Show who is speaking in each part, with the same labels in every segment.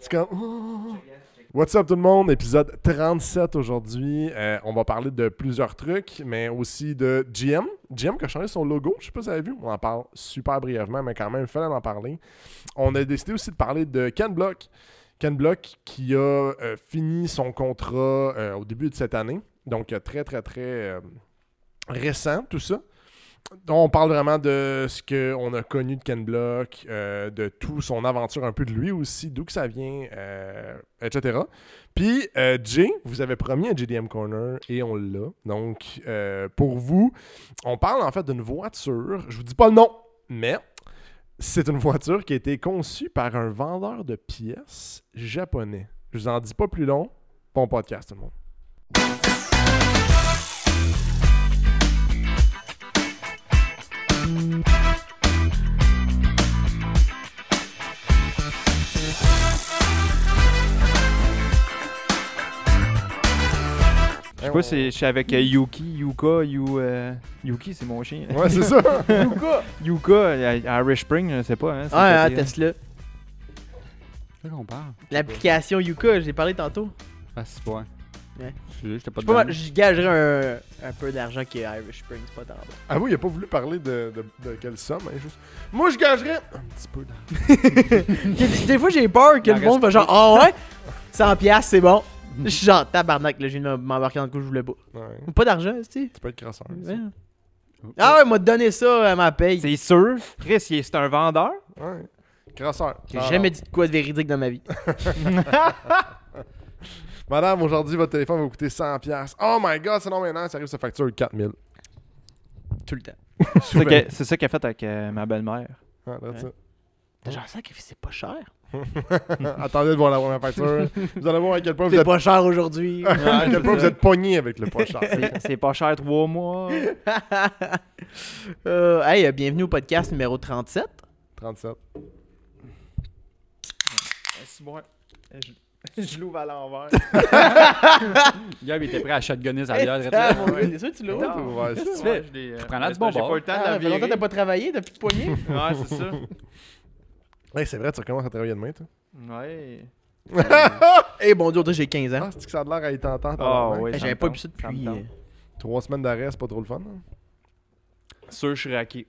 Speaker 1: C'est comme. oh. What's up tout le monde? Épisode 37 aujourd'hui. Euh, on va parler de plusieurs trucs, mais aussi de GM. GM qui a changé son logo. Je sais pas si vous avez vu. On en parle super brièvement, mais quand même, il fallait en parler. On a décidé aussi de parler de Ken Block. Ken Block qui a euh, fini son contrat euh, au début de cette année. Donc, euh, très, très, très euh, récent, tout ça. Donc, on parle vraiment de ce qu'on a connu de Ken Block, euh, de tout son aventure, un peu de lui aussi, d'où que ça vient, euh, etc. Puis, euh, Jay, vous avez promis un JDM Corner et on l'a. Donc, euh, pour vous, on parle en fait d'une voiture. Je vous dis pas le nom, mais c'est une voiture qui a été conçue par un vendeur de pièces japonais. Je vous en dis pas plus long. Bon podcast, tout le monde.
Speaker 2: Je sais pas si je suis avec euh, Yuki, Yuka, Yu, euh, Yuki, c'est mon chien.
Speaker 1: Ouais, c'est ça.
Speaker 2: Yuka, euh, Irish Spring, je sais pas. Hein, c'est
Speaker 3: Ah, ah,
Speaker 2: peut-être-
Speaker 3: Tesla.
Speaker 4: C'est qu'on parle.
Speaker 3: L'application Yuka, j'ai parlé tantôt.
Speaker 4: Ah, c'est ouais.
Speaker 3: Ouais.
Speaker 4: Je t'ai
Speaker 3: Je
Speaker 4: pas
Speaker 3: sais pas mal-
Speaker 4: dedans.
Speaker 3: Je gagerais un, un peu d'argent qui est Irish Spring, c'est pas tant bon.
Speaker 1: Avoue, Ah il a pas voulu parler de, de- de quelle somme. hein, juste... Moi, je gagerais un petit peu. dans-
Speaker 3: Des, des fois, j'ai peur que
Speaker 4: Il en
Speaker 3: le monde va
Speaker 4: reste
Speaker 3: genre, ah ouais, 100$, piastres, c'est bon. Je suis genre, tabarnak, là, j'ai viens de m'embarquer dans le coup, je voulais pas.
Speaker 1: Ouais,
Speaker 3: Pas d'argent, tu sais.
Speaker 1: tu peux être crasseur. ça.
Speaker 3: Ouais. Ah ouais, m'a donné ça à ma paye.
Speaker 2: C'est sûr. Chris, il est- c'est un vendeur.
Speaker 1: Ouais. Crasseur.
Speaker 3: J'ai
Speaker 1: Alors,
Speaker 3: jamais dit de quoi de véridique dans ma vie.
Speaker 1: Madame, aujourd'hui, votre téléphone va vous coûter 100$. Oh my god, c'est non maintenant, ça arrive sur facture de 4000$.
Speaker 3: Tout le temps.
Speaker 2: C'est ça que- c'est ça qu'il a fait avec euh, ma belle-mère.
Speaker 1: Ouais, that's it.
Speaker 3: T'as genre ça que c'est pas cher.
Speaker 1: Attendez de voir la première facture. vous allez voir à quel point vous
Speaker 3: C'est
Speaker 1: êtes,
Speaker 3: pas cher aujourd'hui.
Speaker 1: à quel point vous êtes pogné avec le pas cher.
Speaker 2: C'est- C'est pas cher, trois mois.
Speaker 3: Euh, hey, euh, bienvenue au podcast numéro 37.
Speaker 1: 37.
Speaker 2: Je l'ouvre à l'envers.
Speaker 4: Gab, il était prêt à shotgunner sa
Speaker 3: Hey,
Speaker 4: bière.
Speaker 3: ah,
Speaker 4: direct
Speaker 3: mon
Speaker 4: là.
Speaker 3: gars, t'es sûr que tu l'as?
Speaker 2: Non.
Speaker 1: Ouais, c'est-
Speaker 2: Qu'est-ce que tu fais? Je l'ai, euh,
Speaker 4: prends la du
Speaker 2: j'ai
Speaker 4: bon
Speaker 2: pas
Speaker 4: bord.
Speaker 2: eu le temps de la
Speaker 3: Ah, ça fait longtemps que
Speaker 2: virer.
Speaker 3: t'as pas travaillé, t'as plus de poignet.
Speaker 2: Ouais, c'est ça.
Speaker 1: Hey, c'est vrai, tu recommences à travailler demain, toi.
Speaker 2: Ouais.
Speaker 3: Eh hey, bon Dieu, on dirait que j'ai 15 ans.
Speaker 1: Ah, c'est que ça a de l'air à être tentant.
Speaker 2: Ah
Speaker 1: tabarnak.
Speaker 2: ouais. ça
Speaker 3: Hey, J'avais
Speaker 2: me
Speaker 3: pas
Speaker 2: tente,
Speaker 3: bu ça
Speaker 2: ça me
Speaker 3: depuis.
Speaker 2: tente.
Speaker 3: euh,
Speaker 1: Trois semaines d'arrêt, c'est pas trop le fun. hein?
Speaker 2: Sûr, je suis raqué.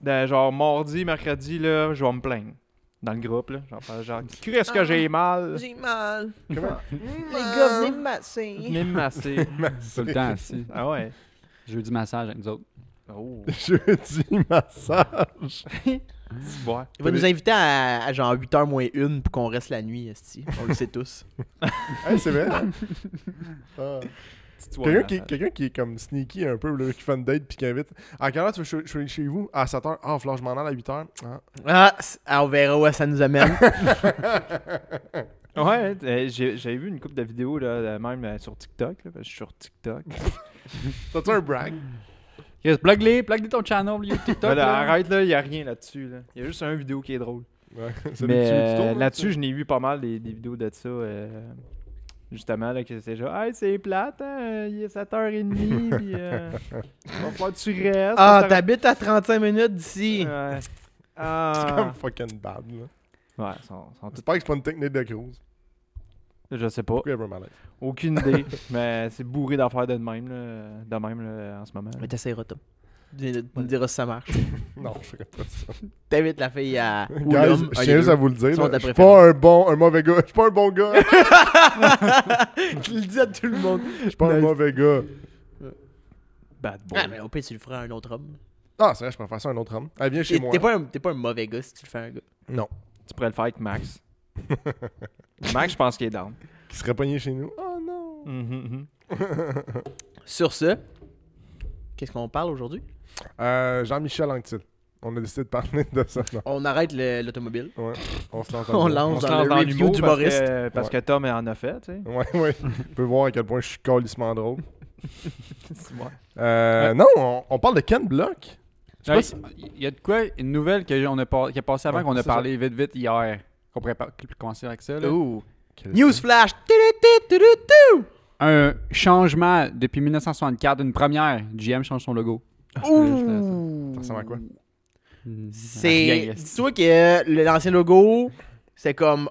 Speaker 2: De, genre, mardi, mercredi, là, je vais me plaindre. Dans le groupe, là. Genre, faire genre Chris,
Speaker 4: Ah,
Speaker 2: que j'ai mal.
Speaker 3: J'ai mal.
Speaker 1: Comment?
Speaker 3: Les gars, venez me masser.
Speaker 2: Venez me masser.
Speaker 4: Tout le temps, si.
Speaker 2: Ah ouais.
Speaker 4: J'ai eu du massage avec nous autres.
Speaker 2: Oh.
Speaker 1: Jeudi massage.
Speaker 2: Ouais.
Speaker 3: Il va nous inviter à, à genre 8h moins 1 pour qu'on reste la nuit, esti. On le sait tous.
Speaker 1: Hey, c'est vrai. hein? Ah.
Speaker 4: Petite soirée
Speaker 1: Quelqu'un qui,
Speaker 4: massage.
Speaker 1: quelqu'un qui est comme sneaky un peu, là, qui fait une date puis qui invite. À quelle heure tu veux que je- je sois chez vous À 7h. Ah, fleur, je m'en allais à 8h.
Speaker 3: Ah, c- ah, on verra où ça nous amène.
Speaker 2: Ouais, euh, j'ai j'ai vu une couple de vidéos, là, de même euh, sur TikTok. Là, parce que je suis sur TikTok.
Speaker 1: T'as-tu un brag
Speaker 4: Chris, plug-les, plug-les ton channel, YouTube, TikTok.
Speaker 2: Voilà,
Speaker 4: là.
Speaker 2: arrête, là, il n'y a rien là-dessus. là. Il y a juste une vidéo qui est drôle.
Speaker 1: Ouais,
Speaker 2: Mais euh,
Speaker 1: tournes,
Speaker 2: là-dessus, je n'ai vu pas mal des, des vidéos de ça. euh, justement, là, que c'était genre, hey, c'est plate, hein, il est 7h30, puis euh, va falloir que tu restes.
Speaker 3: Ah,
Speaker 2: parce que
Speaker 3: t'habites à 35 minutes d'ici.
Speaker 2: t'as- Ouais.
Speaker 1: C'est comme
Speaker 2: Ah.
Speaker 1: fucking bad. Là.
Speaker 2: Ouais, ils sont, sont tous-
Speaker 1: J'espère que c'est pas une technique de cruise.
Speaker 3: Oh.
Speaker 2: Je sais pas.
Speaker 1: Pourquoi il y a un malaise?
Speaker 2: Aucune idée. mais c'est bourré d'affaires de même, là, de même là, en ce moment. là.
Speaker 3: Mais t'essayeras, Tom. Tu viens de- tu me diras si ça marche.
Speaker 1: Non, je ferais pas ça.
Speaker 3: T'invites la fille à. ou
Speaker 1: Guys,
Speaker 3: l'homme,
Speaker 1: je tiens
Speaker 3: un des
Speaker 1: juste à vous le dire.
Speaker 3: Sont
Speaker 1: là,
Speaker 3: ta
Speaker 1: Je suis
Speaker 3: préférence.
Speaker 1: pas un bon, un mauvais gars. Je suis pas un bon gars. Je
Speaker 3: deux. Tu le dis à tout le monde.
Speaker 1: suis pas un mauvais gars.
Speaker 2: Bad boy.
Speaker 3: Ah, mais au pire, tu le feras à un autre homme.
Speaker 1: Ah, c'est vrai, je préfère ça à un autre homme. Elle vient
Speaker 3: T'es
Speaker 1: chez moi.
Speaker 3: t'es pas, un- t'es pas un mauvais gars si tu le fais à un gars.
Speaker 1: Non.
Speaker 2: Tu pourrais le faire avec Max. Max, je pense qu'il est down.
Speaker 1: Qui serait pogné chez nous. Oh non.
Speaker 3: Mm-hmm, Sur ce, qu'est-ce qu'on parle aujourd'hui
Speaker 1: Euh, Jean-Michel Anctil. On a décidé de parler de ça. Non.
Speaker 3: On arrête le- l'automobile.
Speaker 1: Ouais. On se lance
Speaker 3: On
Speaker 1: dedans.
Speaker 3: lance
Speaker 2: On se
Speaker 3: dans
Speaker 2: lance
Speaker 3: le
Speaker 2: dans
Speaker 3: review
Speaker 2: l'humour parce,
Speaker 3: d'humoriste.
Speaker 2: que, parce que Tom en a fait, tu sais.
Speaker 1: Ouais, ouais. Tu peux voir à quel point je suis calissement drôle.
Speaker 2: C'est moi.
Speaker 1: Euh, Non, on, on parle de Ken Block. Je sais
Speaker 4: Ouais,
Speaker 1: pas si-
Speaker 4: Il y a de quoi, une nouvelle que on a par- qui est passée avant
Speaker 1: Ouais,
Speaker 4: qu'on
Speaker 1: c'est
Speaker 4: a
Speaker 1: ça.
Speaker 4: parlé vite, vite hier. Qu'on pourrait pas- commencer avec ça. là.
Speaker 3: Ouh.
Speaker 1: Quel-
Speaker 3: Newsflash! Tu-tu-tu-tu-tu-tu!
Speaker 4: Un changement depuis 1964, une première. GM change son logo.
Speaker 3: Ouh!
Speaker 1: Ça ressemble à quoi?
Speaker 3: Hmm.
Speaker 4: Mm.
Speaker 3: C'est.
Speaker 4: Rien,
Speaker 3: Dis-toi que le- l'ancien logo, c'est comme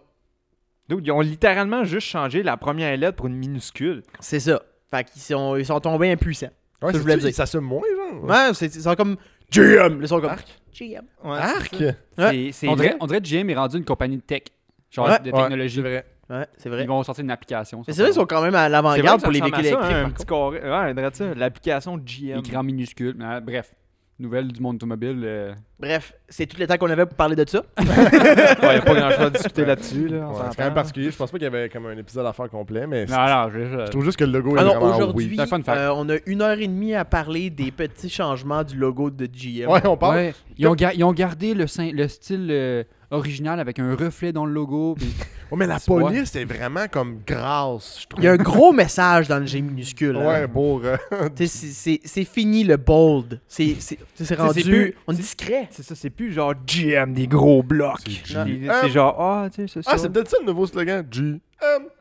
Speaker 2: Dude, ils ont littéralement juste changé la première lettre pour une minuscule.
Speaker 3: C'est ça. Fait qu'ils sont, ils sont tombés impuissants.
Speaker 1: Ouais,
Speaker 3: je
Speaker 1: c'est
Speaker 3: voulais
Speaker 1: ça,
Speaker 3: dire.
Speaker 1: Ça se moins, genre.
Speaker 3: Ouais, c'est, ils sont comme GM. Ils sont comme GM.
Speaker 2: Ouais,
Speaker 1: Arc!
Speaker 2: C'est, c'est
Speaker 4: On dirait,
Speaker 2: vrai.
Speaker 4: on dirait que GM est rendu une compagnie de tech. Genre
Speaker 3: Ouais.
Speaker 4: de
Speaker 1: Ouais,
Speaker 4: technologie.
Speaker 1: c'est vrai.
Speaker 3: Ouais, c'est vrai.
Speaker 4: Ils vont sortir une application.
Speaker 3: Mais c'est vrai qu'ils sont quand même à
Speaker 2: C'est vrai
Speaker 3: l'avant-garde
Speaker 2: que ça
Speaker 3: pour les
Speaker 2: ressemble
Speaker 3: véhicules
Speaker 2: à
Speaker 3: électriques.
Speaker 2: ça, hein, un
Speaker 3: par
Speaker 2: petit
Speaker 3: contre.
Speaker 2: carré. Ouais, on dirait ça, l'application GM.
Speaker 4: Écran minuscule. mais, ah, bref, nouvelle du monde automobile. euh,
Speaker 3: Bref, c'est tout le temps qu'on avait pour parler de ça.
Speaker 2: Il n'y a pas grand-chose à discuter là-dessus. Là, on
Speaker 1: Ouais,
Speaker 2: s'entend.
Speaker 1: c'est quand même particulier. Je pense pas qu'il y avait comme un épisode à faire complet, mais
Speaker 4: Non, non, je- euh, je-
Speaker 1: je trouve juste que le logo est
Speaker 3: Alors
Speaker 1: vraiment
Speaker 3: Ah aujourd'hui,
Speaker 4: C'est un fun fact.
Speaker 3: euh, on a une heure et demie à parler des petits changements du logo de GM.
Speaker 1: weird. Ouais, on parle.
Speaker 4: Ouais, ils, ont ga- ils ont gardé le, sein- le style euh, original avec un reflet dans le logo. puis-
Speaker 1: Ouais, mais la
Speaker 4: C'est- ouais.
Speaker 1: police est vraiment comme grasse, je trouve.
Speaker 3: Il y a un gros message dans le G minuscule. hein.
Speaker 1: Ouais, pour. euh,
Speaker 3: Tu sais, c'est- C'est c'est fini le bold. C'est c'est- tu sais, c'est rendu.
Speaker 2: c'est plus-
Speaker 3: On est discret.
Speaker 2: C'est ça, c'est plus genre GM des gros blocs.
Speaker 1: C'est
Speaker 2: Non,
Speaker 1: GM.
Speaker 2: C'est genre, ah, tu sais, c'est
Speaker 1: Ah,
Speaker 2: ça.
Speaker 1: c'est peut-être ça le nouveau slogan. G. M.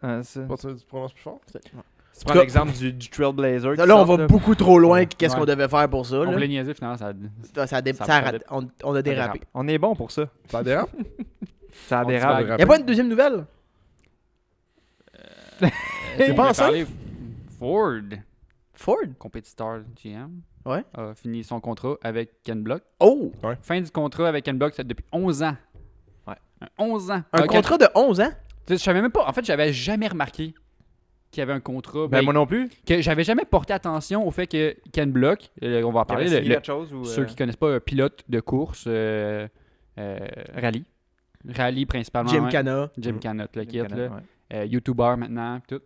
Speaker 2: Ah, c'est-
Speaker 1: Bon, tu tu prononces plus fort?
Speaker 2: Tu prends l'exemple du, du Trailblazer.
Speaker 3: Là,
Speaker 2: qui
Speaker 3: là, on
Speaker 2: sort,
Speaker 3: va beaucoup trop loin que qu'est-ce
Speaker 4: Ouais.
Speaker 3: qu'on devait faire pour ça.
Speaker 4: On
Speaker 3: là.
Speaker 4: voulait niaiser, finalement. Ça...
Speaker 3: Ça- ça a dé-
Speaker 4: Ça
Speaker 3: ça a
Speaker 4: dérape.
Speaker 3: ra- on, on a dérapé.
Speaker 4: dérape.
Speaker 2: On est bon pour ça.
Speaker 1: Ça dérape?
Speaker 2: Ça
Speaker 4: On
Speaker 2: dérape.
Speaker 4: divague.
Speaker 3: Il n'y Ah, a pas une deuxième nouvelle?
Speaker 4: C'est
Speaker 1: pas enceinte?
Speaker 4: Ford,
Speaker 3: Ford?
Speaker 4: compétiteur GM,
Speaker 3: Ouais.
Speaker 4: a fini son contrat avec Ken Block.
Speaker 3: Oh!
Speaker 4: Fin du contrat avec Ken Block, c'est depuis 11 ans.
Speaker 2: Ouais.
Speaker 4: Un 11 ans.
Speaker 3: Un
Speaker 4: Euh,
Speaker 3: contrat de 11 ans?
Speaker 4: Tu sais, Je savais même pas. En fait, j'avais jamais remarqué qu'il y avait un contrat.
Speaker 2: Ben,
Speaker 4: Ben,
Speaker 2: moi non plus.
Speaker 4: que j'avais jamais porté attention au fait que Ken Block, euh, on va en parler,
Speaker 2: T'avais
Speaker 4: le-
Speaker 2: signé
Speaker 4: le-
Speaker 2: quelque chose ou.
Speaker 4: ceux
Speaker 2: euh,
Speaker 4: qui connaissent pas, un pilote de course, euh, euh, rallye. Rallye principalement.
Speaker 3: Jim
Speaker 4: ouais.
Speaker 3: Cana.
Speaker 4: Jim
Speaker 1: Mm.
Speaker 4: Cannott, le
Speaker 2: Jim
Speaker 4: kit,
Speaker 2: Cannon,
Speaker 4: là.
Speaker 2: ouais.
Speaker 4: Euh, YouTuber maintenant, pis tout.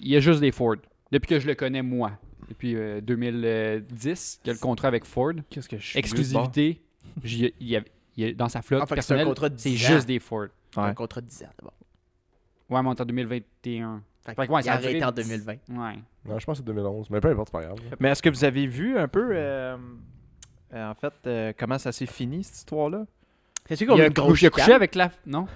Speaker 4: Il y a juste des Ford. Depuis que je le connais, moi. Depuis euh, 2010, qu'il y a le contrat avec Ford.
Speaker 2: Qu'est-ce que je suis.
Speaker 4: Exclusivité. j'y- il y avait- il y a- dans sa flotte
Speaker 3: Ah, fait que c'est un
Speaker 4: personnelle,
Speaker 3: contrat de 10
Speaker 4: c'est
Speaker 3: ans.
Speaker 4: juste des Ford.
Speaker 2: Ouais.
Speaker 3: Un contrat de 10 ans d'abord.
Speaker 4: Ouais, mais on est en 2021.
Speaker 3: Fait
Speaker 4: Fait que ouais,
Speaker 3: il
Speaker 4: ça
Speaker 3: a
Speaker 4: a duré
Speaker 3: arrêté en
Speaker 4: 10.
Speaker 3: 2020.
Speaker 4: Ouais.
Speaker 1: Non, je pense que c'est 2011. Mais peu importe, c'est pas grave.
Speaker 2: Mais est-ce que vous avez vu un peu, euh, euh, en fait, euh, comment ça s'est fini cette histoire-là?
Speaker 3: C'est sûr
Speaker 4: Il
Speaker 3: qu'on
Speaker 4: y
Speaker 3: a
Speaker 4: a
Speaker 3: une grosse
Speaker 4: couché,
Speaker 3: chicane.
Speaker 4: avec la... Non?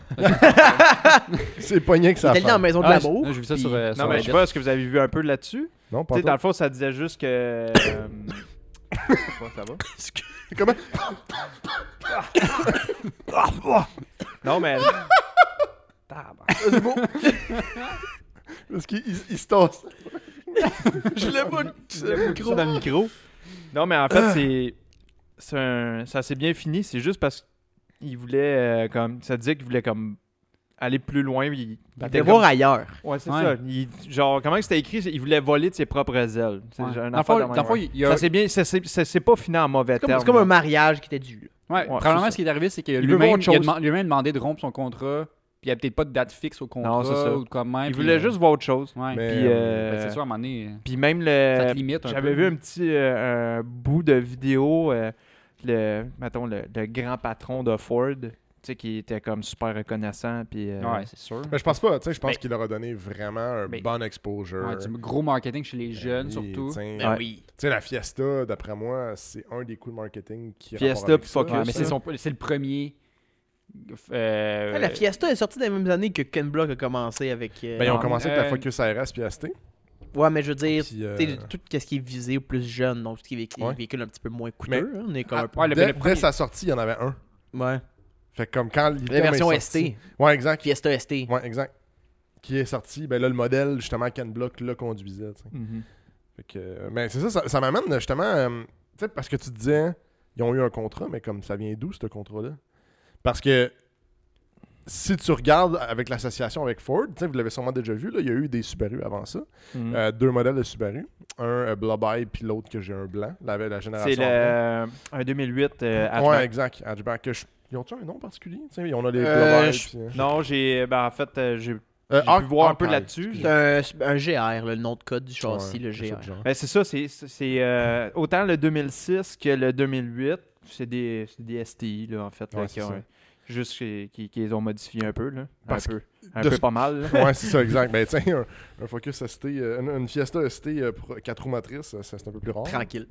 Speaker 1: C'est pogné que
Speaker 3: Il
Speaker 1: ça
Speaker 3: est allé en
Speaker 1: fait.
Speaker 3: maison de
Speaker 4: Ah,
Speaker 3: l'amour.
Speaker 4: j'ai- j'ai vu ça
Speaker 3: puis-
Speaker 4: sur, euh, sur
Speaker 2: Non, mais je sais
Speaker 4: Reddit.
Speaker 2: pas, est-ce que vous avez vu un peu là-dessus?
Speaker 1: Non, pas
Speaker 2: Tu sais, dans le
Speaker 1: toi.
Speaker 2: fond, ça disait juste que. euh, ouais, ça va?
Speaker 1: Comment?
Speaker 2: Non, mais. Tabarnak.
Speaker 1: C'est beau. Parce qu'il il- il se tasse.
Speaker 3: Je l'ai pas.
Speaker 2: Le micro dans le micro. Non, mais en fait, c'est. c'est un- Ça s'est bien fini, c'est juste parce qu'il voulait. euh, comme... Ça disait qu'il voulait comme aller plus loin. Il, il était
Speaker 3: De
Speaker 2: comme-
Speaker 3: voir ailleurs.
Speaker 2: Ouais, c'est
Speaker 4: Ouais.
Speaker 2: ça. Il- genre, comment que c'était écrit Il voulait voler de ses propres ailes. C'est
Speaker 4: Ouais.
Speaker 2: genre un
Speaker 4: Dans le
Speaker 2: affaire
Speaker 4: fond,
Speaker 2: de même,
Speaker 4: dans le fond,
Speaker 2: ouais.
Speaker 4: il y a...
Speaker 2: Ça c'est bien, ça, c'est ça s'est pas fini en mauvais
Speaker 3: C'est comme,
Speaker 2: terme.
Speaker 3: c'est comme un
Speaker 2: là.
Speaker 3: mariage qui était dû.
Speaker 4: Ouais,
Speaker 2: Ouais,
Speaker 4: probablement
Speaker 2: c'est
Speaker 4: ce qui est arrivé, c'est que
Speaker 2: veut
Speaker 4: lui-même,
Speaker 2: voir autre
Speaker 4: il a
Speaker 2: chose.
Speaker 4: deman- lui-même a demandé de rompre son contrat, puis il n'y a peut-être pas de date fixe au contrat
Speaker 2: Non, c'est ça.
Speaker 4: ou de comment.
Speaker 2: Il
Speaker 4: puis,
Speaker 2: voulait
Speaker 4: euh,
Speaker 2: juste voir autre chose.
Speaker 4: Ouais.
Speaker 1: Mais-
Speaker 2: Puis,
Speaker 4: Ben,
Speaker 2: euh,
Speaker 4: c'est sûr, à un moment donné,
Speaker 2: puis même
Speaker 4: ça
Speaker 2: le.
Speaker 4: te limite un
Speaker 2: J'avais
Speaker 4: peu.
Speaker 2: vu un petit euh, un bout de vidéo, euh, le, mettons, le, le grand patron de Ford, tu sais, qui était comme super reconnaissant. Puis, euh,
Speaker 4: Ouais, c'est sûr.
Speaker 1: Mais Ben, je pense pas, tu sais, je pense
Speaker 4: Mais-
Speaker 1: qu'il leur a donné vraiment un
Speaker 4: Mais-
Speaker 1: bon exposure.
Speaker 4: Ouais, du gros marketing chez
Speaker 2: Euh,
Speaker 4: les jeunes,
Speaker 1: Oui,
Speaker 4: surtout.
Speaker 1: Tu sais,
Speaker 2: Ouais.
Speaker 3: oui.
Speaker 1: Tu sais, la Fiesta, d'après moi, c'est un des coups de marketing qui a
Speaker 2: Fiesta
Speaker 1: rapport avec
Speaker 2: puis
Speaker 1: ça.
Speaker 2: Focus.
Speaker 4: Ouais, mais c'est
Speaker 2: ça.
Speaker 4: son- c'est le premier. euh,
Speaker 3: la Fiesta est sortie dans les mêmes années que Ken Block a commencé avec. euh,
Speaker 1: Ben, ils ont
Speaker 4: Non,
Speaker 1: commencé avec la
Speaker 4: euh,
Speaker 1: Focus RS puis ST.
Speaker 3: Ouais, mais je veux dire,
Speaker 1: Puis, euh,
Speaker 3: tu sais, tout ce qui est visé aux plus jeunes, donc tout ce qui est véhicule,
Speaker 1: Ouais.
Speaker 3: véhicule un petit peu moins coûteux. hein, on est comme un peu-
Speaker 4: ouais, le- ben,
Speaker 1: dès,
Speaker 4: le
Speaker 1: dès
Speaker 4: premier-
Speaker 1: sa sortie, il y en avait un.
Speaker 3: Ouais.
Speaker 1: Fait que comme quand
Speaker 3: La version
Speaker 1: ST.
Speaker 3: ST.
Speaker 1: Ouais, exact.
Speaker 3: Fiesta ST.
Speaker 1: Ouais, exact. Qui est sorti, ben là, le modèle, justement, Ken Block le conduisait. tu sais.
Speaker 2: Mhm.
Speaker 1: Fait que, euh, mais c'est ça, ça, ça m'amène justement, euh, tu sais, parce que tu disais, ils ont eu un contrat, mais comme ça vient d'où ce contrat-là? Parce que si tu regardes avec l'association avec Ford, tu sais, vous l'avez sûrement déjà vu, là, il y a eu des Subaru avant ça.
Speaker 2: Mhm.
Speaker 1: Euh, deux modèles de Subaru. Un euh, Blob Eye, puis l'autre que j'ai un blanc, la, la génération.
Speaker 2: c'est le, un 2008 euh,
Speaker 1: Ouais,
Speaker 2: Hatchback.
Speaker 1: exact. Hatchback. que je- Ils ont-tu un nom particulier? Tu sais, on a les
Speaker 3: Euh,
Speaker 1: Blob Eye,
Speaker 3: je-
Speaker 1: puis, euh,
Speaker 2: Non, j'ai. Ben, en fait, euh, j'ai.
Speaker 1: euh,
Speaker 2: j'ai pu
Speaker 1: Hawk-
Speaker 2: voir un peu
Speaker 1: Hawkeye,
Speaker 2: là-dessus.
Speaker 1: excusez.
Speaker 3: C'est un, un GR, le nom de code du châssis,
Speaker 1: Ouais,
Speaker 3: le
Speaker 1: quelque chose
Speaker 3: GR.
Speaker 1: du genre.
Speaker 2: Ben, c'est ça, c'est, c'est- c'est, euh, autant le 2006 que le 2008, c'est des, c'est des STI, là, en fait, là,
Speaker 1: Ouais,
Speaker 2: qui,
Speaker 1: c'est
Speaker 2: ont,
Speaker 1: ça.
Speaker 2: juste qui, qui- qui les ont modifiés un peu. Là.
Speaker 1: Parce
Speaker 2: un peu, un
Speaker 1: de
Speaker 2: peu
Speaker 1: ce-
Speaker 2: pas mal. là.
Speaker 1: ouais, c'est ça, exact. Ben, tiens, un, un Focus ST, euh, une, une Fiesta ST 4 roues matrices, euh, ça, c'est un peu plus rare.
Speaker 3: Tranquille.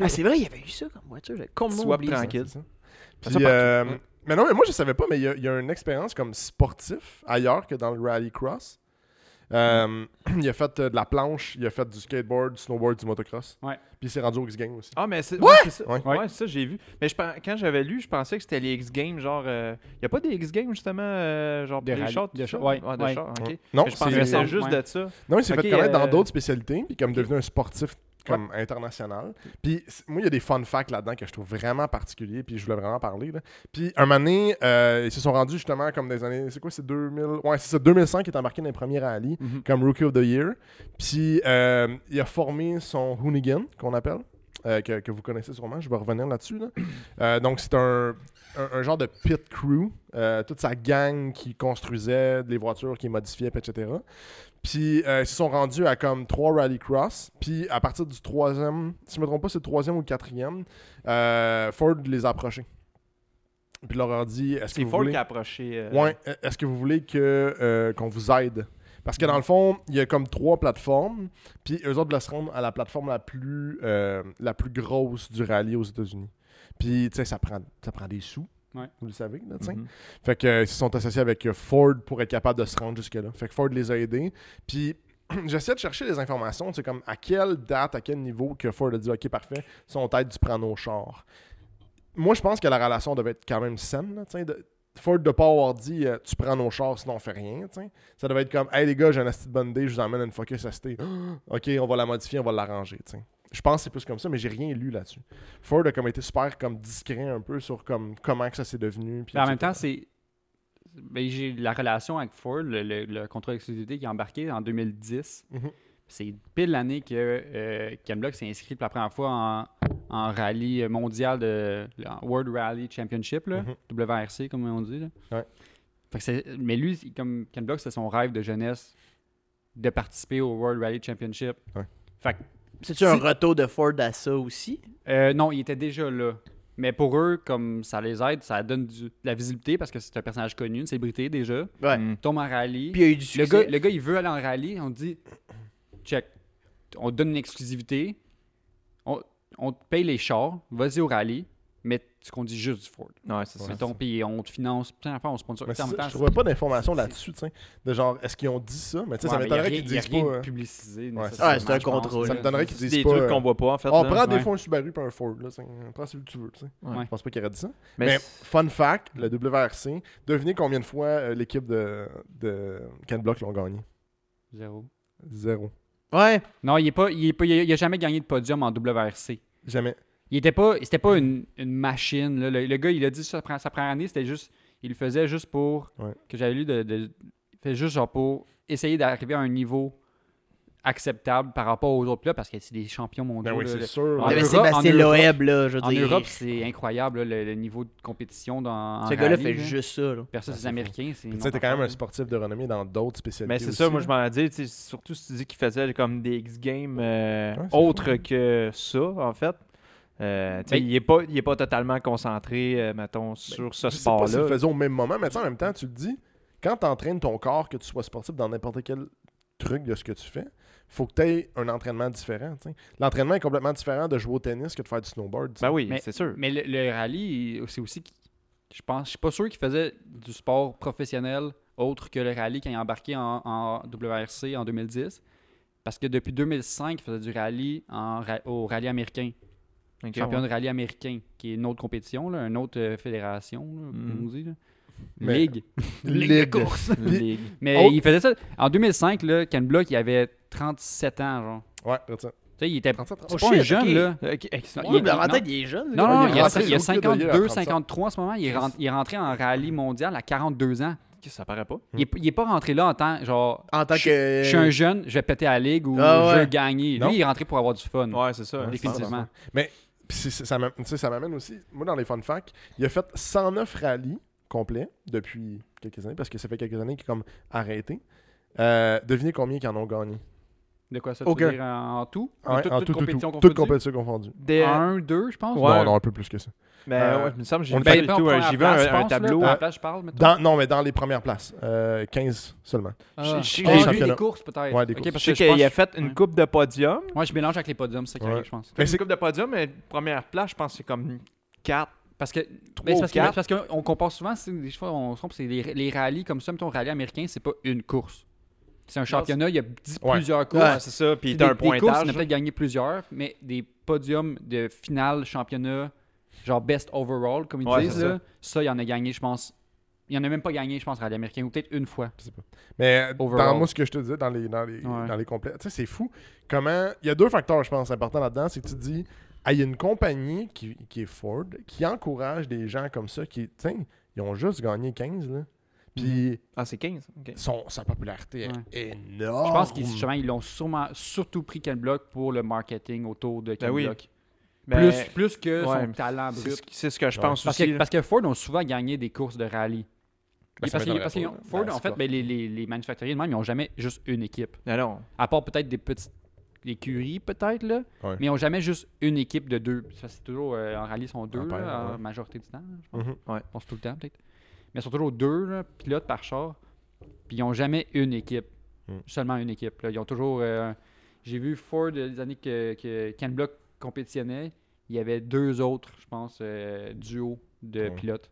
Speaker 3: ah, c'est vrai, il y avait eu ça comme voiture. j'avais Complètement
Speaker 2: Swap
Speaker 3: oublié ça.
Speaker 2: tranquille.
Speaker 1: C'est ça.
Speaker 2: Ça,
Speaker 1: Puis,
Speaker 2: partout.
Speaker 1: euh,
Speaker 2: Ouais.
Speaker 1: mais non, mais moi, je savais pas, mais il y a- il y, a une expérience comme sportif ailleurs que dans le rallycross. Euh, il a fait euh, de la planche, il a fait du skateboard, du snowboard, du motocross.
Speaker 4: Ouais.
Speaker 1: Puis il s'est rendu aux X-Games aussi.
Speaker 2: Ah, mais c'est
Speaker 3: Ouais!
Speaker 2: ouais, c'est ça.
Speaker 1: Ouais.
Speaker 2: Ouais, c'est ça, j'ai vu. Mais je, pen- quand j'avais lu, je pensais que c'était les X-Games, genre. Il n'y a pas des X-Games, justement, euh, genre
Speaker 4: Des
Speaker 2: des
Speaker 4: rallyes,
Speaker 2: chars,
Speaker 4: des
Speaker 2: tout ça?
Speaker 4: chars, ouais,
Speaker 2: Ah, des
Speaker 4: ouais.
Speaker 2: chars, ok.
Speaker 1: Ouais. Non,
Speaker 2: Mais je
Speaker 1: c'est-
Speaker 2: pensais que
Speaker 4: c'est-
Speaker 2: c'était juste
Speaker 4: ouais.
Speaker 2: de ça.
Speaker 1: Non, il s'est
Speaker 2: Ok,
Speaker 1: fait connaître dans
Speaker 2: euh,
Speaker 1: d'autres spécialités, puis comme devenu un sportif comme international. Puis c- moi, il y a des fun facts là-dedans que je trouve vraiment particuliers, puis je voulais vraiment parler. là. Puis un moment donné, euh, ils se sont rendus justement comme des années, c'est quoi, c'est 2000, ouais, c'est ça, 2005 qui est embarqué dans les premiers rallyes
Speaker 4: Mhm.
Speaker 1: comme Rookie of the Year. Puis euh, il a formé son Hoonigan, qu'on appelle, euh, que, que vous connaissez sûrement, je vais revenir là-dessus. là. Euh, donc c'est un, un- un genre de pit crew, euh, toute sa gang qui construisait les voitures, qui modifiait, puis etc. Puis euh, ils se sont rendus à comme trois rallycross. Puis à partir du troisième, si je me trompe pas, c'est le troisième ou le quatrième, euh, Ford les a approchés. Puis leur a dit Est-ce que
Speaker 2: C'est
Speaker 1: vous
Speaker 2: Ford
Speaker 1: voulez...
Speaker 2: qui a approché. euh,
Speaker 1: Ouais, e- est-ce que vous voulez que euh, qu'on vous aide? Parce que dans le fond, il y a comme trois plateformes, puis eux autres veulent se rendre à la plateforme la plus, euh, la plus grosse du rallye aux États-Unis. Puis, tu sais, ça prend, ça prend des sous,
Speaker 4: Ouais.
Speaker 1: vous le savez, là, tu sais.
Speaker 2: mhm.
Speaker 1: Fait que euh, ils se sont associés avec euh, Ford pour être capable de se rendre jusque-là. Fait que Ford les a aidés. Puis j'essaie de chercher des informations, c'est comme à quelle date, à quel niveau que Ford a dit OK, parfait, son tête du prendre nos chars. Moi, je pense que la relation devait être quand même saine. là, tu sais, de- Ford de pas avoir dit euh, tu prends nos chars sinon on fait rien. tu sais. Ça devait être comme hey les gars, j'ai un asti de bonne idée, je vous emmène une Focus ST. OK, on va la modifier, on va l'arranger. tu sais. Je pense que c'est plus comme ça, mais j'ai rien lu là-dessus. Ford a comme été super comme discret un peu sur comme comment que ça s'est devenu. puis
Speaker 4: Mais Ben, en même
Speaker 1: etc.
Speaker 4: temps, c'est. ben, j'ai la relation avec Ford, le, le- le contrat d'exclusivité qui est embarqué en 2010.
Speaker 1: Mhm.
Speaker 4: C'est pile l'année que euh, Ken Block s'est inscrit pour la première fois en, en rallye mondial de en World Rally Championship, là,
Speaker 1: Mhm.
Speaker 4: WRC comme on dit. là.
Speaker 1: Ouais.
Speaker 4: Fait que c'est- mais lui, c'est comme Ken Block, c'est son rêve de jeunesse de participer au World Rally Championship.
Speaker 1: Ouais.
Speaker 4: Fait que
Speaker 3: C'est-tu un retour de Ford à ça aussi?
Speaker 4: euh, non, il était déjà là. Mais pour eux, comme ça les aide, ça donne du- de la visibilité parce que c'est un personnage connu, une célébrité déjà.
Speaker 3: Ouais.
Speaker 2: Mm.
Speaker 4: Il tombe en rallye.
Speaker 3: Puis il y a eu du
Speaker 4: le,
Speaker 3: succès.
Speaker 4: gars, le gars, il veut aller en rallye. On dit, check, on te donne une exclusivité. On, on te paye les chars. Vas-y au rallye. Mais tu conduis juste du Ford.
Speaker 2: Ouais, c'est ça.
Speaker 4: Mettons, puis on te finance. Putain, enfin, on
Speaker 1: Mais
Speaker 4: sponsorise.
Speaker 1: c'est ça, je trouvais pas d'informations là-dessus, tu sais. De genre, est-ce qu'ils ont dit ça? Mais tu sais, ça m'étonnerait qu'ils disent pas. euh,
Speaker 4: publicisé.
Speaker 1: Ouais,
Speaker 4: nécessairement,
Speaker 3: c'est un
Speaker 4: je pense,
Speaker 3: contrôle.
Speaker 4: là.
Speaker 1: Ça m'étonnerait qu'ils disent
Speaker 2: des
Speaker 1: pas.
Speaker 2: trucs
Speaker 1: euh,
Speaker 2: qu'on voit pas, en fait.
Speaker 1: on
Speaker 2: là.
Speaker 1: prend des
Speaker 4: Ouais.
Speaker 1: fois un Subaru et un Ford, là. c'est- Prends celui que tu veux, tu sais.
Speaker 2: Ouais.
Speaker 1: Je pense pas qu'il aurait dit ça.
Speaker 2: Mais
Speaker 1: Mais
Speaker 2: c'est-
Speaker 1: fun fact, le WRC, devinez combien de fois euh, l'équipe de, de Ken Block l'ont gagné?
Speaker 4: Zéro.
Speaker 1: Zéro.
Speaker 3: Ouais.
Speaker 4: Non, il est pas, il est pas, il a- il a jamais gagné de podium en WRC.
Speaker 1: Jamais.
Speaker 4: Il était pas, c'était pas une, une machine. là. Le, le gars, il a dit sa, pre- sa première année, c'était juste, il le faisait juste pour
Speaker 1: Ouais.
Speaker 4: que j'avais lu de, de- il fait juste genre pour essayer d'arriver à un niveau acceptable par rapport aux autres là, parce que c'est des champions mondiaux.
Speaker 1: Ben oui,
Speaker 4: là.
Speaker 1: c'est
Speaker 4: Le-
Speaker 1: sûr.
Speaker 2: Ah,
Speaker 4: En
Speaker 3: Il y avait
Speaker 4: Europe-
Speaker 3: Sébastien
Speaker 4: en Europe-
Speaker 3: Loeb, là, je veux
Speaker 4: en
Speaker 3: dire.
Speaker 4: Europe, c'est incroyable là, le, le niveau de compétition dans. en
Speaker 3: Ce gars-là
Speaker 4: rallye,
Speaker 3: fait
Speaker 4: là.
Speaker 3: juste ça, là.
Speaker 4: Versus
Speaker 1: Ah,
Speaker 4: les
Speaker 1: c'est
Speaker 4: Américains, c'est.
Speaker 1: Tu
Speaker 4: une
Speaker 1: sais, t'es
Speaker 4: autre
Speaker 1: quand même un
Speaker 4: affaire,
Speaker 1: sportif de renommée dans d'autres spécialités.
Speaker 2: hein. Mais Ben, c'est ça,
Speaker 1: aussi,
Speaker 2: moi
Speaker 1: là.
Speaker 2: je m'en dis, tu sais, surtout si tu dis qu'ils faisaient comme des X-Games euh,
Speaker 1: Ouais, c'est
Speaker 2: autres que ça, en fait. Euh, tu sais,
Speaker 4: Ben-
Speaker 2: il n'est pas, il est pas totalement concentré, euh, mettons, sur ce
Speaker 1: Je sais pas s'ils le
Speaker 2: sport-là.
Speaker 1: faisaient au même moment, mais tu sais, en même temps, tu le dis, quand tu entraînes ton corps, que tu sois sportif dans n'importe quel truc de ce que tu fais, faut que tu aies un entraînement différent. tu sais. L'entraînement est complètement différent de jouer au tennis que de faire du snowboard. tu sais.
Speaker 2: ben oui,
Speaker 4: Mais-
Speaker 2: c'est sûr.
Speaker 4: Mais le, le rallye, il- c'est aussi. qu'il- Je pense, je suis pas sûr qu'il faisait du sport professionnel autre que le rallye quand il a embarqué en, en WRC en 2010. Parce que depuis 2005, il faisait du rallye en ra- au rallye américain.
Speaker 3: Ah
Speaker 2: Ok,
Speaker 4: champion
Speaker 2: ouais.
Speaker 4: de rallye américain, qui est une autre compétition, là, une autre euh, fédération, là,
Speaker 2: Mhm.
Speaker 3: Mm.
Speaker 4: comme on dit, là.
Speaker 1: Mais-
Speaker 4: Ligue.
Speaker 1: Ligue.
Speaker 4: course.
Speaker 2: Ligue.
Speaker 4: Mais
Speaker 1: Oh.
Speaker 4: il faisait ça. En 2005, là, Ken Block, il avait 37 ans, genre.
Speaker 1: Ouais, regarde ça.
Speaker 4: Tu sais, il était pas
Speaker 1: 37,
Speaker 3: Oh,
Speaker 4: un
Speaker 3: shit,
Speaker 4: jeune,
Speaker 3: ok.
Speaker 4: là.
Speaker 2: Ah, Ok, excellent.
Speaker 4: Il-
Speaker 3: Ouais,
Speaker 4: il-
Speaker 3: mais en
Speaker 4: non.
Speaker 3: tête, il est jeune, là.
Speaker 4: Non, non,
Speaker 1: il
Speaker 4: il,
Speaker 1: est rentré
Speaker 4: a, il a
Speaker 1: au club de hier à
Speaker 4: 52,
Speaker 1: 37.
Speaker 4: 53 en ce moment. Il est, rentré, il est rentré en rallye mondial à 42 ans.
Speaker 2: Ok, Ça paraît pas.
Speaker 4: Il, est, il est pas rentré là en tant genre.
Speaker 3: En tant
Speaker 4: je,
Speaker 3: que.
Speaker 4: je suis un jeune, je vais péter à la ligue ou
Speaker 3: Ah ouais.
Speaker 4: je vais gagner. Lui,
Speaker 1: Non.
Speaker 4: il est rentré pour avoir du fun.
Speaker 2: Ouais, c'est ça.
Speaker 1: Ouais,
Speaker 4: définitivement.
Speaker 1: Puis c'est- c'est- ça m'am- tu sais, ça m'amène aussi, moi dans les fun facts, il a fait 109 rallyes complets depuis quelques années, parce que ça fait quelques années qu'il est comme arrêté. Euh, devinez combien qu'ils en ont gagné.
Speaker 4: De quoi ça
Speaker 3: Aucun.
Speaker 4: veut dire en, en tout
Speaker 1: Ouais, en tout, tout, tout,
Speaker 4: compétition
Speaker 1: toutes compétitions confondues.
Speaker 2: Des-
Speaker 4: Un, deux, je pense.
Speaker 2: Ouais.
Speaker 1: Non, non, un peu plus que ça.
Speaker 2: Mais
Speaker 1: Euh,
Speaker 2: Ben, ouais, il me semble que
Speaker 1: on
Speaker 2: j'ai
Speaker 1: le
Speaker 2: pas
Speaker 1: fait
Speaker 2: du
Speaker 4: pas en
Speaker 2: tout. euh,
Speaker 4: première
Speaker 2: J'ai vu un,
Speaker 4: place,
Speaker 2: un
Speaker 4: je pense, là,
Speaker 2: tableau.
Speaker 4: dans la
Speaker 2: euh,
Speaker 4: place, je parle. mettons.
Speaker 1: Dans- non, mais dans les premières places. Euh, 15 seulement.
Speaker 4: Ah.
Speaker 2: je- je-
Speaker 4: Ah,
Speaker 1: j'ai
Speaker 4: lui,
Speaker 1: championnat.
Speaker 4: des courses peut-être.
Speaker 1: Ouais, des
Speaker 4: Ok,
Speaker 1: courses.
Speaker 4: parce
Speaker 2: Je sais
Speaker 4: que je
Speaker 2: qu'il a
Speaker 4: pense-
Speaker 2: fait une
Speaker 4: ouais.
Speaker 2: coupe de podium.
Speaker 4: Ouais, je mélange avec les podiums, c'est ça qui
Speaker 1: Ouais.
Speaker 4: arrive, je pense.
Speaker 1: Mais
Speaker 2: une
Speaker 1: c'est-
Speaker 2: coupe de podium, mais première place, je pense que c'est comme 4.
Speaker 4: Parce que.
Speaker 2: Trois
Speaker 4: mais
Speaker 2: ou
Speaker 4: c'est parce que-
Speaker 2: quatre.
Speaker 4: mais parce qu'on on compare souvent, c'est- des fois, on se trompe, c'est les, les rallyes comme ça, mettons, rallye américain, c'est pas une course. C'est un championnat, il y a dix-
Speaker 1: Ouais.
Speaker 4: plusieurs courses.
Speaker 2: Ouais, c'est ça. Puis
Speaker 4: des,
Speaker 2: t'as un
Speaker 4: des courses, on a
Speaker 2: pointage. hein. là.
Speaker 4: peut-être gagné plusieurs, mais des podiums de finale, championnat, genre best overall, comme ils
Speaker 2: Ouais,
Speaker 4: disent,
Speaker 2: c'est
Speaker 4: là, ça, il en a gagné, je pense. Il y en a même pas gagné, je pense, à l'américain, ou peut-être une fois.
Speaker 1: Mais euh,
Speaker 4: Overall.
Speaker 1: dans moi, ce que je te disais dans les, dans les,
Speaker 4: Ouais.
Speaker 1: dans les complets, tu sais, c'est fou. Comment. Il y a deux facteurs, je pense, importants là-dedans. C'est que tu te dis, ah, il y a une compagnie qui, qui est Ford qui encourage des gens comme ça qui, tiens, ils ont juste gagné 15, là. Puis
Speaker 2: Ah, c'est 15. ok.
Speaker 1: son, sa popularité est
Speaker 4: Mm-hmm. Ouais.
Speaker 1: énorme.
Speaker 2: Oh,
Speaker 4: Je pense qu'ils justement, ils l'ont sûrement surtout pris Ken Block pour le marketing autour de Ken
Speaker 2: Ben oui.
Speaker 4: Block.
Speaker 2: Ben,
Speaker 4: plus, plus que
Speaker 2: ouais,
Speaker 4: son talent
Speaker 2: c'est
Speaker 4: brut.
Speaker 2: ce- c'est ce que je
Speaker 1: Ouais.
Speaker 2: pense
Speaker 4: Parce
Speaker 2: aussi.
Speaker 4: que,
Speaker 2: là.
Speaker 4: parce que Ford ont souvent gagné des courses de rallye.
Speaker 1: Ben, ça
Speaker 4: parce que
Speaker 1: m'étonnerait
Speaker 4: parce
Speaker 1: pas,
Speaker 4: que
Speaker 1: là.
Speaker 4: Ford,
Speaker 1: Ben,
Speaker 4: en
Speaker 1: c'est
Speaker 4: fait,
Speaker 1: pas-
Speaker 4: ben, les, les, les manufacturiers de même, ils n'ont jamais juste une équipe.
Speaker 2: Alors,
Speaker 4: À part peut-être des petites écuries, peut-être, là.
Speaker 1: Ouais.
Speaker 4: Mais ils n'ont jamais juste une équipe de deux. Ça, c'est toujours, euh, en rallye, ils sont deux,
Speaker 1: Un pair,
Speaker 4: là, en
Speaker 1: ouais.
Speaker 4: majorité du temps, je pense.
Speaker 1: Mhm.
Speaker 4: Je pense tout le temps, peut-être. Mais ils sont toujours deux, là, pilotes par char. Puis ils n'ont jamais une équipe.
Speaker 1: Mm.
Speaker 4: Seulement une équipe. là. Ils ont toujours. euh, J'ai vu Ford, euh, les années que, que Ken Block compétitionnait, il y avait deux autres, je pense, euh, duos de
Speaker 1: Ouais.
Speaker 4: pilotes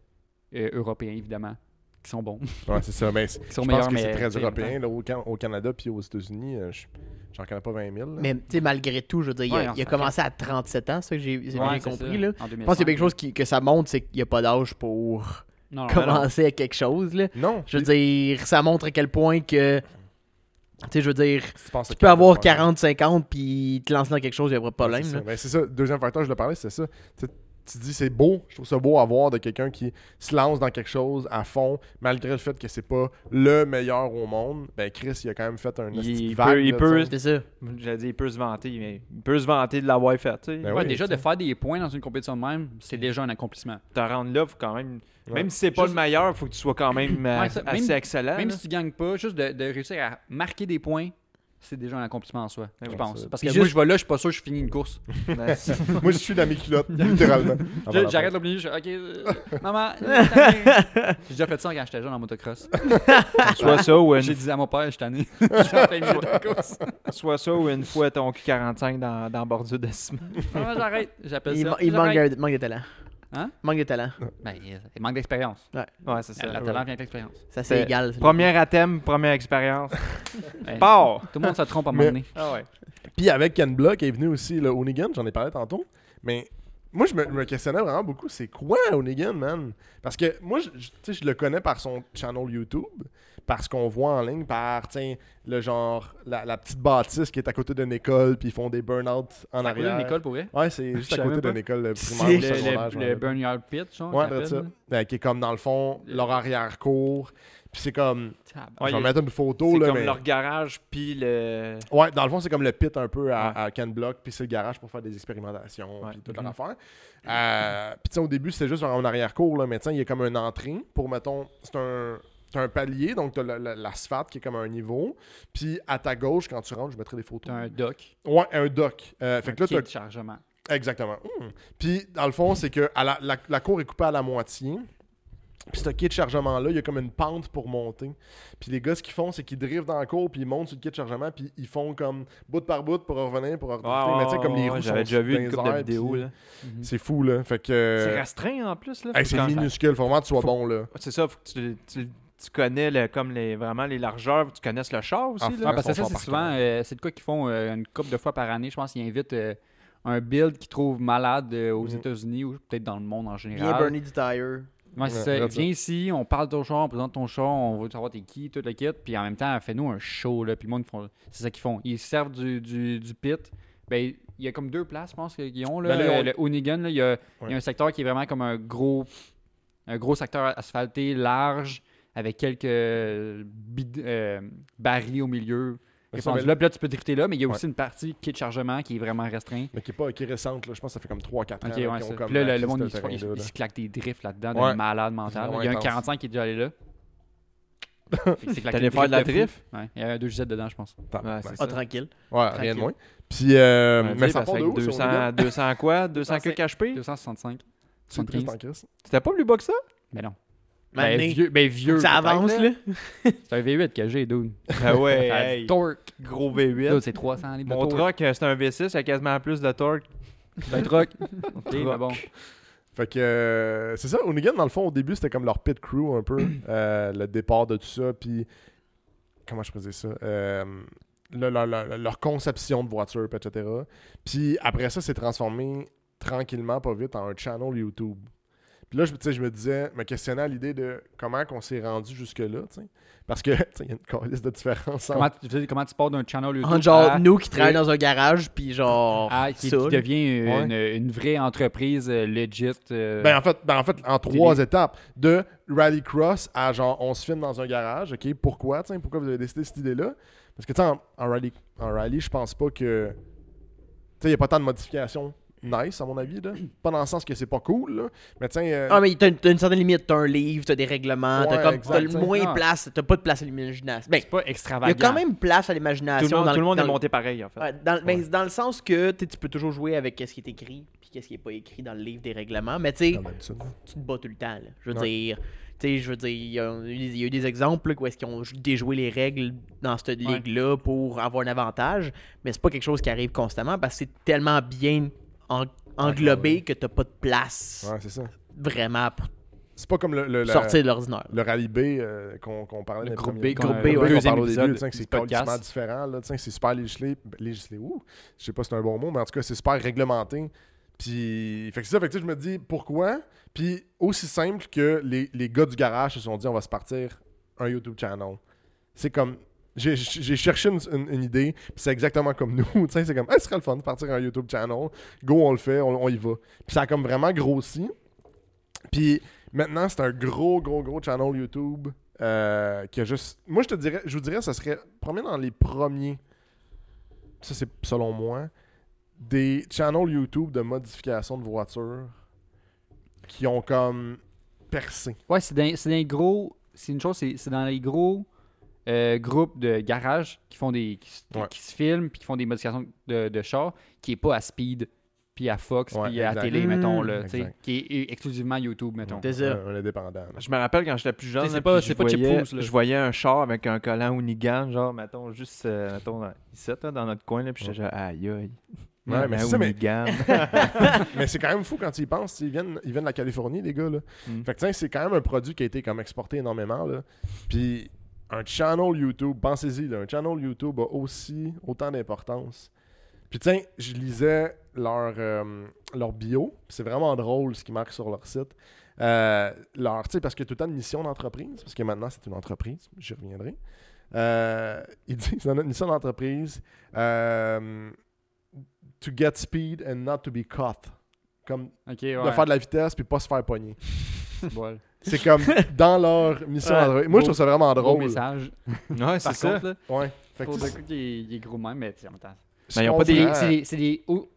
Speaker 4: euh, européens, évidemment, qui sont bons.
Speaker 1: Ouais, c'est ça. Mais c'est-
Speaker 4: qui sont
Speaker 1: je pense
Speaker 4: meilleurs,
Speaker 1: que c'est
Speaker 4: mais, tu
Speaker 1: très
Speaker 4: sais, hein.
Speaker 1: européen. Là, au, Can- au Canada puis aux États-Unis, euh, je- j'en connais pas 20 000. là.
Speaker 3: Mais tu sais, malgré tout, je veux dire, il a-
Speaker 4: Ouais,
Speaker 3: il, a,
Speaker 4: on s'en
Speaker 3: commencé à 37 ans, c'est ça que j'ai j'ai
Speaker 4: Ouais,
Speaker 3: bien
Speaker 4: c'est
Speaker 3: compris.
Speaker 4: ça,
Speaker 3: Là.
Speaker 4: en
Speaker 3: Je pense qu'il y a
Speaker 4: 2005.
Speaker 3: quelque chose qui- que ça montre, c'est qu'il n'y a pas d'âge pour
Speaker 4: Non, Ah, non, non.
Speaker 3: commencer à quelque chose. Là.
Speaker 1: Non.
Speaker 3: Je veux dire, ça montre à quel point que. Tu sais, je veux dire,
Speaker 1: tu penses
Speaker 3: tu peux avoir 40, 50 puis te lancer dans quelque chose, il n'y a pas de
Speaker 1: Ouais,
Speaker 3: problème.
Speaker 1: c'est
Speaker 3: là.
Speaker 1: ça. Ben, c'est ça. Deuxième facteur, je le parlais, c'est ça. Tu, tu dis, c'est beau. Je trouve ça beau à voir de quelqu'un qui se lance dans quelque chose à fond, malgré le fait que c'est pas le meilleur au monde. Ben, Chris, il a quand même fait un
Speaker 2: Il
Speaker 1: esti de
Speaker 2: peut- il
Speaker 1: là, tu
Speaker 2: peut-
Speaker 1: sais.
Speaker 3: C'est ça.
Speaker 4: Mm.
Speaker 2: j'allais dire, il peut se vanter, mais il peut se vanter de l'avoir fait. tu sais.
Speaker 1: Ben
Speaker 4: Ouais,
Speaker 1: oui,
Speaker 4: déjà,
Speaker 1: tu sais.
Speaker 4: de faire des points dans une compétition de même, c'est déjà un accomplissement.
Speaker 2: te rendre là, faut quand même.
Speaker 1: Ouais.
Speaker 2: Même si c'est pas
Speaker 4: Juste-
Speaker 2: le meilleur, faut que tu sois quand même euh,
Speaker 4: Ouais, ça- même-
Speaker 2: assez excellent.
Speaker 4: Même
Speaker 2: là.
Speaker 4: si tu gagnes pas, juste de, de réussir à marquer des points, c'est déjà un accomplissement en soi,
Speaker 2: Ouais,
Speaker 4: je
Speaker 1: ouais,
Speaker 4: pense.
Speaker 1: ça- Ah,
Speaker 4: Parce que
Speaker 3: Puis
Speaker 4: moi,
Speaker 3: juste-
Speaker 4: je vais là, je suis pas sûr que je finis une course.
Speaker 1: Moi, je suis dans mes culottes, littéralement. Ah, Avant la
Speaker 4: Je-
Speaker 1: fin.
Speaker 4: J'arrête le milieu, je suis OK, euh, maman, j'ai tanné. J'ai déjà fait ça quand j'étais jeune en motocross.
Speaker 2: soit ça ou
Speaker 4: J'ai
Speaker 2: une,
Speaker 4: dit à mon père, je suis tanné. Je suis en plein milieu de la course.
Speaker 2: soit ça ou une fois ton Q45 dans, dans la bordure de ciment.
Speaker 4: Maman, j'arrête. J'appelle
Speaker 3: Il,
Speaker 4: ça.
Speaker 3: ma- il manque,
Speaker 4: j'arrête.
Speaker 3: un- manque de talent.
Speaker 4: Hein?
Speaker 3: Manque de talent.
Speaker 4: Ben, il il manque d'expérience.
Speaker 2: Ouais, c'est ça.
Speaker 4: Le talent vient avec l'expérience.
Speaker 3: Ça, c'est
Speaker 2: C'est-
Speaker 3: égal. ça.
Speaker 2: Premier athème, première expérience.
Speaker 4: Ben,
Speaker 2: Part!
Speaker 4: Tout le monde se trompe à un
Speaker 1: Mais-
Speaker 4: moment donné.
Speaker 2: Ah ouais.
Speaker 1: Puis avec Ken Block est venu aussi le Onigan, j'en ai parlé tantôt. Mais moi, je me, me questionnais vraiment beaucoup, c'est quoi Onigan, man? Parce que moi, je, je- tu sais, je le connais par son channel YouTube, parce qu'on voit en ligne, par tu sais, le genre, la, la petite bâtisse qui est à côté d'une école, puis ils font des burn-out en
Speaker 4: T'as roulé
Speaker 1: arrière.
Speaker 4: une école pour vrai?
Speaker 1: Ouais, c'est juste
Speaker 4: Je
Speaker 1: à
Speaker 4: savais
Speaker 1: côté
Speaker 4: pas.
Speaker 1: d'une école euh, primaire
Speaker 3: C'est
Speaker 1: ou
Speaker 4: Le,
Speaker 1: secondaire. je
Speaker 4: le,
Speaker 1: m'en
Speaker 4: le
Speaker 1: rappelle.
Speaker 4: Boneyard Pit, genre.
Speaker 1: Ouais,
Speaker 4: qu'on
Speaker 1: de ça.
Speaker 4: appelle,
Speaker 1: Ben, qui est comme dans le fond, leur arrière-cour. Puis c'est comme.
Speaker 4: là.
Speaker 2: Ouais,
Speaker 1: je vais
Speaker 2: il-
Speaker 1: mettre une photo,
Speaker 2: C'est
Speaker 1: là,
Speaker 2: comme
Speaker 1: mais.
Speaker 2: leur garage, puis le.
Speaker 1: Ouais, dans le fond, c'est comme le pit un peu à,
Speaker 2: Ouais.
Speaker 1: à Ken Block, puis c'est le garage pour faire des expérimentations,
Speaker 2: Ouais.
Speaker 1: puis toute leur
Speaker 2: Mhm.
Speaker 1: affaire. Euh, puis tu sais, au début, c'est juste en arrière-cour, là, mais tiens, il y a comme une entrée pour, mettons, c'est un, t'as un palier, donc t'as la- la- l'asphalte qui est comme un niveau, puis à ta gauche, quand tu rentres, je mettrai des photos.
Speaker 4: T'as un dock.
Speaker 1: Ouais, un dock. Euh, fait
Speaker 4: un
Speaker 1: que là,
Speaker 4: quai
Speaker 1: t'as
Speaker 4: de chargement.
Speaker 1: Exactement. Hmm. Puis, dans le fond, c'est que à la, la- la cour est coupée à la moitié. Puis, ce kit de chargement-là, il y a comme une pente pour monter. Puis, les gars, ce qu'ils font, c'est qu'ils drivent dans la cour, puis ils montent sur le kit de chargement, puis ils font comme bout par bout pour revenir, pour revenir.
Speaker 2: Ouais,
Speaker 1: mais tu sais, comme les
Speaker 2: ouais,
Speaker 1: roues sont
Speaker 2: J'avais déjà vu
Speaker 1: dans
Speaker 2: une
Speaker 1: les
Speaker 2: couple de
Speaker 1: airs,
Speaker 2: vidéos.
Speaker 1: puis
Speaker 2: là.
Speaker 1: C'est fou, là. Fait
Speaker 2: C'est
Speaker 1: que. euh,
Speaker 2: restreint en plus. là.
Speaker 1: Hey,
Speaker 2: Faut
Speaker 1: C'est
Speaker 2: quand-
Speaker 1: minuscule. Faut vraiment que tu sois
Speaker 2: Faut-
Speaker 1: bon, là.
Speaker 2: C'est ça, faut que tu, tu- tu connais le- comme les, vraiment les largeurs, faut que tu connaisses le char aussi.
Speaker 1: Ah,
Speaker 2: là.
Speaker 4: Ah, parce
Speaker 1: son
Speaker 4: que ça,
Speaker 1: char
Speaker 4: c'est
Speaker 1: par
Speaker 4: souvent,
Speaker 1: cœur.
Speaker 4: euh, c'est de quoi qu'ils font euh, une couple de fois par année. Je pense qu'ils invitent euh, un build qu'ils trouvent malade euh, aux
Speaker 1: Mhm.
Speaker 4: États-Unis ou peut-être dans le monde en
Speaker 3: Viens
Speaker 4: général.
Speaker 3: Bernie du tire.
Speaker 4: Ouais, c'est
Speaker 1: Ouais,
Speaker 4: ça.
Speaker 1: regarde ça.
Speaker 4: Viens ici, on parle de ton char, on présente ton char, on veut savoir t'es qui, tout le kit. Puis en même temps, fais-nous un show. Là, puis le monde, ils font- c'est ça qu'ils font. Ils servent du, du, du pit. Ben, il y a comme deux places, je pense, qu'ils ont. Là,
Speaker 1: Ben là, ils ont-
Speaker 4: Euh, le Hoonigan, là, il y, a- il y a
Speaker 1: Ouais.
Speaker 4: un secteur qui est vraiment comme un gros, un gros secteur asphalté, large, avec quelques euh, bid- euh, barils au milieu.
Speaker 1: Mais ça,
Speaker 4: répandu
Speaker 1: ben-
Speaker 4: là, Puis là, tu peux drifter là, mais il y a aussi une partie qui est de chargement qui est vraiment restreint.
Speaker 1: Mais qui est, pas, qui est récente, là. Je pense que ça fait comme 3-4 ans.
Speaker 4: Ok,
Speaker 1: là,
Speaker 4: ouais,
Speaker 1: qu'ils ont
Speaker 4: ça.
Speaker 1: comme
Speaker 4: Puis là, le- le,
Speaker 1: acquis ce
Speaker 4: monde, il se, il se-
Speaker 1: terrain-là,
Speaker 4: il
Speaker 1: là.
Speaker 4: se claque des drifts là-dedans
Speaker 1: Ouais.
Speaker 4: de malade mental.
Speaker 1: vraiment
Speaker 4: Il y a un
Speaker 1: intense.
Speaker 4: 45 qui est déjà allé là. Il s'est claqué
Speaker 2: T'allais
Speaker 4: une
Speaker 2: faire de la
Speaker 4: fou.
Speaker 2: drift?
Speaker 4: Ouais, il y avait deux gisettes dedans, je pense.
Speaker 1: Tabarnak.
Speaker 2: Ouais, c'est ça.
Speaker 3: Ah, tranquille.
Speaker 1: Ouais, rien de
Speaker 3: Tranquille.
Speaker 1: moins. Puis, euh,
Speaker 2: Ouais,
Speaker 1: mais
Speaker 2: tu sais,
Speaker 1: ça
Speaker 2: parce
Speaker 1: part de
Speaker 2: avec
Speaker 1: où, ça, au Hoonigan?
Speaker 2: 200, 200 quoi? 200 que
Speaker 4: 205.
Speaker 2: HP?
Speaker 4: 265.
Speaker 1: Tu es triste
Speaker 4: 75.
Speaker 1: en Chris?
Speaker 2: C'était pas plus bas que ça?
Speaker 4: Mais non.
Speaker 3: Maintenant,
Speaker 4: Ben vieux, ben vieux.
Speaker 3: ça
Speaker 4: peut-être,
Speaker 3: avance, là.
Speaker 4: C'est un V8 que j'ai, dude.
Speaker 2: Ah ouais,
Speaker 4: Ça a du
Speaker 2: hey,
Speaker 4: torque.
Speaker 2: gros
Speaker 4: Dude,
Speaker 2: V8.
Speaker 4: c'est 300 les
Speaker 2: Mon truck, euh, c'est un V6, il a quasiment plus de torque.
Speaker 4: Ben, truck. Ok, mais bon.
Speaker 1: Fait que euh, c'est ça, Onigan, dans le fond, au début, c'était comme leur pit crew un peu, euh, le départ de tout ça. Puis comment je faisais ça Euh, le- le- le- leur conception de voiture, puis etc. Puis après ça, c'est transformé tranquillement, pas vite, en un channel YouTube. Puis là, je, tu sais, je me disais, me questionnais à l'idée de comment qu'on s'est rendu jusque-là, tu sais. Parce que, tu sais, il y a une liste de différence entre
Speaker 4: Comment tu, tu sais, comment tu pars d'un channel YouTube
Speaker 3: Entre genre,
Speaker 4: à-
Speaker 3: nous qui travaillons dans un garage, puis genre.
Speaker 2: Ah.
Speaker 4: à- qui,
Speaker 3: ça,
Speaker 4: qui
Speaker 3: là.
Speaker 4: devient
Speaker 1: Ouais.
Speaker 4: une, une vraie entreprise euh, legit. euh,
Speaker 1: Ben en fait, ben en fait, en trois étapes. De rallycross à genre on se filme dans un garage, ok? Pourquoi? tiens, Pourquoi vous avez décidé cette idée-là? Parce que tu sais, en, en rally, en rally, je pense pas que. Tu sais, il n'y a pas tant de modifications nice à mon avis. Là. Pas dans le sens que c'est pas cool, là. Mais tiens, euh,
Speaker 3: Ah, mais t'as une, t'as une certaine limite. T'as un livre, t'as des règlements,
Speaker 1: Ouais,
Speaker 3: t'as comme.
Speaker 1: exact,
Speaker 3: T'as le
Speaker 1: t'sais.
Speaker 3: moins de
Speaker 4: Non.
Speaker 3: place, t'as pas de place à l'imagination. Ben,
Speaker 4: c'est pas
Speaker 3: il y a
Speaker 4: extravagant.
Speaker 3: quand même place à
Speaker 2: Tout
Speaker 3: l'imagination.
Speaker 2: le monde,
Speaker 3: dans
Speaker 2: tout le monde
Speaker 3: dans
Speaker 2: est monté pareil, en fait.
Speaker 3: Ouais, dans, ben, c'est dans le sens que tu sais, tu peux toujours jouer avec ce qui est écrit puis qu'est-ce qui est pas écrit dans le livre des règlements, mais tu sais,
Speaker 1: comme d'habitude.
Speaker 3: tu te bats tout le temps. là. Je veux
Speaker 1: Ouais.
Speaker 3: dire, tu sais, je veux dire, il y, a eu- il y a eu des exemples là, où est-ce qu'ils ont jou- déjoué les règles dans cette ligue-là pour avoir un avantage, mais c'est pas quelque chose qui arrive constamment parce que c'est tellement bien en- englobé que t'as pas de place
Speaker 1: Ouais, c'est ça.
Speaker 3: vraiment pour
Speaker 1: C'est pas comme le, le, la-
Speaker 3: sortir de l'ordinaire.
Speaker 1: le rallye B euh, qu'on qu'on parlait
Speaker 4: Le
Speaker 1: dans
Speaker 4: groupe
Speaker 1: premier-
Speaker 4: B qu'on-
Speaker 1: le
Speaker 3: Groupe B,
Speaker 1: qu'on
Speaker 3: ouais.
Speaker 1: parlait
Speaker 4: deuxième
Speaker 1: au début,
Speaker 4: épisode
Speaker 1: tu sais, que c'est
Speaker 4: du podcast.
Speaker 1: complètement différent. là, tu sais, C'est super législé. ben, législé ouh, je sais pas si c'est un bon mot, mais en tout cas, c'est super réglementé. Puis, fait que c'est ça, fait que tu sais, je me dis pourquoi. Puis, aussi simple que les, les gars du garage se sont dit, on va se partir un YouTube channel. C'est comme. J'ai j'ai cherché une, une- une idée, puis c'est exactement comme nous. tu sais, c'est comme, ah, ce serait le fun de partir un YouTube channel. Go, on le fait, on, on y va. Puis ça a comme vraiment grossi. Puis maintenant, c'est un gros, gros, gros channel YouTube euh, qui a juste. Moi, je te dirais, je vous dirais, ça serait premier dans les premiers. Ça, c'est selon moi. Des channels YouTube de modification de voitures qui ont comme percé.
Speaker 4: Ouais, c'est dans, c'est dans les gros. C'est une chose, c'est c'est dans les gros euh, groupes de garage qui font des. qui, se-
Speaker 1: Ouais.
Speaker 4: qui se filment puis qui font des modifications de, de chars qui est pas à Speed puis à Fox
Speaker 1: Ouais,
Speaker 4: puis à
Speaker 1: exact. Mmh.
Speaker 4: la télé,
Speaker 3: Mm.
Speaker 4: mettons, là, tu sais,
Speaker 1: Exact.
Speaker 4: qui est- est exclusivement YouTube, mettons.
Speaker 3: C'est ça.
Speaker 1: Un, un indépendant. là.
Speaker 2: Je me rappelle quand j'étais plus jeune,
Speaker 4: T'sais, c'est
Speaker 2: là,
Speaker 4: pas-
Speaker 2: puis
Speaker 4: c'est
Speaker 2: je,
Speaker 4: pas Chip
Speaker 2: voyais,
Speaker 4: Foose, là.
Speaker 2: je voyais un char avec un collant Unigan, genre, mettons, juste euh, mettons, euh, ici, là, dans notre coin, là, puis j'étais genre, aïe aïe.
Speaker 1: Ouais,
Speaker 3: ben
Speaker 1: mais c'est ça,
Speaker 2: un
Speaker 1: mais-
Speaker 2: Unigan.
Speaker 1: Mais c'est quand même fou quand ils pensent. Ils viennent, ils viennent de la Californie, les gars. Là.
Speaker 2: Mm.
Speaker 1: Fait que tiens, c'est quand même un produit qui a été comme exporté énormément. Là. Puis un channel YouTube, pensez-y, là, un channel YouTube a aussi autant d'importance. Puis tiens, je lisais leur, euh, leur bio. puis C'est vraiment drôle ce qu'ils marquent sur leur site. Euh, leur, tu sais, parce que tout le temps de mission d'entreprise, parce que maintenant c'est une entreprise, j'y reviendrai. Euh, ils disent dans notre mission d'entreprise, euh, to get speed and not to be caught. Comme
Speaker 4: Ok,
Speaker 1: de
Speaker 4: ouais.
Speaker 1: faire de la vitesse puis pas se faire pogner.
Speaker 4: Voilà.
Speaker 1: C'est comme dans leur mission
Speaker 4: Ouais.
Speaker 1: d'entreprise. Moi, je
Speaker 4: Beau-
Speaker 1: trouve ça vraiment
Speaker 4: Gros
Speaker 1: drôle.
Speaker 4: message.
Speaker 2: ouais, c'est
Speaker 4: Par
Speaker 2: ça.
Speaker 4: contre, là,
Speaker 1: Ouais. Fait que
Speaker 4: pour
Speaker 1: tu sais,
Speaker 4: le coup, il est- il est gros même, mais tu sais, en même temps,
Speaker 1: je
Speaker 2: Mais ils ont pas
Speaker 4: C'est des,
Speaker 1: comprends.
Speaker 4: c'est des, c'est des, ho-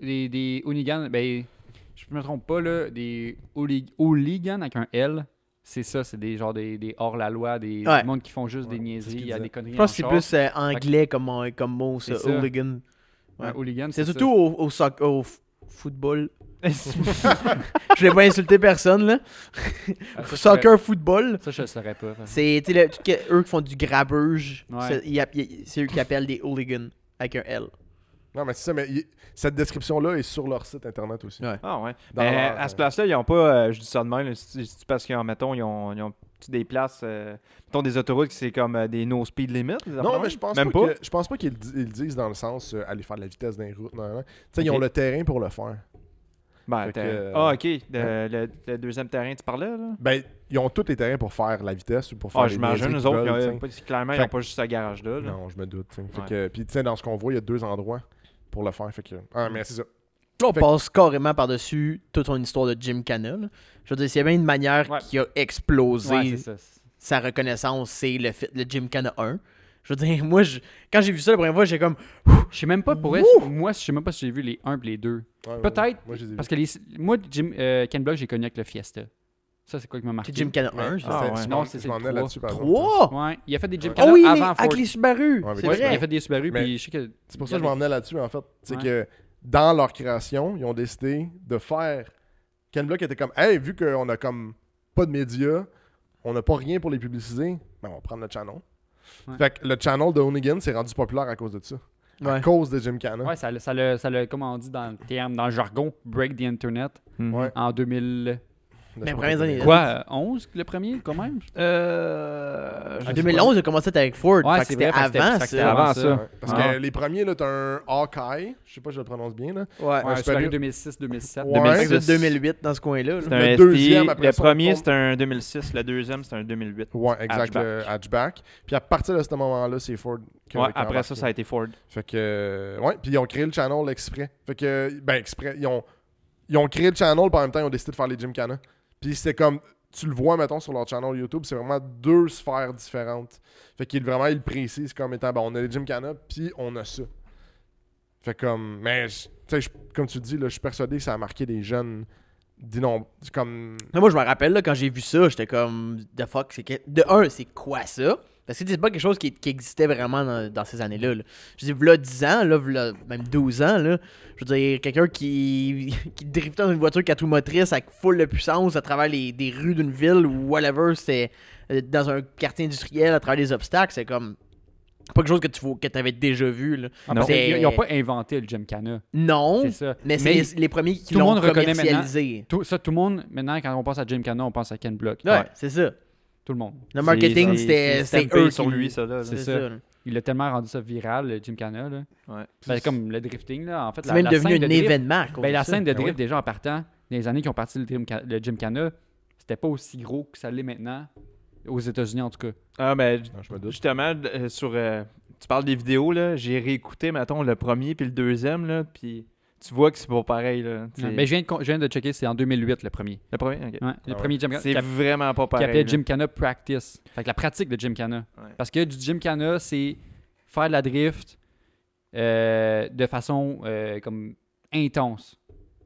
Speaker 4: des, des hooligans, ben, je me trompe pas, là, des hoolig- hooligans avec un L, c'est ça, c'est des genre des, des hors-la-loi, des,
Speaker 3: Ouais.
Speaker 4: du monde qui font juste
Speaker 1: Ouais,
Speaker 4: des
Speaker 1: c'est ce qu'il
Speaker 4: niaiseries, à
Speaker 1: disait.
Speaker 4: des conneries
Speaker 3: Je pense que
Speaker 4: en
Speaker 3: c'est
Speaker 4: char.
Speaker 3: plus euh, anglais comme, comme mot, ça,
Speaker 4: C'est ça.
Speaker 3: hooligan.
Speaker 4: Un
Speaker 3: ouais.
Speaker 4: hooligan,
Speaker 3: C'est
Speaker 4: ça.
Speaker 3: surtout au, au, soc- au f- football. Je vais pas insulter personne, là.
Speaker 4: Ah, ça, je
Speaker 3: Soccer, football.
Speaker 4: saurais- Ça, je le saurais pas. hein. par exemple.
Speaker 3: C'est, tu sais, le- tout que- eux qui font du grabuge.
Speaker 4: Ouais. Oh,
Speaker 3: C'est, ils app- ils- c'est eux qui appellent des hooligans avec un L.
Speaker 1: Non, mais c'est ça, mais il- cette description-là est sur leur site internet aussi.
Speaker 3: Ouais.
Speaker 2: Ah ouais.
Speaker 1: Dans
Speaker 2: Mais
Speaker 1: leur- euh,
Speaker 2: à ce place-là, ils ont pas, euh, je dis ça de même, là, c'est- c'est parce qu'en mettons, ils ont, ils ont des places, euh, mettons des autoroutes qui c'est comme euh, des no speed limit. des affaires de
Speaker 1: Non,
Speaker 2: même?
Speaker 1: mais je pense
Speaker 2: Même
Speaker 1: pas,
Speaker 2: pas.
Speaker 1: que- je pense pas qu'ils le di- ils le disent dans le sens euh, aller faire de la vitesse dans les routes. Non, non. Tu sais, ils
Speaker 2: Ok.
Speaker 1: ont le terrain pour le faire.
Speaker 2: Ben,
Speaker 1: Fait que,
Speaker 2: t'as-
Speaker 1: euh,
Speaker 2: Ah, ok. euh, le, le deuxième terrain, tu parlais, là?
Speaker 1: Ben, ils ont tous les terrains pour faire la vitesse ou pour faire
Speaker 2: Ah,
Speaker 1: les
Speaker 2: j'imagine,
Speaker 1: niaiseries
Speaker 2: nous
Speaker 1: qu'ils
Speaker 2: autres,
Speaker 1: veulent,
Speaker 2: ils ont-
Speaker 1: tu sais.
Speaker 2: pas- clairement, ils
Speaker 1: Fait
Speaker 2: n'ont
Speaker 1: que-
Speaker 2: pas juste ce garage-là. là.
Speaker 1: Non, je me doute. tu sais. Fait
Speaker 2: Ouais.
Speaker 1: que- Puis, tu sais, dans ce qu'on voit, il y a deux endroits pour le faire. Fait que... Ah, mais c'est ça. on
Speaker 3: On passe carrément par-dessus toute son histoire de Jim Cannell. Je veux dire, s'il y a bien une manière
Speaker 2: Ouais.
Speaker 3: qui a explosé
Speaker 4: Ouais, c'est ça.
Speaker 3: sa reconnaissance, c'est le, fi- le Jim Cannell 1. Je veux dire, moi, je- quand j'ai vu ça la première fois, j'ai comme.
Speaker 4: Je sais même pas pour elle, moi, je sais même pas si j'ai vu les 1 et les 2. Peut-être,
Speaker 1: Moi, je les ai
Speaker 4: Parce
Speaker 1: vus.
Speaker 4: que les, moi, Jim, euh, Ken Block, j'ai connu avec le Fiesta. Ça, c'est quoi qui m'a marqué?
Speaker 3: C'est Jim Cannell
Speaker 1: Ouais,
Speaker 3: 1.
Speaker 1: je
Speaker 2: Ah,
Speaker 1: sais,
Speaker 2: ouais.
Speaker 1: je
Speaker 4: Non,
Speaker 1: m'en-
Speaker 4: c'est-
Speaker 1: je
Speaker 4: c'est
Speaker 1: m'en
Speaker 4: le
Speaker 1: allais
Speaker 4: trois.
Speaker 1: là-dessus. par exemple.
Speaker 3: 3
Speaker 4: Ouais, il a fait des Jim
Speaker 1: Ouais.
Speaker 3: Oh
Speaker 4: Cannons
Speaker 3: oui, les-
Speaker 4: avant Ford.
Speaker 3: avec les Subaru.
Speaker 1: Ouais, mais
Speaker 3: c'est
Speaker 1: les
Speaker 4: Ouais,
Speaker 3: vrai.
Speaker 4: il a fait des Subaru,
Speaker 1: Mais-
Speaker 4: puis je sais que.
Speaker 1: C'est pour ça que je m'en venais là-dessus, en fait. C'est
Speaker 4: Ouais.
Speaker 1: que dans leur création, ils ont décidé de faire. Ken Block était comme, hey, vu qu'on a comme pas de médias, on n'a pas rien pour les publiciser, ben on va prendre le channel.
Speaker 4: Ouais.
Speaker 1: Fait que le channel de Hoonigan s'est rendu populaire à cause de ça. À
Speaker 3: Ouais.
Speaker 1: cause de Jim Cannon.
Speaker 4: Ouais, ça, le- ça, le, ça le, comme on dit dans le terme, dans le jargon, break the internet
Speaker 2: Hmm.
Speaker 1: Ouais.
Speaker 4: en 2000.
Speaker 3: Mais premières années,
Speaker 4: Quoi, euh, 11 le premier, quand même?
Speaker 2: Euh, je
Speaker 3: En
Speaker 2: sais
Speaker 3: 2011, j'ai commencé avec Ford.
Speaker 4: Ah, Ouais,
Speaker 3: fait que
Speaker 4: c'est
Speaker 3: c'était
Speaker 4: vrai, fait que c'était-
Speaker 3: avant
Speaker 4: fait que c'était
Speaker 3: ça.
Speaker 2: avant
Speaker 4: avant
Speaker 2: ça.
Speaker 4: ça.
Speaker 1: Parce que les premiers, là, t'as un Hawkeye. Je sais pas si je le prononce bien, là.
Speaker 3: Ouais.
Speaker 1: Ouais,
Speaker 4: Ouais,
Speaker 1: c'est
Speaker 4: Super
Speaker 1: pas-
Speaker 4: 2006-2007.
Speaker 1: Ouais.
Speaker 3: Fait que
Speaker 2: 2006.
Speaker 3: c'est 2008 dans ce coin-là. là.
Speaker 2: C'est un
Speaker 1: Le
Speaker 2: STI.
Speaker 1: deuxième, après
Speaker 2: le
Speaker 1: ça, on
Speaker 2: premier,
Speaker 1: tombe.
Speaker 2: c'était un 2006. Le deuxième, c'était un 2008.
Speaker 1: Ouais, exact, le hatchback. Puis à partir de ce moment-là, c'est Ford qui a-
Speaker 2: Ouais,
Speaker 1: qui a
Speaker 2: après ça,
Speaker 1: embarqué.
Speaker 2: ça a été Ford.
Speaker 1: Fait que. euh, Ouais, puis ils ont créé le channel exprès. Fait que. Ben, exprès. Ils ont, ils ont créé le channel, puis en même temps, ils ont décidé de faire les Gymkhana. Puis c'est comme. Tu le vois, mettons, sur leur channel YouTube, c'est vraiment deux sphères différentes. Fait qu'ils vraiment, ils le précisent comme étant, ben, on a les Gymkhana, puis on a ça. Fait comme. Mais, je- tu sais, je- comme tu dis, là, je suis persuadé que ça a marqué des jeunes. Dis non, comme.
Speaker 3: Mais moi, je me rappelle, là, quand j'ai vu ça, j'étais comme, the fuck, c'est que... De un, c'est quoi ça? Parce que c'est pas quelque chose qui, qui existait vraiment dans, dans ces années-là. là. Je dis, v'là 10 ans, là, v'là même 12 ans, là, je veux dire, quelqu'un qui, qui driftait dans une voiture quatre roues motrices avec full de puissance à travers les, des rues d'une ville ou whatever, c'était euh, dans un quartier industriel à travers des obstacles, c'est comme... Pas quelque chose que tu vois- que avais déjà vu, là.
Speaker 4: Ah, parce que
Speaker 3: C'est-
Speaker 4: Ils n'ont pas inventé le Gymkhana.
Speaker 3: Non,
Speaker 4: C'est ça.
Speaker 3: mais c'est les, les premiers qui
Speaker 4: tout le
Speaker 3: l'ont
Speaker 4: monde reconnaît maintenant.
Speaker 3: commercialisé.
Speaker 4: tout, ça, tout le monde, maintenant, quand on pense à Gymkhana, on pense à Ken Block.
Speaker 3: Ouais, c'est ça.
Speaker 4: Tout le monde.
Speaker 3: Le marketing,
Speaker 2: C'est-
Speaker 3: c'était
Speaker 2: c'est
Speaker 3: c'était
Speaker 2: stampé
Speaker 3: eux
Speaker 2: sur
Speaker 3: qui-
Speaker 2: lui, ça, là.
Speaker 3: C'est
Speaker 4: C'est
Speaker 3: ça.
Speaker 4: ça. Il a tellement rendu ça viral, le Gymkhana. Là.
Speaker 2: Ouais.
Speaker 4: Ben, comme le drifting, là. En fait,
Speaker 3: C'est
Speaker 4: la,
Speaker 3: même
Speaker 4: la
Speaker 3: devenu
Speaker 4: scène
Speaker 3: un
Speaker 4: de drift,
Speaker 3: événement. qu'on
Speaker 4: ben,
Speaker 3: dit
Speaker 4: la
Speaker 3: ça.
Speaker 4: scène de
Speaker 2: Ben
Speaker 4: drift,
Speaker 2: oui.
Speaker 4: déjà en partant, dans les années qui ont parti le, Dreamca- le Gymkhana, c'était pas aussi gros que ça l'est maintenant, aux États-Unis en tout cas.
Speaker 2: Ah, ben,
Speaker 1: Non, je me doute.
Speaker 2: justement, euh, sur. euh, tu parles des vidéos, là. J'ai réécouté, mettons, le premier puis le deuxième, là. Puis tu vois que c'est pas pareil, là. C'est-
Speaker 4: Mais Ben, je viens, de, con- je viens de checker, c'est en 2008 le premier.
Speaker 2: Le premier, ok.
Speaker 4: Ouais,
Speaker 1: ouais.
Speaker 4: le premier Gymkhana.
Speaker 2: C'est
Speaker 4: qui a-
Speaker 2: vraiment pas
Speaker 4: qui
Speaker 2: pareil.
Speaker 4: appelait
Speaker 2: là.
Speaker 4: Gymkhana Practice. Fait que la pratique de Gymkhana.
Speaker 2: Ouais.
Speaker 4: Parce que du Gymkhana, c'est faire de la drift euh, de façon euh, comme intense,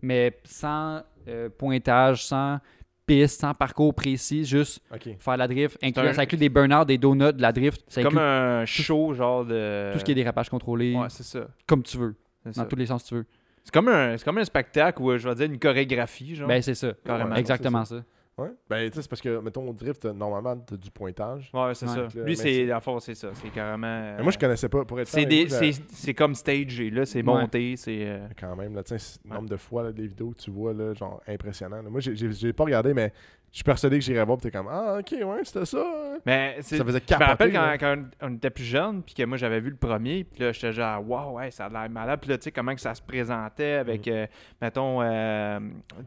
Speaker 4: mais sans euh, pointage, sans piste, sans parcours précis, juste
Speaker 1: Ok.
Speaker 4: faire de la drift. incluant-
Speaker 2: un-
Speaker 4: Ça inclut des burnouts, des donuts, de la drift. Ça
Speaker 2: Comme
Speaker 4: inclut
Speaker 2: un show, genre de.
Speaker 4: tout ce qui est dérapage contrôlé,
Speaker 2: Euh, Ouais, c'est ça.
Speaker 4: comme tu veux,
Speaker 2: C'est
Speaker 4: dans
Speaker 2: ça.
Speaker 4: tous les sens que tu veux.
Speaker 2: C'est comme, un- c'est comme un spectacle ou, je vais dire, une chorégraphie, genre.
Speaker 4: Ben, c'est ça.
Speaker 2: Carrément.
Speaker 1: Ouais,
Speaker 4: Exactement ça.
Speaker 1: Ouais. Ben, tu sais, c'est parce que, mettons, au drift, euh, normalement, t'as du pointage.
Speaker 2: Ouais, c'est
Speaker 4: Ouais.
Speaker 2: ça.
Speaker 1: Donc, là,
Speaker 2: Lui,
Speaker 1: mais
Speaker 2: c'est, en fond, c'est ça. C'est carrément. euh,
Speaker 1: ben, Mais moi, je connaissais pas. Pour être
Speaker 2: c'est,
Speaker 1: franc,
Speaker 2: des,
Speaker 1: avec vous, j'avais-
Speaker 2: c'est, c'est comme stagé, là. C'est
Speaker 4: Ouais.
Speaker 2: monté, c'est. euh,
Speaker 1: Quand même, là, tu sais, le
Speaker 2: Ouais.
Speaker 1: nombre de fois, là, des vidéos que tu vois, là, genre, impressionnant. là. Moi, j'ai- j'ai j'ai pas regardé, mais je suis persuadé que j'irai voir, pis t'es comme, ah, ok, ouais, c'était ça. hein.
Speaker 2: Mais c'est.
Speaker 1: Ça faisait
Speaker 2: Je me
Speaker 1: capoter.
Speaker 2: rappelle quand,
Speaker 1: là.
Speaker 2: quand on était plus jeune, puis que moi j'avais vu le premier, puis là j'étais genre, waouh, ouais, ça a l'air malade. Puis là, tu sais, comment que ça se présentait
Speaker 1: Mm.
Speaker 2: avec, euh, mettons, euh,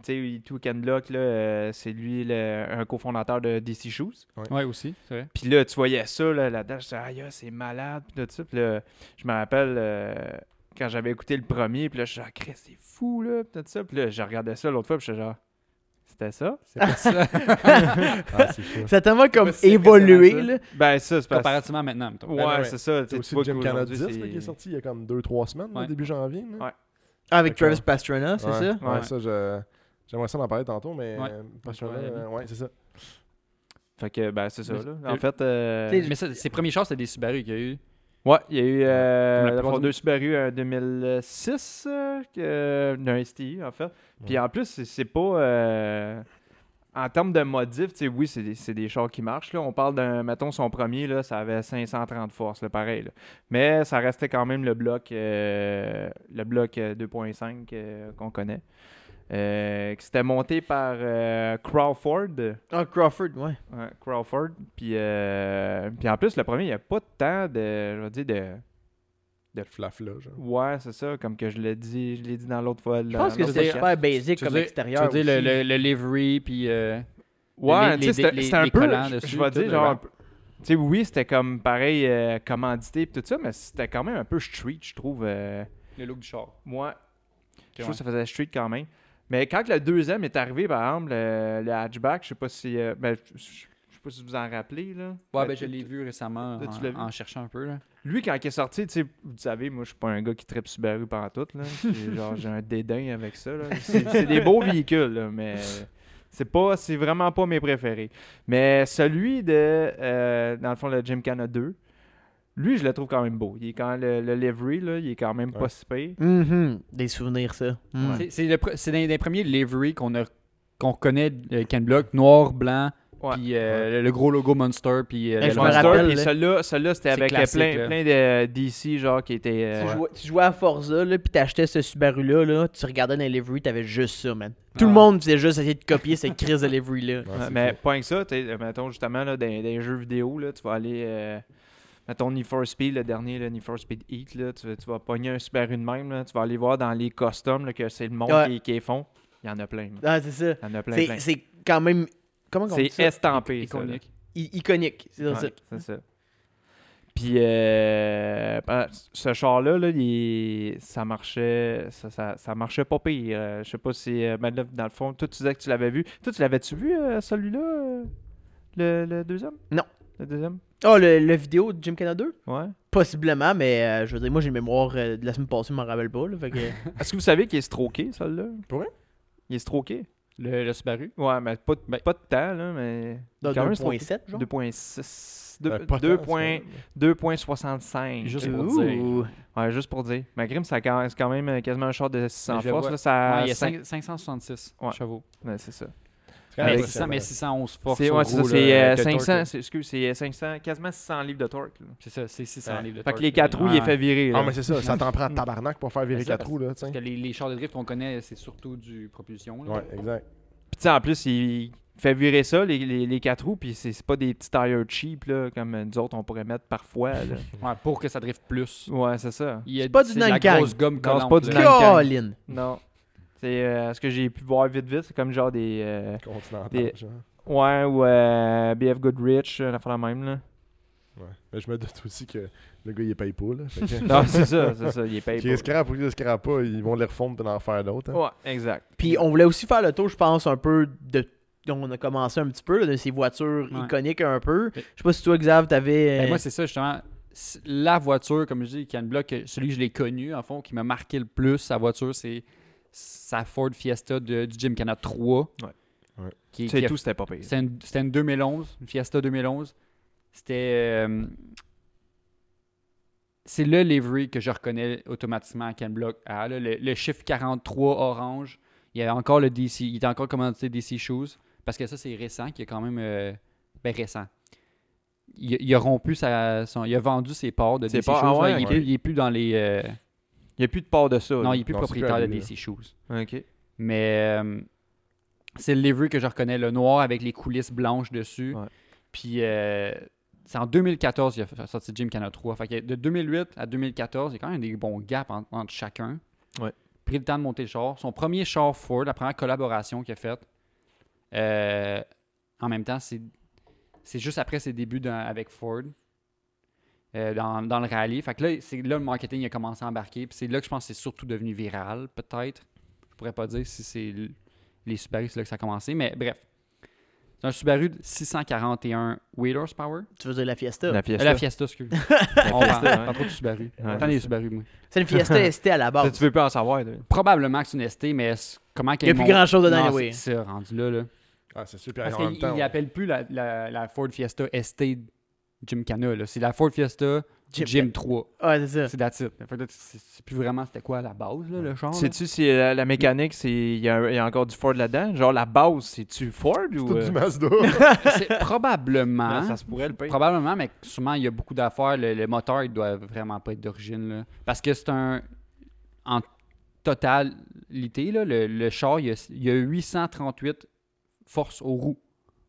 Speaker 2: tu sais, tout Ken Block, là, euh, c'est lui le- un cofondateur de DC Shoes.
Speaker 4: Ouais, aussi, c'est vrai.
Speaker 2: Puis là, tu voyais ça, là, là-dedans, je disais, aïe, ah, c'est malade, puis tout ça. Puis là, je me rappelle euh, quand j'avais écouté le premier, puis là, je suis genre, Christ, c'est fou, là, puis tout ça. Puis là, je regardais ça l'autre fois, puis je suis genre, c'était ça?
Speaker 4: C'est pas ça.
Speaker 1: Ah, c'est fou.
Speaker 3: Ça a tellement comme
Speaker 2: Pas si
Speaker 3: évolué,
Speaker 2: impressionnant,
Speaker 3: là.
Speaker 2: Ben, ça, c'est pas.
Speaker 4: Comparativement maintenant, mettons.
Speaker 2: Ouais,
Speaker 1: Ben non, mais
Speaker 2: c'est ça. tu sais,
Speaker 1: C'est
Speaker 2: tu
Speaker 1: aussi
Speaker 2: vois
Speaker 1: le Gym Canada
Speaker 2: qu'aujourd'hui,
Speaker 1: 10 là,
Speaker 2: c'est-
Speaker 1: qui est sorti il y a comme 2-3 semaines, là,
Speaker 4: Ouais.
Speaker 1: début janvier. là.
Speaker 2: Ouais.
Speaker 3: Ah, Avec
Speaker 1: Fait que-
Speaker 3: Travis Pastrana, c'est
Speaker 1: Ouais.
Speaker 3: ça?
Speaker 1: Ouais,
Speaker 2: Ouais.
Speaker 1: ça, je- J'aimerais ça en parler tantôt, mais.
Speaker 4: Ouais.
Speaker 1: euh, parce que,
Speaker 4: Ouais,
Speaker 1: euh, ouais, c'est ça.
Speaker 2: Fait que, ben, c'est ça, là.
Speaker 4: Mais-
Speaker 2: En fait, euh,
Speaker 4: Mais ça, ses premiers chars, c'était des Subaru qu'il y a eu.
Speaker 2: ouais, il y a eu euh, dans
Speaker 4: Comme la
Speaker 2: le
Speaker 4: plupart
Speaker 2: fond,
Speaker 4: du-
Speaker 2: deux Subaru en 2006, euh, que- d'un STI, en fait. Puis
Speaker 1: Ouais.
Speaker 2: en plus, c'est- c'est pas... euh, en termes de modif, tu sais, oui, c'est des, c'est des chars qui marchent, là. On parle d'un, mettons, son premier, là, ça avait 530 forces, là, pareil, là. Mais ça restait quand même le bloc, euh, le bloc euh, 2.5 euh, qu'on connaît. Euh, qui C'était monté par euh, Crawford,
Speaker 3: Ah, Crawford, ouais.
Speaker 2: Ouais, Crawford. Puis, euh, puis en plus, le premier, il n'y a pas tant de. Je vais dire de.
Speaker 1: Flaf là, genre.
Speaker 2: Ouais, c'est ça, comme que je l'ai dit, je l'ai dit dans l'autre fois.
Speaker 3: Je pense que
Speaker 4: non,
Speaker 3: c'était
Speaker 4: c'est-
Speaker 3: super basic
Speaker 4: Tu veux
Speaker 3: comme
Speaker 4: dire-
Speaker 3: extérieur.
Speaker 4: Tu veux dire, le,
Speaker 3: aussi.
Speaker 4: le, le livery, puis... euh,
Speaker 2: Ouais,
Speaker 4: les-
Speaker 2: tu sais,
Speaker 4: les-
Speaker 2: c'était
Speaker 4: les-
Speaker 2: c'était un
Speaker 4: les
Speaker 2: peu.
Speaker 4: collants
Speaker 2: Je, je
Speaker 4: dessus,
Speaker 2: vais
Speaker 4: tout,
Speaker 2: dire,
Speaker 4: le
Speaker 2: genre. un
Speaker 4: wrap.
Speaker 2: peu- Tu sais, oui, c'était comme pareil, euh, commandité et tout ça, mais c'était quand même un peu street, je trouve. euh,
Speaker 4: Le look du char.
Speaker 2: moi, je trouve
Speaker 4: ouais.
Speaker 2: que ça faisait street quand même. Mais quand le deuxième est arrivé, par exemple, le, le hatchback, je sais pas si. euh, ben, je- je je sais pas si vous en rappelez, là.
Speaker 4: Ouais,
Speaker 2: Mais
Speaker 4: ben je
Speaker 2: tu-
Speaker 4: l'ai vu récemment
Speaker 2: Là, tu
Speaker 4: en,
Speaker 2: l'as vu?
Speaker 4: en cherchant un peu. Là.
Speaker 2: Lui, quand il est sorti, tu sais, vous savez, moi, je suis pas un gars qui tripe Subaru pendant tout, là. J'ai- genre, j'ai un dédain avec ça, là. C'est c'est des beaux véhicules, là, mais c'est pas, c'est vraiment pas mes préférés. Mais celui de, euh, dans le fond, le Gymkhana 2, lui, je le trouve quand même beau. Il est quand le, le livery, là, il est quand même
Speaker 1: Ouais.
Speaker 2: pas si pire.
Speaker 3: Mhm, Des souvenirs, ça. Mm.
Speaker 4: C'est- C'est le pre- c'est dans les premiers livery qu'on a qu'on connaît euh, Ken Block, noir, blanc,
Speaker 2: Ouais.
Speaker 4: Puis euh, le- le gros logo Monster. Puis euh,
Speaker 3: Hey,
Speaker 4: le
Speaker 3: je me
Speaker 4: Monster.
Speaker 3: rappelle,
Speaker 2: puis
Speaker 3: là.
Speaker 2: celui-là, celui-là, c'était
Speaker 4: C'est
Speaker 2: avec euh,
Speaker 4: classique,
Speaker 2: plein,
Speaker 4: là.
Speaker 2: plein de DC, genre, qui étaient. euh,
Speaker 3: Tu
Speaker 2: ouais.
Speaker 3: jouais, tu jouais à Forza, là, puis t'achetais ce Subaru-là, là, tu regardais dans les livery, t'avais juste ça, man. Tout le
Speaker 4: Ouais.
Speaker 3: monde faisait juste essayer de copier cette crise de livery-là.
Speaker 1: Ouais, Ah, c'est
Speaker 2: mais
Speaker 1: fou.
Speaker 2: pas que ça, t'sais, euh, mettons justement là, dans, dans les jeux vidéo, là, tu vas aller. euh, mettons Need for Speed, le dernier, le Need for Speed Heat, là, tu, vas- tu vas pogner un Subaru de même, là, tu vas aller voir dans les customs là, que c'est le monde
Speaker 3: Ouais.
Speaker 2: qui, qui les font. Il y en a plein. là.
Speaker 3: Ah, c'est ça.
Speaker 2: Il y en a plein,
Speaker 3: C'est-
Speaker 2: plein.
Speaker 3: C'est quand même. Comment on dit
Speaker 2: C'est
Speaker 3: ça?
Speaker 2: estampé. ça, là.
Speaker 4: Iconique.
Speaker 3: I- Iconique. C'est
Speaker 2: Ouais,
Speaker 3: ça.
Speaker 2: c'est ça. Puis euh, ben, ce char-là, là, il- ça marchait ça, ça, ça marchait pas pire. Euh, je sais pas si, euh, ben là, dans le fond, toi, tu disais que tu l'avais vu. Toi, tu l'avais-tu vu, euh, celui-là, euh, le, le deuxième?
Speaker 3: Non.
Speaker 2: Le deuxième?
Speaker 3: Oh, le, le vidéo de Jim Canada 2?
Speaker 2: Ouais.
Speaker 3: Possiblement, mais euh, je veux dire, moi j'ai une mémoire euh, de la semaine passée, je m'en rappelle pas. Là, fait que...
Speaker 2: Est-ce que vous savez qu'il est stroqué, celui-là?
Speaker 1: Pour vrai?
Speaker 2: Il est stroqué.
Speaker 4: Le, le Subaru.
Speaker 2: Ouais, mais pas, de-
Speaker 4: Ben-
Speaker 2: pas de temps, là, mais... il
Speaker 3: Dans
Speaker 2: est quand même stroqué.
Speaker 3: 2.7, genre.
Speaker 2: 2.6...
Speaker 1: Euh, pas tant, c'est pas vrai.
Speaker 2: 2.65.
Speaker 4: Juste pour dire.
Speaker 3: Ouh.
Speaker 2: Ouais, juste pour dire. Mais Grim, ça quand- c'est quand même euh, quasiment un short de 600
Speaker 4: Mais je le
Speaker 2: forces.
Speaker 4: vois.
Speaker 2: Là, ça
Speaker 4: Ouais, il y a
Speaker 2: cinq-
Speaker 4: 5- 566
Speaker 2: Ouais.
Speaker 4: chevaux.
Speaker 2: Ouais, c'est ça.
Speaker 1: C'est quand même
Speaker 4: Mais
Speaker 2: Avec-
Speaker 4: 600,
Speaker 1: impressionnant.
Speaker 4: mais 611 forces.
Speaker 2: C'est
Speaker 4: au
Speaker 2: ouais, c'est ça,
Speaker 4: gros,
Speaker 2: c'est,
Speaker 4: là,
Speaker 2: euh,
Speaker 4: de torque,
Speaker 2: 500,
Speaker 4: là.
Speaker 2: c'est- excuse, c'est euh, 500, quasiment 600 livres de torque. là.
Speaker 4: C'est ça, c'est 600
Speaker 1: Ouais.
Speaker 4: livres de
Speaker 2: Fait que
Speaker 4: torque,
Speaker 2: les
Speaker 4: là.
Speaker 2: 4 roues, il est
Speaker 4: Ouais.
Speaker 2: fait virer. là.
Speaker 1: Ah, mais c'est ça, ça t'en prend tabarnak pour faire virer
Speaker 4: C'est ça,
Speaker 1: 4 roues, là, tu sais.
Speaker 4: Parce que les, les chars de drift qu'on connaît, c'est surtout du propulsion. là.
Speaker 1: Ouais, exact.
Speaker 2: Puis tu sais, en plus, il fait virer ça, les, les, les 4 roues, puis c'est c'est pas des petits tires cheap, là, comme euh, nous autres, on pourrait mettre parfois. là.
Speaker 4: Ouais, pour que ça drifte plus.
Speaker 2: ouais, c'est ça.
Speaker 4: Il y a-
Speaker 3: C'est pas du
Speaker 4: de la
Speaker 3: Nankang.
Speaker 4: grosse gomme
Speaker 2: Non, c'est
Speaker 4: collante,
Speaker 2: pas du
Speaker 4: là.
Speaker 2: Nankang.
Speaker 3: Colin!
Speaker 2: Non. C'est euh, ce que j'ai pu voir vite vite, c'est comme genre des... euh, Des-
Speaker 1: Continental, genre.
Speaker 2: ouais, ou euh, BF Goodrich, euh, la fois la même, là.
Speaker 1: Ouais. Mais je me doute aussi que le gars, il paye pas, là. Fait que-
Speaker 2: Non, c'est ça, c'est ça, il est payé
Speaker 1: Qui
Speaker 2: pour.
Speaker 1: escrape ou qui escrape pas, ils vont les refondre pour en faire d'autres. hein.
Speaker 2: Ouais, exact.
Speaker 3: Puis on voulait aussi faire le tour, je pense, un peu de. On a commencé un petit peu là, de ces voitures
Speaker 4: Ouais.
Speaker 3: iconiques un peu. Je
Speaker 4: Mais-
Speaker 3: sais pas si toi, Xav, t'avais.
Speaker 4: Ben,
Speaker 3: euh,
Speaker 4: moi, c'est ça, justement. C'est La voiture, comme je dis, Canblock, celui que je l'ai connu, en fond, qui m'a marqué le plus, sa voiture, c'est sa Ford Fiesta de, du Gymkhana 3.
Speaker 2: Ouais.
Speaker 1: Ouais.
Speaker 4: Qui, qui
Speaker 2: C'est
Speaker 4: a-
Speaker 2: tout, c'était pas payé.
Speaker 4: C'était une, c'était une 2011, une Fiesta 2011. C'était. euh, c'est le livery que je reconnais automatiquement à Canblock. Ah, là, le, le chiffre 43 orange. Il y avait encore le DC. Il était encore commandité DC Shoes. Parce que ça, c'est récent, qui est quand même. euh, ben, récent. Il, il a rompu sa. son- il a vendu ses parts de
Speaker 2: Ses
Speaker 4: DC
Speaker 2: parts,
Speaker 4: Shoes.
Speaker 2: ah
Speaker 4: là.
Speaker 2: ouais,
Speaker 4: il, est
Speaker 2: ok.
Speaker 4: plus, il est plus dans les. euh,
Speaker 2: Il n'y a plus de part de ça.
Speaker 4: non,
Speaker 2: là.
Speaker 4: il est plus
Speaker 1: Non, c'est plus
Speaker 4: propriétaire de
Speaker 1: allumé, là.
Speaker 4: DC Shoes.
Speaker 2: OK.
Speaker 4: Mais euh, c'est le livery que je reconnais, le noir avec les coulisses blanches dessus.
Speaker 2: Ouais.
Speaker 4: Puis euh, c'est en 2014 qu'il a fait- sorti Jim Cana 3. Fait que de 2008 à 2014, il y a quand même des bons gaps en- entre chacun.
Speaker 2: Ouais.
Speaker 4: Pris le temps de monter le char. Son premier char Ford, la première collaboration qu'il a faite. euh, en même temps, c'est c'est juste après ses débuts dans- avec Ford. euh, dans, dans le rallye. Fait que là, c'est là le marketing a commencé à embarquer. Puis c'est là que je pense que c'est surtout devenu viral, peut-être. Je pourrais pas dire si c'est l- les Subaru, c'est là que ça a commencé. Mais bref. C'est un Subaru de 641 Wheelers Power.
Speaker 3: Tu veux dire la Fiesta?
Speaker 2: La
Speaker 4: Euh,
Speaker 2: Fiesta.
Speaker 4: la Fiesta, excuse. On parle
Speaker 2: Fiesta, ouais.
Speaker 4: parle pas du Subaru.
Speaker 2: Ouais,
Speaker 4: Attends les Subaru, moi.
Speaker 3: C'est une Fiesta ST à la
Speaker 2: Ça,
Speaker 3: base.
Speaker 2: tu veux pas en savoir. toi.
Speaker 4: Probablement que c'est une ST, mais c- comment
Speaker 3: Il y a plus grand chose dedans,
Speaker 4: Non,
Speaker 3: anyway.
Speaker 4: C'est ça, rendu là. là.
Speaker 1: Ah, c'est super.
Speaker 4: Parce
Speaker 1: en même
Speaker 4: qu'il
Speaker 1: temps,
Speaker 4: il appelle plus la, la- la Ford Fiesta ST Gymkhana. là. C'est la Ford Fiesta
Speaker 3: Jim-
Speaker 4: Gym, 3.
Speaker 3: Ouais, c'est ça.
Speaker 4: C'est that's it. Fait que là, C'est c'est plus vraiment c'était quoi à la base, là, le genre. là.
Speaker 2: Sais-tu si euh, la, la mécanique, c'est il y, a un- il y a encore du Ford là-dedans? Genre la base, c'est-tu Ford
Speaker 1: c'est
Speaker 2: ou...
Speaker 1: tout
Speaker 2: euh,
Speaker 1: du Mazda.
Speaker 4: C'est probablement.
Speaker 2: Ça se pourrait le payer.
Speaker 4: Probablement, mais sûrement, il y a beaucoup d'affaires. Le, le moteur, il doit vraiment pas être d'origine. là. Parce que c'est un. En totalité, là, le, le char, il y, a, il y a 838 forces aux roues.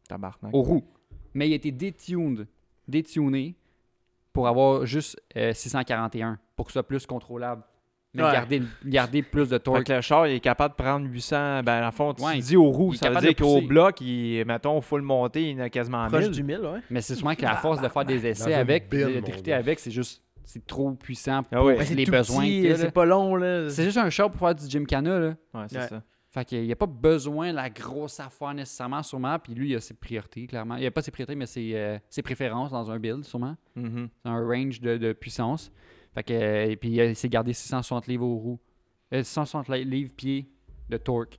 Speaker 2: Tabarnak.
Speaker 4: Aux roues. Mais il a été détuned, détuné pour avoir juste euh, 641 pour que ce soit plus contrôlable. Mais
Speaker 3: Ouais.
Speaker 4: garder, garder plus de
Speaker 2: Fait
Speaker 4: torque.
Speaker 2: que le char, il est capable de prendre 800... Ben, à la fond, tu
Speaker 4: Ouais,
Speaker 2: dis aux roues.
Speaker 4: il est
Speaker 2: Ça veut
Speaker 4: capable
Speaker 2: dire
Speaker 4: de
Speaker 2: qu'au
Speaker 4: pousser.
Speaker 2: bloc, il, mettons, faut le monter, il en a quasiment
Speaker 3: Proche
Speaker 2: 1000.
Speaker 3: du 1000, ouais.
Speaker 4: Mais c'est sûrement que la force de faire des essais
Speaker 1: une
Speaker 4: avec,
Speaker 1: bille,
Speaker 4: de
Speaker 1: mon
Speaker 4: drifter
Speaker 1: gars.
Speaker 4: avec, c'est juste. C'est trop puissant pour
Speaker 2: Ah ouais.
Speaker 3: Mais c'est
Speaker 4: les
Speaker 3: tout
Speaker 4: besoins.
Speaker 3: petit,
Speaker 4: qu'il y a, là.
Speaker 3: C'est pas long, là.
Speaker 4: C'est juste un char pour faire du gymkhana, là.
Speaker 2: Ouais, c'est
Speaker 3: Ouais.
Speaker 2: ça.
Speaker 4: Fait qu'il n'y a pas besoin de la grosse affaire nécessairement, sûrement. Puis lui, il a ses priorités, clairement. Il n'y a pas ses priorités, mais ses, euh, ses préférences dans un build, sûrement.
Speaker 2: Mhm.
Speaker 4: C'est un range de, de puissance. Fait que, euh, et puis, euh, il s'est gardé 660 livres aux roues. Euh, 660 li- livres pieds de torque,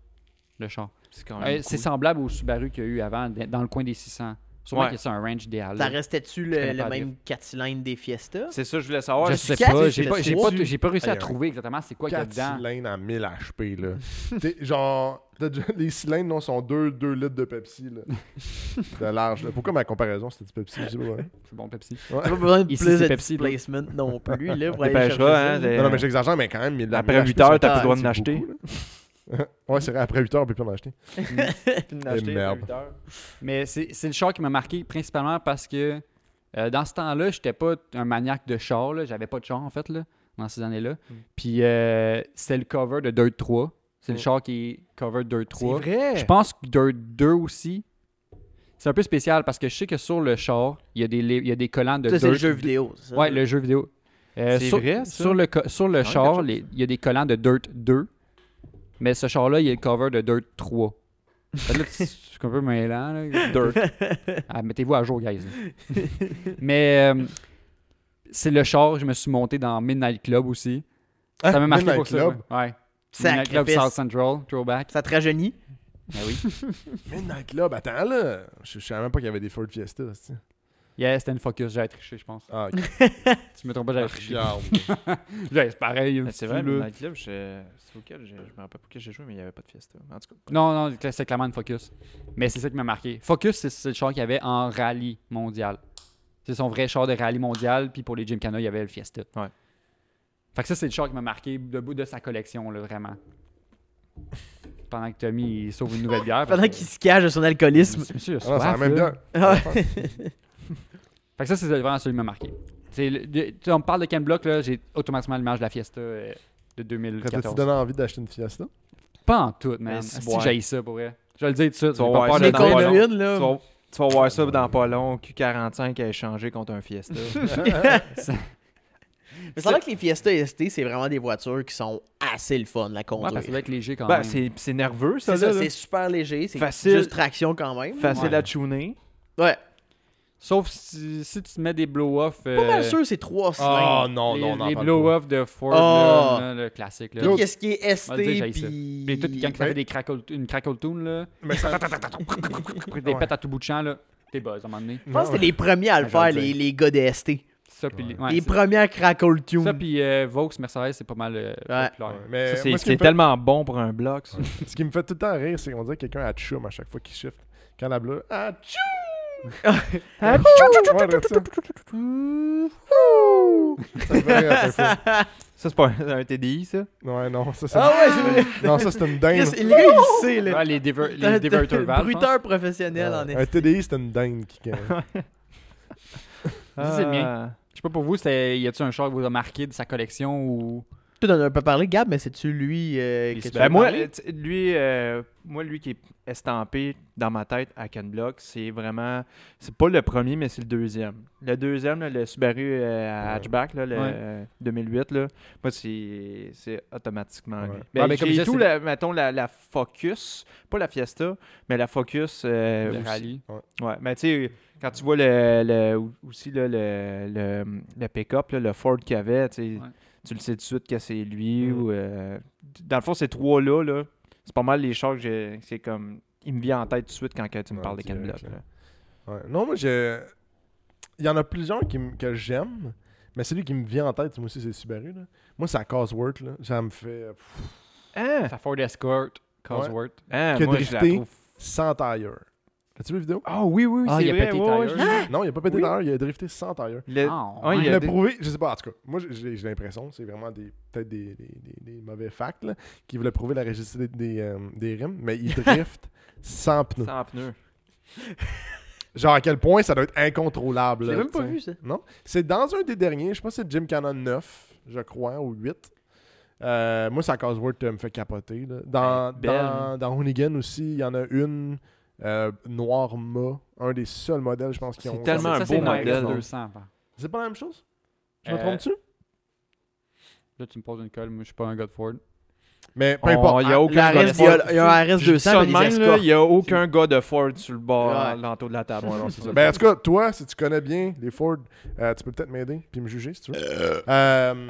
Speaker 4: le char.
Speaker 2: C'est quand
Speaker 4: Euh,
Speaker 2: même
Speaker 4: C'est
Speaker 2: cool.
Speaker 4: semblable au Subaru qu'il y a eu avant, d- dans le coin des 600. Sûrement
Speaker 2: Ouais.
Speaker 4: que c'est un range idéal.
Speaker 3: Ça
Speaker 4: là.
Speaker 3: restait-tu
Speaker 4: Je
Speaker 3: le,
Speaker 4: connais
Speaker 3: le
Speaker 4: pas la
Speaker 3: même 4 cylindres des Fiesta?
Speaker 2: C'est ça, je voulais savoir.
Speaker 4: je
Speaker 3: c'est
Speaker 4: sais
Speaker 3: quatre,
Speaker 4: pas,
Speaker 3: c'est
Speaker 4: j'ai pas, j'ai
Speaker 3: trois.
Speaker 4: pas, j'ai pas réussi à
Speaker 1: Aïe, aïe.
Speaker 4: trouver exactement c'est quoi qu'il y a
Speaker 1: 4
Speaker 4: dedans.
Speaker 1: cylindres à 1000 HP, là. T'es- genre, t'as déjà- les cylindres, non, sont 2 litres de Pepsi, là. De large, là. Pourquoi ma comparaison, c'était du Pepsi? je sais pas, hein. ouais.
Speaker 4: C'est bon, Pepsi.
Speaker 3: Pas besoin de
Speaker 4: Ici,
Speaker 3: plus
Speaker 4: c'est
Speaker 3: de
Speaker 4: Pepsi, là.
Speaker 3: placement non plus, là, pour aller
Speaker 2: Dépêchera,
Speaker 3: chercher ça,
Speaker 2: hein,
Speaker 3: là.
Speaker 2: c'est-
Speaker 1: Non, non, mais j'exagère, mais quand même, 1000
Speaker 2: Après
Speaker 1: 1000
Speaker 2: huit heures,
Speaker 1: c'est
Speaker 2: t'as plus le droit
Speaker 1: c'est
Speaker 2: de l'acheter.
Speaker 1: beaucoup, là. ouais, c'est vrai, après 8 heures, on peut plus en acheter. acheté, merde.
Speaker 4: Mais c'est c'est le char qui m'a marqué principalement parce que euh, dans ce temps-là, j'étais pas un maniaque de char. là. J'avais pas de char en fait là, dans ces années-là.
Speaker 3: Mm.
Speaker 4: Puis euh, c'était le cover de Dirt 3.
Speaker 3: Oh.
Speaker 4: C'est
Speaker 2: Mm.
Speaker 4: le char qui est cover de Dirt 3.
Speaker 2: vrai.
Speaker 4: Je pense que Dirt 2 aussi. C'est un peu spécial parce que je sais que sur le char, il y a des, li- il y a des collants de
Speaker 3: Ça, c'est le
Speaker 4: Dirt.
Speaker 3: jeu vidéo. ça.
Speaker 4: Ouais, le jeu vidéo. Euh,
Speaker 2: C'est
Speaker 4: sur,
Speaker 2: vrai, ça? Ah,
Speaker 4: Sur le, co- sur le
Speaker 2: quand
Speaker 4: char,
Speaker 2: même
Speaker 4: les- il y a des collants de Dirt 2. Mais ce char-là, il y a le cover de Dirt 3. Fait que là, c'est c'est un peu mêlant. là. Dirt. Ah, Mettez-vous à jour, guys. mais euh, c'est le char, je me suis monté dans Midnight Club aussi.
Speaker 2: Ah,
Speaker 1: Hein,
Speaker 4: ça m'a marqué
Speaker 1: Midnight
Speaker 4: pour
Speaker 1: Club.
Speaker 4: ça. ouais. Ouais. Midnight
Speaker 3: Sacrifice.
Speaker 4: Club South Central, throwback.
Speaker 3: Ça te rajeunit?
Speaker 4: Ah oui.
Speaker 1: Midnight Club, attends, là. Je je savais même pas qu'il y avait des Ford Fiesta, là, c'est-tu.
Speaker 4: Yeah, c'était une Focus, j'avais triché, je pense.
Speaker 1: Ah, ok.
Speaker 4: Tu me trompes pas, j'avais triché.
Speaker 1: Regarde.
Speaker 4: Ouais, C'est pareil.
Speaker 2: Ah, Eh, C'est vrai,
Speaker 4: fou, là.
Speaker 2: le nightclub, je... c'est auquel j'ai- je me rappelle pas que j'ai joué, mais il n'y avait pas de fiesta. Mais En tout cas,
Speaker 4: Non, non, cla- c'est clairement une Focus. Mais c'est ça qui m'a marqué. Focus, c'est- c'est le char qu'il y avait en rallye mondial. C'est son vrai char de rallye mondial. Puis pour les Gymkhana, il y avait le Fiesta.
Speaker 2: Ouais.
Speaker 4: Fait que ça, c'est le char qui m'a marqué debout de sa collection, là, vraiment. Pendant que Tommy il sauve une nouvelle bière.
Speaker 3: Pendant qu'il se cache de son alcoolisme.
Speaker 4: Monsieur,
Speaker 1: Ah, non, ça même bien.
Speaker 3: Ouais.
Speaker 4: Fait que ça, c'est vraiment celui qui m'a marqué. C'est le- de- tu- on me parle de Ken Block, là, j'ai automatiquement l'image de la Fiesta euh, de
Speaker 1: Ça t'a-tu
Speaker 4: 2014.
Speaker 1: donné envie d'acheter une Fiesta?
Speaker 4: Pas en tout, man.
Speaker 2: Mais Ah, si,
Speaker 4: Si
Speaker 2: ouais.
Speaker 4: j'haïs ça, pour vrai. Je vais le dire tout de suite.
Speaker 2: Tu vas
Speaker 4: j'ai
Speaker 2: voir
Speaker 4: pas peur
Speaker 2: ça
Speaker 4: de
Speaker 3: Les
Speaker 2: dans pas
Speaker 4: l'envoyer.
Speaker 2: long. tu,
Speaker 3: conduides, là.
Speaker 2: vas... tu vas voir ça dans pas long. Q45 a échangé contre un fiesta.
Speaker 3: Mais c'est vrai que les Fiesta ST, c'est vraiment des voitures qui sont assez le fun, la
Speaker 4: Ouais, parce que ça
Speaker 3: conduire.
Speaker 4: doit être léger
Speaker 1: Ah,
Speaker 4: quand
Speaker 2: ben,
Speaker 4: même.
Speaker 2: c'est c'est nerveux, ça.
Speaker 3: c'est ça,
Speaker 2: là, là.
Speaker 3: c'est super léger. C'est
Speaker 2: Facile.
Speaker 3: juste traction quand même.
Speaker 2: Facile
Speaker 4: Ouais.
Speaker 2: à tuner.
Speaker 3: Ouais.
Speaker 4: Sauf si, si tu te mets des blow-off. euh,
Speaker 3: Pas mal sûr, c'est 3
Speaker 1: Ah,
Speaker 3: cylindres.
Speaker 1: non,
Speaker 4: les,
Speaker 1: non, non.
Speaker 4: Les blow-off de Ford,
Speaker 3: Ah.
Speaker 4: là, là, le classique. Là.
Speaker 3: Tout ce qui est
Speaker 4: On va le dire,
Speaker 3: ST,
Speaker 4: j'ai ça.
Speaker 3: puis...
Speaker 4: Puis tout, quand ça
Speaker 1: Mais-
Speaker 4: fait des crackle, une crackle tune, là,
Speaker 1: Mais ça...
Speaker 4: des pètes à tout bout de champ, là, t'es buzz à un moment donné.
Speaker 3: Je pense que c'était les premiers à le
Speaker 4: Je vais
Speaker 3: faire,
Speaker 4: le dire.
Speaker 3: les, les gars de ST.
Speaker 4: Ça, puis les- ouais,
Speaker 3: les
Speaker 4: c'est-
Speaker 3: premiers à Crackle Tune.
Speaker 4: ça, puis euh, Vaux, Mercedes, c'est pas mal euh,
Speaker 3: Ouais.
Speaker 4: populaire.
Speaker 1: Mais
Speaker 2: Ça,
Speaker 1: moi,
Speaker 2: C'est
Speaker 1: ce qui me
Speaker 2: c'est
Speaker 1: fait-
Speaker 2: tellement bon pour un bloc. ça.
Speaker 1: ce qui me fait tout le temps rire, c'est qu'on dirait que quelqu'un a chum à chaque fois qu'il shift. Quand la bleue. Ah, tchou!
Speaker 3: Ah,
Speaker 1: Ouais, regarde ça. Ça me fait rire à chaque fois.
Speaker 2: Ça, c'est pas un, un TDI, ça.
Speaker 1: Ouais, non, ça, c'est.
Speaker 3: Ah ouais, c'est vrai.
Speaker 1: Non, ça, c'est une dinde.
Speaker 3: Chris, le gars, il sait, là.
Speaker 4: Ouais, les
Speaker 3: T'as-
Speaker 4: diver- les
Speaker 3: t'as-
Speaker 4: diverter valves. je pense.
Speaker 3: Bruteur professionnel, en
Speaker 1: Un
Speaker 3: effet.
Speaker 1: TDI, c'est une dinde qui gagne.
Speaker 4: Ça, c'est
Speaker 2: Ah.
Speaker 4: bien. Je sais pas pour vous, c'était- y a-tu un char que vous a marqué de sa collection ou.
Speaker 3: Tu n'en as pas parlé, Gab, mais c'est-tu lui euh, que tu
Speaker 2: Ben,
Speaker 3: veux
Speaker 2: moi,
Speaker 3: parler?
Speaker 2: euh, tu- lui, euh, moi, lui qui est estampé dans ma tête à Ken Block, c'est vraiment. C'est pas le premier, mais c'est le deuxième. Le deuxième, là, le Subaru euh, à
Speaker 1: Ouais.
Speaker 2: hatchback, là, le
Speaker 4: Ouais.
Speaker 2: euh, 2008, là, moi, c'est c'est automatiquement lui.
Speaker 1: Ouais.
Speaker 2: Ben,
Speaker 4: Ouais, mais
Speaker 2: j'ai
Speaker 4: comme je disais,
Speaker 2: tout,
Speaker 4: c'est-
Speaker 2: la, mettons, la, la Focus, pas la Fiesta, mais la Focus. euh,
Speaker 4: le
Speaker 2: aussi.
Speaker 4: rallye.
Speaker 2: Ouais, mais tu sais, quand tu vois le, le- aussi là, le, le, le pick-up, là, le Ford qu'il avait, tu sais,
Speaker 4: Ouais.
Speaker 2: tu le sais tout de suite que c'est lui.
Speaker 1: Mm.
Speaker 2: Ou, euh, dans le fond, ces trois-là, là, c'est pas mal les chars que j'ai. C'est comme. Il me vient en tête tout de suite quand que tu me
Speaker 1: Ouais,
Speaker 2: parles de Ken
Speaker 1: direct,
Speaker 2: Block,
Speaker 1: là.
Speaker 2: là.
Speaker 1: Ouais. Non, moi, j'ai. Il y en a plusieurs qui m- que j'aime, mais celui qui me vient en tête, moi aussi, c'est Subaru. Là. Moi, c'est la Cosworth. Là. Ça me fait euh, pff,
Speaker 2: Hein?
Speaker 4: Sa Ford Escort, Cosworth.
Speaker 2: Hein,
Speaker 1: Que
Speaker 2: moi, je la
Speaker 1: drifter.
Speaker 2: trouve-
Speaker 1: sans tailleur. As-tu vu la vidéo?
Speaker 2: Ah oui, oui, oui,
Speaker 4: Ah,
Speaker 2: c'est
Speaker 4: il a
Speaker 2: vrai,
Speaker 4: pété
Speaker 2: ouais,
Speaker 4: tailleur.
Speaker 2: ouais, je l'ai vu.
Speaker 1: Non, il n'a pas pété
Speaker 2: Oui.
Speaker 1: d'ailleurs, il a drifté sans tailleur.
Speaker 2: Le-
Speaker 4: Ah,
Speaker 2: ouais,
Speaker 4: ouais.
Speaker 2: il
Speaker 1: Il
Speaker 2: a
Speaker 1: l'a
Speaker 2: dé-
Speaker 1: prouvé, je sais pas, en tout cas, moi j'ai j'ai l'impression, c'est vraiment des peut-être des, des- des- des mauvais facts, là, qui voulaient prouver la rigidité des, euh, des rimes, mais il drift sans pneus.
Speaker 2: Sans pneus.
Speaker 1: Genre à quel point ça doit être incontrôlable.
Speaker 3: Je l'ai
Speaker 1: là,
Speaker 3: même pas
Speaker 1: tu sais.
Speaker 3: vu, ça.
Speaker 1: Non. C'est dans un des derniers, je pense que c'est Jim Cannon 9, je crois, ou 8. Euh, moi, sa Cosworth euh, me fait capoter. là. Dans,
Speaker 4: Ben.
Speaker 2: Belle.
Speaker 1: dans, dans Hoonigan aussi, il y en a une euh, noire mât, un des seuls modèles, je pense, qui
Speaker 2: C'est
Speaker 1: ont.
Speaker 2: tellement
Speaker 4: Ça,
Speaker 2: un
Speaker 4: c'est
Speaker 2: beau
Speaker 4: dans
Speaker 2: modèle.
Speaker 4: S200, par.
Speaker 1: C'est pas la même chose Je me
Speaker 4: Euh,
Speaker 1: trompe-tu
Speaker 4: Là, tu me poses une colle. Moi, je suis pas un gars de Ford.
Speaker 1: Mais peu
Speaker 2: On-
Speaker 1: importe.
Speaker 2: Il y a aucun
Speaker 3: La
Speaker 2: gars de
Speaker 3: RS, il y
Speaker 2: Ford.
Speaker 3: a- il y a un
Speaker 2: Je dis ça
Speaker 3: RS200
Speaker 2: de
Speaker 3: et
Speaker 2: même,
Speaker 3: des
Speaker 2: là, il
Speaker 3: escorts.
Speaker 2: y a aucun gars de Ford sur le bord,
Speaker 3: Ouais.
Speaker 2: l'entour de la table.
Speaker 1: Ouais, non, c'est ça.
Speaker 2: Ouais.
Speaker 1: Ben, en tout cas, toi, si tu connais bien les Ford, euh, tu peux peut-être m'aider puis me juger si tu veux. Euh,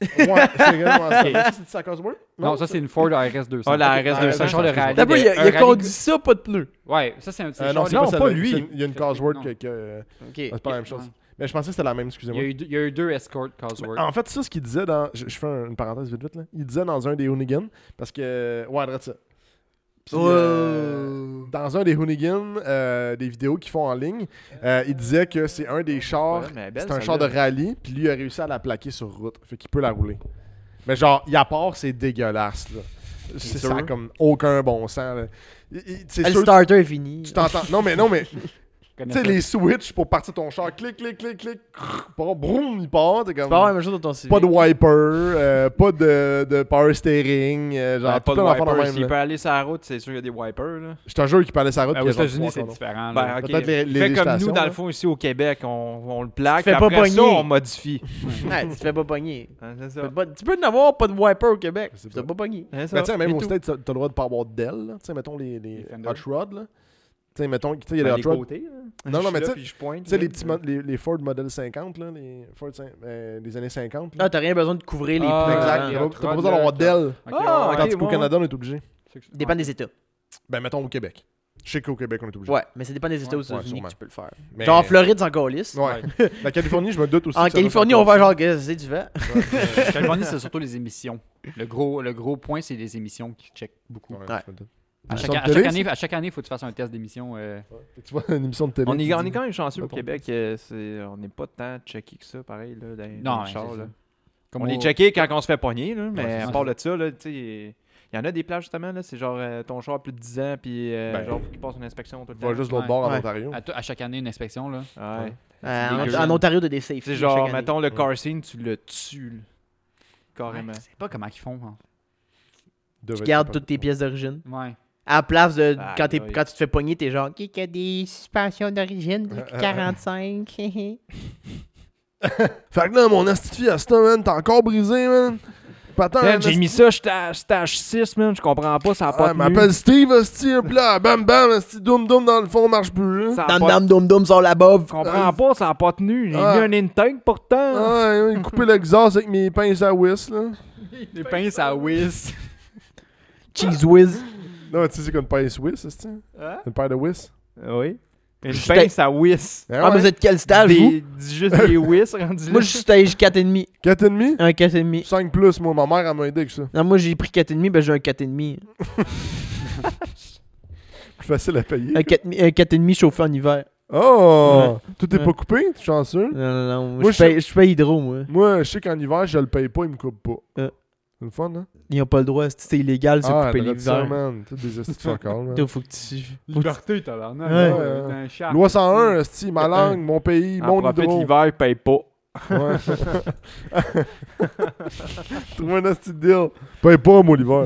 Speaker 1: Ouais, c'est exactement ça. Ça, C'est ça cause bruit?
Speaker 4: Non, ça, c'est une Ford RS 200.
Speaker 2: Ah, la
Speaker 4: Ok.
Speaker 2: RS 200,
Speaker 4: Un genre de
Speaker 2: je pense.
Speaker 4: rallye.
Speaker 3: T'as peu,
Speaker 4: de-
Speaker 3: il a,
Speaker 4: un
Speaker 3: il a
Speaker 4: rallye-
Speaker 3: conduit ça, pas de pneus.
Speaker 4: Ouais, ça, c'est un petit.
Speaker 1: Euh, non,
Speaker 4: genre-
Speaker 1: c'est pas,
Speaker 4: pas
Speaker 1: celle-là.
Speaker 4: lui.
Speaker 1: C'est une- Il y a une
Speaker 4: Celle-là,
Speaker 1: Cosworth
Speaker 4: non.
Speaker 1: que. que-
Speaker 3: Ok.
Speaker 1: C'est Ah, pas la même
Speaker 4: Ouais.
Speaker 1: chose. Mais je pensais que c'était la même,
Speaker 4: Il
Speaker 1: excusez-moi.
Speaker 4: y a eu deux- il y a eu deux Escort Cosworth.
Speaker 1: En fait, ça, ce qu'il disait dans. Je, je fais un- une parenthèse vite vite, là. Il disait dans un des Hoonigans, parce que. Ouais, arrête ça. Puis, euh, dans un des Hoonigans, euh, des vidéos qu'ils font en ligne, euh, il disait que c'est un des chars.
Speaker 2: Ben,
Speaker 1: C'est un char de rallye, puis lui a réussi à la plaquer sur route. Fait qu'il peut la rouler. Mais genre, il à part, c'est dégueulasse, là. C'est
Speaker 3: sûr.
Speaker 1: ça a comme aucun bon sens, là. Il- il- C'est
Speaker 3: Le
Speaker 1: sûr,
Speaker 3: starter est fini.
Speaker 1: tu t'entends. Non, mais non, mais
Speaker 4: Je connais
Speaker 1: tu sais,
Speaker 4: ça.
Speaker 1: les switches pour partir ton char, clic, clic, clic, clic, crrr, bon, broum, il part. T'es
Speaker 3: C'est
Speaker 1: comme.
Speaker 3: pas la même chose dans ton Civic.
Speaker 1: Pas de wiper, euh, pas de, de power steering, euh, genre
Speaker 2: Ouais,
Speaker 1: tout
Speaker 2: pas de
Speaker 1: plein d'affaires de
Speaker 2: wipers.
Speaker 1: même,
Speaker 2: S'il
Speaker 1: là.
Speaker 2: peut aller sur la route, c'est sûr qu'il y a des wipers. Là.
Speaker 1: Je te jure qu'il parlait sa route.
Speaker 4: Ben,
Speaker 1: puis
Speaker 4: aux
Speaker 1: il y a genre
Speaker 4: États-Unis,
Speaker 1: trois
Speaker 4: c'est
Speaker 1: condoms.
Speaker 4: différent.
Speaker 2: Ben,
Speaker 4: là.
Speaker 2: ok.
Speaker 1: Peut-être les- les
Speaker 2: Fait comme nous,
Speaker 1: législations,
Speaker 2: dans
Speaker 1: là.
Speaker 2: le fond, ici au Québec, on, on le plaque.
Speaker 3: Tu te
Speaker 2: puis
Speaker 3: fais pas
Speaker 2: Après ça,
Speaker 3: pogner.
Speaker 2: on modifie.
Speaker 3: Tu te fais pas pogner.
Speaker 2: Hein, c'est
Speaker 3: Tu
Speaker 2: ça.
Speaker 3: peux pas- Tu peux n'avoir pas de wiper au Québec.
Speaker 1: Je sais
Speaker 3: Tu t'as
Speaker 1: pas.
Speaker 3: pas pogné.
Speaker 2: Hein, ça.
Speaker 1: Mais tu sais, même
Speaker 2: Et
Speaker 1: au
Speaker 2: tout.
Speaker 1: States, t'as t'as le droit de pas avoir d'aile, là. Tu sais, mettons les, les,
Speaker 4: Les Fender.
Speaker 1: Hot Rod, là. Tu sais, mettons, tu sais, il y a
Speaker 2: Ben,
Speaker 1: les
Speaker 2: des
Speaker 1: Hot Rod.
Speaker 2: côtés, là.
Speaker 1: Non,
Speaker 2: Je
Speaker 1: non,
Speaker 2: suis
Speaker 1: mais
Speaker 2: là,
Speaker 1: tu sais-
Speaker 2: puis je pointe,
Speaker 1: Tu sais,
Speaker 2: là.
Speaker 1: les petits mo- les, les Ford Model 50, là. Les Ford cin- euh, des années 50. là.
Speaker 3: Ah, t'as rien besoin de couvrir les
Speaker 4: Ah,
Speaker 3: pneus.
Speaker 1: exact.
Speaker 4: les
Speaker 1: T'as
Speaker 4: Hot
Speaker 1: pas- t'as pas
Speaker 4: Rod,
Speaker 1: besoin
Speaker 4: là,
Speaker 1: d'avoir
Speaker 4: t'as-
Speaker 1: d'aile.
Speaker 4: Ok,
Speaker 2: Ah,
Speaker 4: ouais,
Speaker 1: Tandis
Speaker 2: ouais,
Speaker 1: qu'au
Speaker 2: ouais.
Speaker 1: Canada, on est obligé.
Speaker 4: ouais.
Speaker 3: Dépend des États.
Speaker 1: Ben, mettons au Québec. Je sais qu'au Québec, on est obligé.
Speaker 3: Ouais, mais ça dépend des États
Speaker 4: Ouais,
Speaker 3: aux États-Unis
Speaker 1: sûrement.
Speaker 3: que tu peux le faire.
Speaker 1: Mais-
Speaker 3: Genre en Floride, c'est encore lisse.
Speaker 1: Ouais. La Californie, je me doute aussi.
Speaker 3: En
Speaker 1: que ça doit
Speaker 3: Californie,
Speaker 1: faire
Speaker 3: on va
Speaker 1: ça.
Speaker 3: genre, qu'est-ce que c'est, tu fais? Euh,
Speaker 4: La Californie, c'est surtout les émissions. Le gros, le gros point, c'est les émissions qui checkent beaucoup.
Speaker 1: Ouais,
Speaker 3: Ouais.
Speaker 1: je me doute.
Speaker 4: À
Speaker 1: Une
Speaker 4: chaque,
Speaker 1: émission de
Speaker 4: à chaque
Speaker 1: télé,
Speaker 4: année, il faut que tu fasses un test d'émission. euh,
Speaker 1: c'est- Tu vois, une émission de télé.
Speaker 2: On est,
Speaker 1: tu
Speaker 2: on
Speaker 1: dis-
Speaker 2: est quand même chanceux au
Speaker 1: Mettons.
Speaker 2: Québec. euh, c'est- on n'est pas tant checké que ça, pareil, là, dans, dans
Speaker 4: Non,
Speaker 2: le
Speaker 4: ouais,
Speaker 2: char,
Speaker 4: c'est
Speaker 2: là. Comme
Speaker 4: ça. Comme
Speaker 2: on
Speaker 4: au-
Speaker 2: est checké quand on se fait pogner, là, mais
Speaker 4: c'est
Speaker 2: à
Speaker 4: ça.
Speaker 2: part de ça, là, tu sais, il y en a des plages justement, là, c'est genre euh, ton char a plus de 10 ans, puis euh,
Speaker 1: Ben,
Speaker 2: genre faut qu'il passe une inspection tout le temps.
Speaker 1: Va juste de l'autre bord en
Speaker 3: Ouais. Ah,
Speaker 1: Ontario.
Speaker 4: À, to- à chaque année, une inspection. Là.
Speaker 2: Ouais.
Speaker 1: Ouais.
Speaker 3: Euh, en-
Speaker 4: dégueulasse.
Speaker 3: en Ontario, t'as des safety.
Speaker 2: C'est genre,
Speaker 3: chaque année.
Speaker 2: mettons, le
Speaker 1: Ouais.
Speaker 2: car scene, tu le tues, là. carrément.
Speaker 4: Ouais, je sais pas comment ils font. hein.
Speaker 1: Devait
Speaker 3: Tu
Speaker 1: être
Speaker 3: gardes
Speaker 1: capable.
Speaker 3: toutes tes pièces d'origine.
Speaker 4: Ouais.
Speaker 3: À la place de
Speaker 2: Ah,
Speaker 3: quand, t'es-
Speaker 2: oui.
Speaker 3: quand tu te fais pogner, t'es genre, qui a des suspensions d'origine depuis 45?
Speaker 1: Fait que là, mon astuce à ce temps, man, t'es encore brisé, man.
Speaker 4: Eh,
Speaker 1: Patent,
Speaker 2: Man,
Speaker 1: man,
Speaker 2: j'ai mis ça, j'étais à- j'étais à H6, man, je comprends pas, ça a
Speaker 1: Ah,
Speaker 2: pas
Speaker 1: il
Speaker 2: de
Speaker 1: m'appelle Steve, hostie, hein, pis là, bam bam, hostie, doum doum dans le fond, marche plus. hein.
Speaker 2: Ça a
Speaker 3: Dam,
Speaker 2: pas
Speaker 3: dam, dum, dum, sort la bob.
Speaker 2: je comprends pas, ça a pas tenu. J'ai
Speaker 1: Ah.
Speaker 2: mis un intake pourtant.
Speaker 1: Ah, ouais, il coupait l'exhaust avec mes pinces à whist, là.
Speaker 4: Les pinces à whiz.
Speaker 3: Cheese whiz.
Speaker 1: Non, mais tu sais, c'est comme une pince whist, hostie.
Speaker 3: Hein?
Speaker 1: Une paire de whist.
Speaker 2: Oui. Une
Speaker 3: J'étais-
Speaker 2: pince à whis.
Speaker 1: Ah,
Speaker 3: Ah, mais vous
Speaker 1: ouais.
Speaker 3: êtes quel stage, vous?
Speaker 2: Des- Juste des whis rendus là.
Speaker 3: Moi, je suis stage 4,5.
Speaker 1: 4,5?
Speaker 3: Un 4,5.
Speaker 1: 5 plus, moi, ma mère, elle m'a aidé avec ça.
Speaker 3: Non, moi, j'ai pris 4,5, ben j'ai un 4,5.
Speaker 1: Plus facile à payer.
Speaker 3: Un 4,5 un 4,5 chauffé en hiver.
Speaker 1: Oh! Tout est
Speaker 3: Ouais.
Speaker 1: pas coupé, tu chanceux?
Speaker 3: Non, non, non. Moi,
Speaker 1: Moi,
Speaker 3: je paye- je paye hydro, moi.
Speaker 1: Moi, je sais qu'en hiver, je le paye pas, il me coupe pas.
Speaker 3: Ah.
Speaker 1: C'est le fun, hein?
Speaker 3: Ils ont pas le droit. C'est c'est illégal, c'est
Speaker 1: ah,
Speaker 3: couper
Speaker 1: arrête ça,
Speaker 3: l'hiver.
Speaker 1: man. Toutes des hosties de fuck all, man.
Speaker 3: Toi, faut que tu.
Speaker 4: Liberté, tabarnak.
Speaker 3: Ouais.
Speaker 1: Euh,
Speaker 4: là, t'es un chat.
Speaker 1: Loi 101, hostie, ma
Speaker 3: Ouais.
Speaker 1: langue, mon pays,
Speaker 2: On
Speaker 1: mon
Speaker 2: profite
Speaker 1: hydro.
Speaker 2: l'hiver, paye pas.
Speaker 1: Ouais. Trouve un hostie de deal. Paye pas, mon hiver.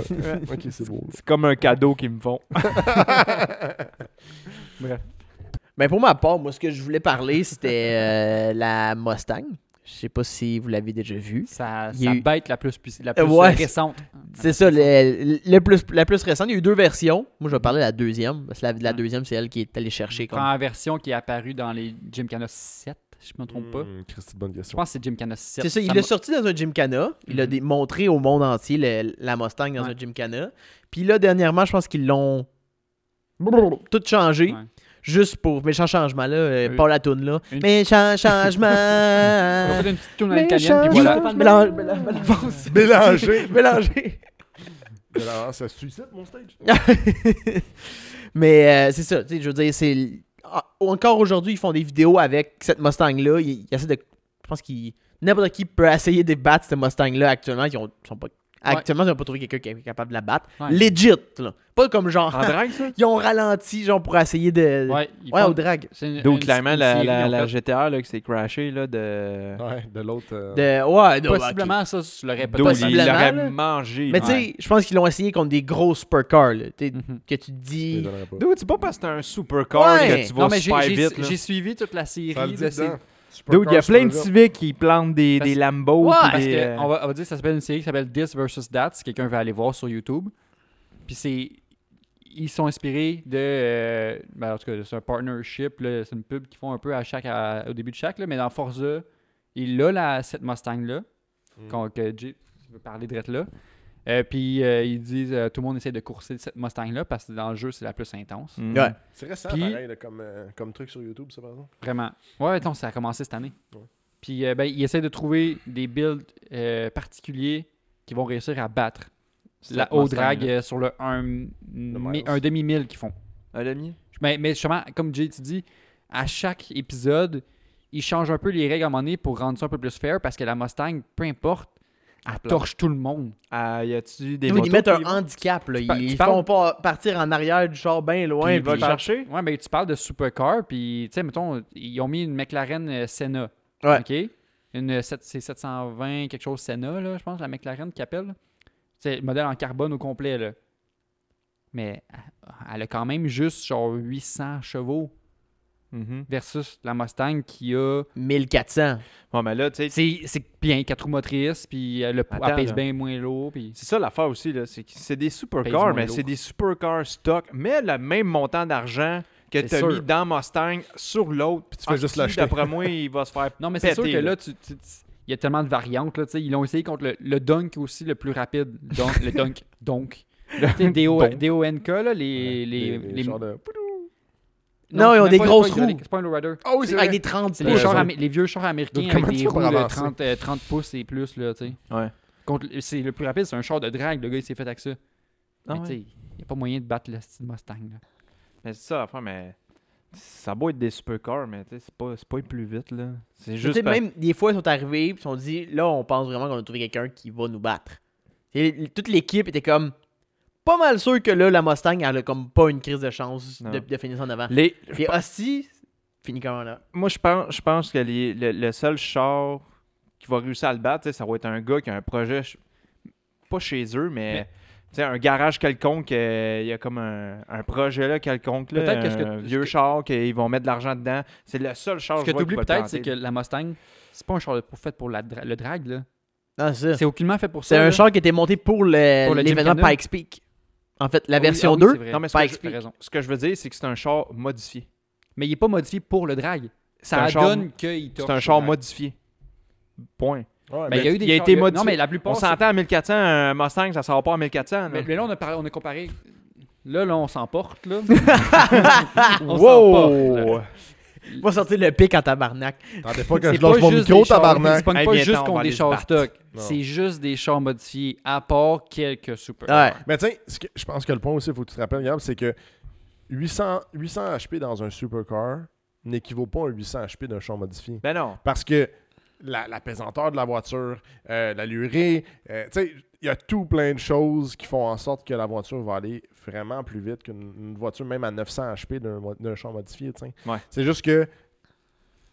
Speaker 1: ok, c'est beau.
Speaker 2: C'est comme un cadeau qu'ils me font.
Speaker 3: Mais Ben, pour ma part, moi, ce que je voulais parler, c'était euh, la Mustang. Je sais pas si vous l'avez déjà vue.
Speaker 4: Ça,
Speaker 3: Il y a
Speaker 4: ça
Speaker 3: eu-
Speaker 4: bête la plus, puiss- la plus
Speaker 3: ouais.
Speaker 4: euh, récente.
Speaker 3: C'est ça, le, le plus, la plus récente. Il y a eu deux versions. Moi, je vais parler de la deuxième. Parce que la, la deuxième, c'est elle qui est allée chercher. Comme...
Speaker 4: Première version qui est apparue dans les Gymkhana 7, je me trompe pas.
Speaker 1: Hmm, Christy, bonne
Speaker 4: Je
Speaker 1: question.
Speaker 4: pense que c'est Gymkhana 7.
Speaker 3: C'est ça, il
Speaker 4: me-
Speaker 3: l'a sorti dans un Gymkhana. Il a
Speaker 4: Mhm.
Speaker 3: dé- montré au monde entier le- la Mustang dans
Speaker 4: Ouais.
Speaker 3: un Gymkhana. Puis là, dernièrement, je pense qu'ils l'ont tout changé.
Speaker 4: Ouais.
Speaker 3: Juste pour méchant changement, là. euh,
Speaker 4: Oui.
Speaker 3: pas la toune, là.
Speaker 4: Une-
Speaker 3: Méchant changement.
Speaker 4: On fait une petite tournée
Speaker 3: Méchant
Speaker 4: italienne, puis voilà.
Speaker 3: changement. Mélange, mélange, mélange.
Speaker 1: Mélanger.
Speaker 3: Mélanger.
Speaker 1: Mélanger, ça se suicide, mon stage.
Speaker 3: Mais euh, c'est ça, tu sais, je veux dire, c'est. l- ah, Encore aujourd'hui, ils font des vidéos avec cette Mustang-là. Ils, ils essaient de. Je pense qu'ils. N'importe qui peut essayer de battre cette Mustang-là actuellement. Ils ont, ils sont pas, Actuellement, ils n'ont pas trouvé quelqu'un qui est capable de la battre.
Speaker 4: Ouais. Ah, ben.
Speaker 3: Legit, là. Pas comme genre.
Speaker 2: En drague,
Speaker 4: Euh,
Speaker 2: ça?
Speaker 3: ils ont ralenti, genre, pour essayer de. Ouais,
Speaker 4: Ouais, ils
Speaker 3: au
Speaker 4: font-
Speaker 3: drag.
Speaker 4: c'est une- une-
Speaker 2: Donc, clairement,
Speaker 4: une
Speaker 2: la,
Speaker 4: série,
Speaker 2: la,
Speaker 4: en
Speaker 2: la
Speaker 4: fait.
Speaker 2: GTR là, qui s'est crashée là, de.
Speaker 1: Ouais, de l'autre. euh,
Speaker 3: De, ouais, de- ok.
Speaker 4: Possiblement, ça, je l'aurais
Speaker 2: D'où
Speaker 4: pas
Speaker 2: il
Speaker 3: possiblement, là.
Speaker 2: l'aurait mangé.
Speaker 3: Mais tu sais,
Speaker 4: Ouais.
Speaker 3: je pense qu'ils l'ont essayé contre des gros supercars, là. tu sais,
Speaker 4: Mhm.
Speaker 3: Que tu te dis.
Speaker 1: je les donnerais pas.
Speaker 2: D'où, c'est pas parce que t'es un supercar
Speaker 3: Ouais.
Speaker 2: que tu vas
Speaker 4: Non, mais j'ai-
Speaker 2: super
Speaker 4: j'ai
Speaker 2: vite. là.
Speaker 4: j'ai suivi toute la série.
Speaker 1: Ça le dit
Speaker 4: là, c'est-
Speaker 1: dedans.
Speaker 2: Dude, il y a
Speaker 1: Supercar,
Speaker 2: plein de
Speaker 1: Supercar.
Speaker 2: Civics qui plantent des,
Speaker 4: Parce-
Speaker 2: des Lambo.
Speaker 3: Ouais,
Speaker 2: puis
Speaker 4: Parce
Speaker 2: des,
Speaker 4: que,
Speaker 2: euh,
Speaker 4: on, va, on va dire que ça s'appelle une série qui s'appelle This versus That, si quelqu'un veut aller voir sur YouTube. Puis c'est. Ils sont inspirés de. euh, ben, en tout cas, c'est un partnership, là, c'est une pub qu'ils font un peu à chaque, à- au début de chaque, là, mais dans Forza, il a la, cette Mustang-là.
Speaker 2: Hmm.
Speaker 4: qu'on- que Jay tu veux parler de là. Euh, puis euh, ils disent euh, tout le monde essaie de courser cette Mustang-là parce que dans le jeu, c'est la plus intense.
Speaker 2: Mm.
Speaker 3: Ouais.
Speaker 1: C'est récent,
Speaker 4: Puis-
Speaker 1: pareil, là, comme, euh, comme truc sur YouTube, ça, par exemple.
Speaker 4: Vraiment. Ouais, non, ça a commencé cette année.
Speaker 1: Ouais.
Speaker 4: Puis euh, ben, ils essaient de trouver des builds euh, particuliers qui vont réussir à battre la
Speaker 2: Cette
Speaker 4: haut drag
Speaker 2: Mustang-là.
Speaker 4: euh, sur le un, mi-
Speaker 1: miles.
Speaker 4: un demi-mille qu'ils font. Ben,
Speaker 2: Un demi?
Speaker 4: Mais, mais justement, comme Jay, tu dis, à chaque épisode, ils changent un peu les règles à un moment donné pour rendre ça un peu plus fair parce que la Mustang, peu importe, elle
Speaker 2: plante.
Speaker 4: torche tout le monde.
Speaker 2: Ah, y a-tu des
Speaker 3: Ils
Speaker 2: motos
Speaker 3: mettent un
Speaker 2: qui-
Speaker 3: handicap, là.
Speaker 4: par-
Speaker 3: Ils
Speaker 4: tu
Speaker 3: font pas partir en arrière du char bien
Speaker 2: qui
Speaker 3: loin.
Speaker 2: va le
Speaker 3: puis-
Speaker 2: chercher?
Speaker 4: Ouais, mais tu parles de supercar, puis tu sais, mettons, ils ont mis une McLaren euh, Senna.
Speaker 3: Ouais.
Speaker 4: OK? Une 7 c'est 720, quelque chose Senna, là, je pense, la McLaren qui appelle. C'est le modèle en carbone au complet, là. Mais elle a quand même juste genre 800 chevaux
Speaker 2: Mhm.
Speaker 4: versus la Mustang qui a.
Speaker 3: 1400.
Speaker 2: Ouais, mais là, tu sais,
Speaker 4: C'est c'est bien, 4 roues motrices, puis elle, a- elle
Speaker 2: Attends,
Speaker 4: pèse
Speaker 2: là.
Speaker 4: bien moins lourd. Puis...
Speaker 2: C'est ça l'affaire aussi, là. C'est, que c'est des
Speaker 4: Pèse
Speaker 2: supercars,
Speaker 4: moins
Speaker 2: mais
Speaker 4: lourd.
Speaker 2: c'est des supercars stock. Mets le même montant d'argent que
Speaker 4: C'est
Speaker 2: tu as
Speaker 4: sûr.
Speaker 2: mis dans Mustang sur l'autre. Puis
Speaker 1: tu fais juste l'acheter.
Speaker 2: Ah, D'après moi, il va se faire.
Speaker 4: Non, mais c'est sûr
Speaker 2: Pété,
Speaker 4: que
Speaker 2: là.
Speaker 4: là, tu- tu- tu- il y a tellement de variantes. Là, tu sais, ils l'ont essayé contre le, le dunk aussi le plus rapide. Donc, le dunk. Donc. Tu sais, DO
Speaker 2: Dunk.
Speaker 4: DONK, là, les. les,
Speaker 1: Les- les
Speaker 4: les-
Speaker 1: genres de-
Speaker 3: Non, ils ont
Speaker 4: c'est
Speaker 3: des
Speaker 4: même pas-
Speaker 3: grosses
Speaker 4: c'est pas une
Speaker 3: roues.
Speaker 4: hydraulique, C'est pas un lowrider.
Speaker 1: Ah oui, c'est vrai.
Speaker 3: Avec des 30
Speaker 4: C'est
Speaker 1: Ouais,
Speaker 4: les,
Speaker 1: c'est
Speaker 4: chars
Speaker 1: vrai.
Speaker 4: amé- les vieux chars américains
Speaker 1: Donc,
Speaker 4: avec
Speaker 1: comment tu
Speaker 4: des
Speaker 1: fais
Speaker 4: roues
Speaker 1: pour
Speaker 4: de
Speaker 1: avancer?
Speaker 4: 30, euh, 30 pouces et plus. Là, tu sais.
Speaker 2: Ouais.
Speaker 4: Contre- c'est le plus rapide, c'est un char de drague. Le gars, il s'est fait avec ça.
Speaker 2: Ah
Speaker 4: Mais
Speaker 2: ouais.
Speaker 4: tu sais, il n'y a pas moyen de battre le style Mustang. là.
Speaker 2: Mais c'est ça l'affaire, mais. Ça doit être des supercars, mais tu sais, c'est pas, c'est pas les plus vite, là. C'est
Speaker 3: Tu
Speaker 2: juste.
Speaker 3: sais,
Speaker 2: parce-
Speaker 3: même des fois, ils sont arrivés et ils se sont dit là, on pense vraiment qu'on a trouvé quelqu'un qui va nous battre. Et toute l'équipe était comme pas mal sûr que là, la Mustang, elle a comme pas une crise de chance
Speaker 2: Non.
Speaker 3: de, de finir ça en avant.
Speaker 2: Les,
Speaker 3: Puis aussi, finit comme en avant.
Speaker 2: moi, je pense, je pense que les- le, le seul char qui va réussir à le battre, tu sais, ça va être un gars qui a un projet, ch- pas chez eux, mais,
Speaker 4: Mais-
Speaker 2: tu sais, un garage quelconque, euh, il y a comme un, un projet là, quelconque, là,
Speaker 4: Peut-être que ce que-
Speaker 2: un
Speaker 4: ce
Speaker 2: vieux
Speaker 4: que-
Speaker 2: char, qu'ils vont mettre de l'argent dedans. C'est le seul char
Speaker 4: Ce
Speaker 2: je
Speaker 4: que
Speaker 2: vois,
Speaker 4: tu
Speaker 2: qui
Speaker 4: oublies
Speaker 2: va le
Speaker 4: peut-être, c'est que
Speaker 2: planter.
Speaker 4: la Mustang, c'est pas un char de, pour, fait pour la dra- le drag. là.
Speaker 3: Non, c'est ça.
Speaker 4: C'est aucunement fait pour ça.
Speaker 3: C'est un
Speaker 4: là.
Speaker 3: char qui était monté pour le-
Speaker 4: Pour le
Speaker 3: l'événement
Speaker 4: Gymkhana.
Speaker 3: Pikes Peak. En fait, la
Speaker 4: Ah oui,
Speaker 3: version
Speaker 4: ah oui,
Speaker 3: 2.
Speaker 4: c'est vrai.
Speaker 2: Non, mais ce
Speaker 3: Pas
Speaker 2: que,
Speaker 3: explique.
Speaker 2: je, raison. ce que je veux dire, c'est que c'est un char modifié.
Speaker 4: Mais il n'est pas modifié pour le drag.
Speaker 2: C'est
Speaker 4: Ça
Speaker 2: un char-
Speaker 4: donne qu'il
Speaker 2: C'est
Speaker 4: torche.
Speaker 2: un
Speaker 4: le
Speaker 2: char
Speaker 4: drag.
Speaker 2: modifié. Point.
Speaker 1: Ouais,
Speaker 4: Mais il y a eu des ben,
Speaker 2: il a
Speaker 4: chars-
Speaker 2: été
Speaker 4: le-
Speaker 2: modifié.
Speaker 4: Non, mais la
Speaker 2: On
Speaker 4: plupart. c'est-
Speaker 2: s'entend à 1400, un Mustang, ça sort pas à 1400. là.
Speaker 4: Mais, mais là, on a, parlé, on a comparé. Là, là, on s'emporte. Là. on s'emporte.
Speaker 2: wow!
Speaker 3: Va sortir le pic en tabarnak.
Speaker 1: Attendez pas que
Speaker 4: C'est
Speaker 1: je lâche
Speaker 4: pas
Speaker 1: mon
Speaker 4: juste
Speaker 1: micro,
Speaker 4: des chars-
Speaker 1: tabarnak.
Speaker 4: C'est pas,
Speaker 2: Eh
Speaker 4: pas
Speaker 2: bien,
Speaker 4: juste
Speaker 2: attends, on
Speaker 4: qu'on
Speaker 2: va
Speaker 4: des
Speaker 2: les
Speaker 4: chars
Speaker 2: battre.
Speaker 4: stock.
Speaker 1: Non.
Speaker 4: C'est juste des chars modifiés, à part quelques super.
Speaker 3: Ouais.
Speaker 1: Mais tiens, ce que- je pense que le point aussi, il faut que tu te rappelles, Gab, c'est que 800, 800 HP dans un supercar n'équivaut pas à un 800 HP d'un champ modifié.
Speaker 2: Ben non.
Speaker 1: Parce que la, la pesanteur de la voiture, euh, la lurée, euh, tu sais, il y a tout plein de choses qui font en sorte que la voiture va aller vraiment plus vite qu'une une voiture même à 900 HP d'un mo- d'un champ modifié, tu sais.
Speaker 2: Ouais.
Speaker 1: C'est juste que,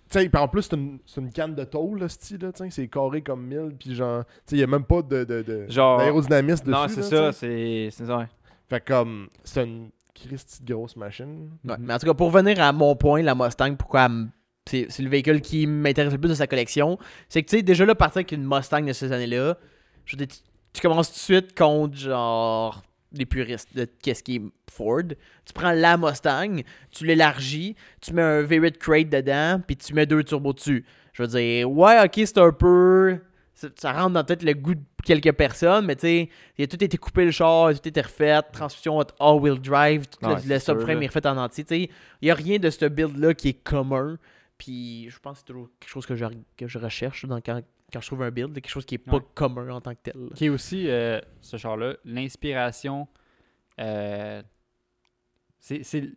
Speaker 1: tu sais, puis en plus, c'est une, c'est une canne de tôle, là, ce style, là, tu sais, c'est carré comme 1000, puis genre, tu sais, il n'y a même pas de, de, de-
Speaker 2: Genre-
Speaker 1: d'aérodynamisme dessus.
Speaker 2: Non, c'est
Speaker 1: là,
Speaker 2: ça,
Speaker 1: tu sais.
Speaker 2: c'est c'est ça.
Speaker 1: Fait que comme, c'est une christie de grosse machine.
Speaker 3: Ouais.
Speaker 4: Mhm.
Speaker 3: Mais en tout cas, pour revenir à mon point, la Mustang, pourquoi elle me- c'est c'est le véhicule qui m'intéresse le plus de sa collection, c'est que tu sais, déjà là, partir avec une Mustang de ces années-là, je veux dire, tu, tu commences tout de suite contre genre les puristes de qu'est-ce qui est Ford. Tu prends la Mustang, tu l'élargis, tu mets un V8 crate dedans, puis tu mets deux turbos dessus. Je veux dire, ouais, ok, c'est un peu. Ça ça rentre dans peut-être le goût de quelques personnes, mais tu sais, il a tout été coupé le char, tout été refait, transmission all-wheel drive, tout
Speaker 2: Ouais,
Speaker 3: le, le
Speaker 2: c'est sûr,
Speaker 3: subframe
Speaker 2: là.
Speaker 3: est refait en entier. Tu sais, il n'y a rien de ce build-là qui est commun. Puis je pense que c'est toujours quelque chose que je, que je recherche dans, quand, quand je trouve un build, quelque chose qui est pas
Speaker 4: Ouais.
Speaker 3: commun en tant que tel.
Speaker 4: Qui est aussi, euh, ce char-là, l'inspiration. euh, c'est c'est l-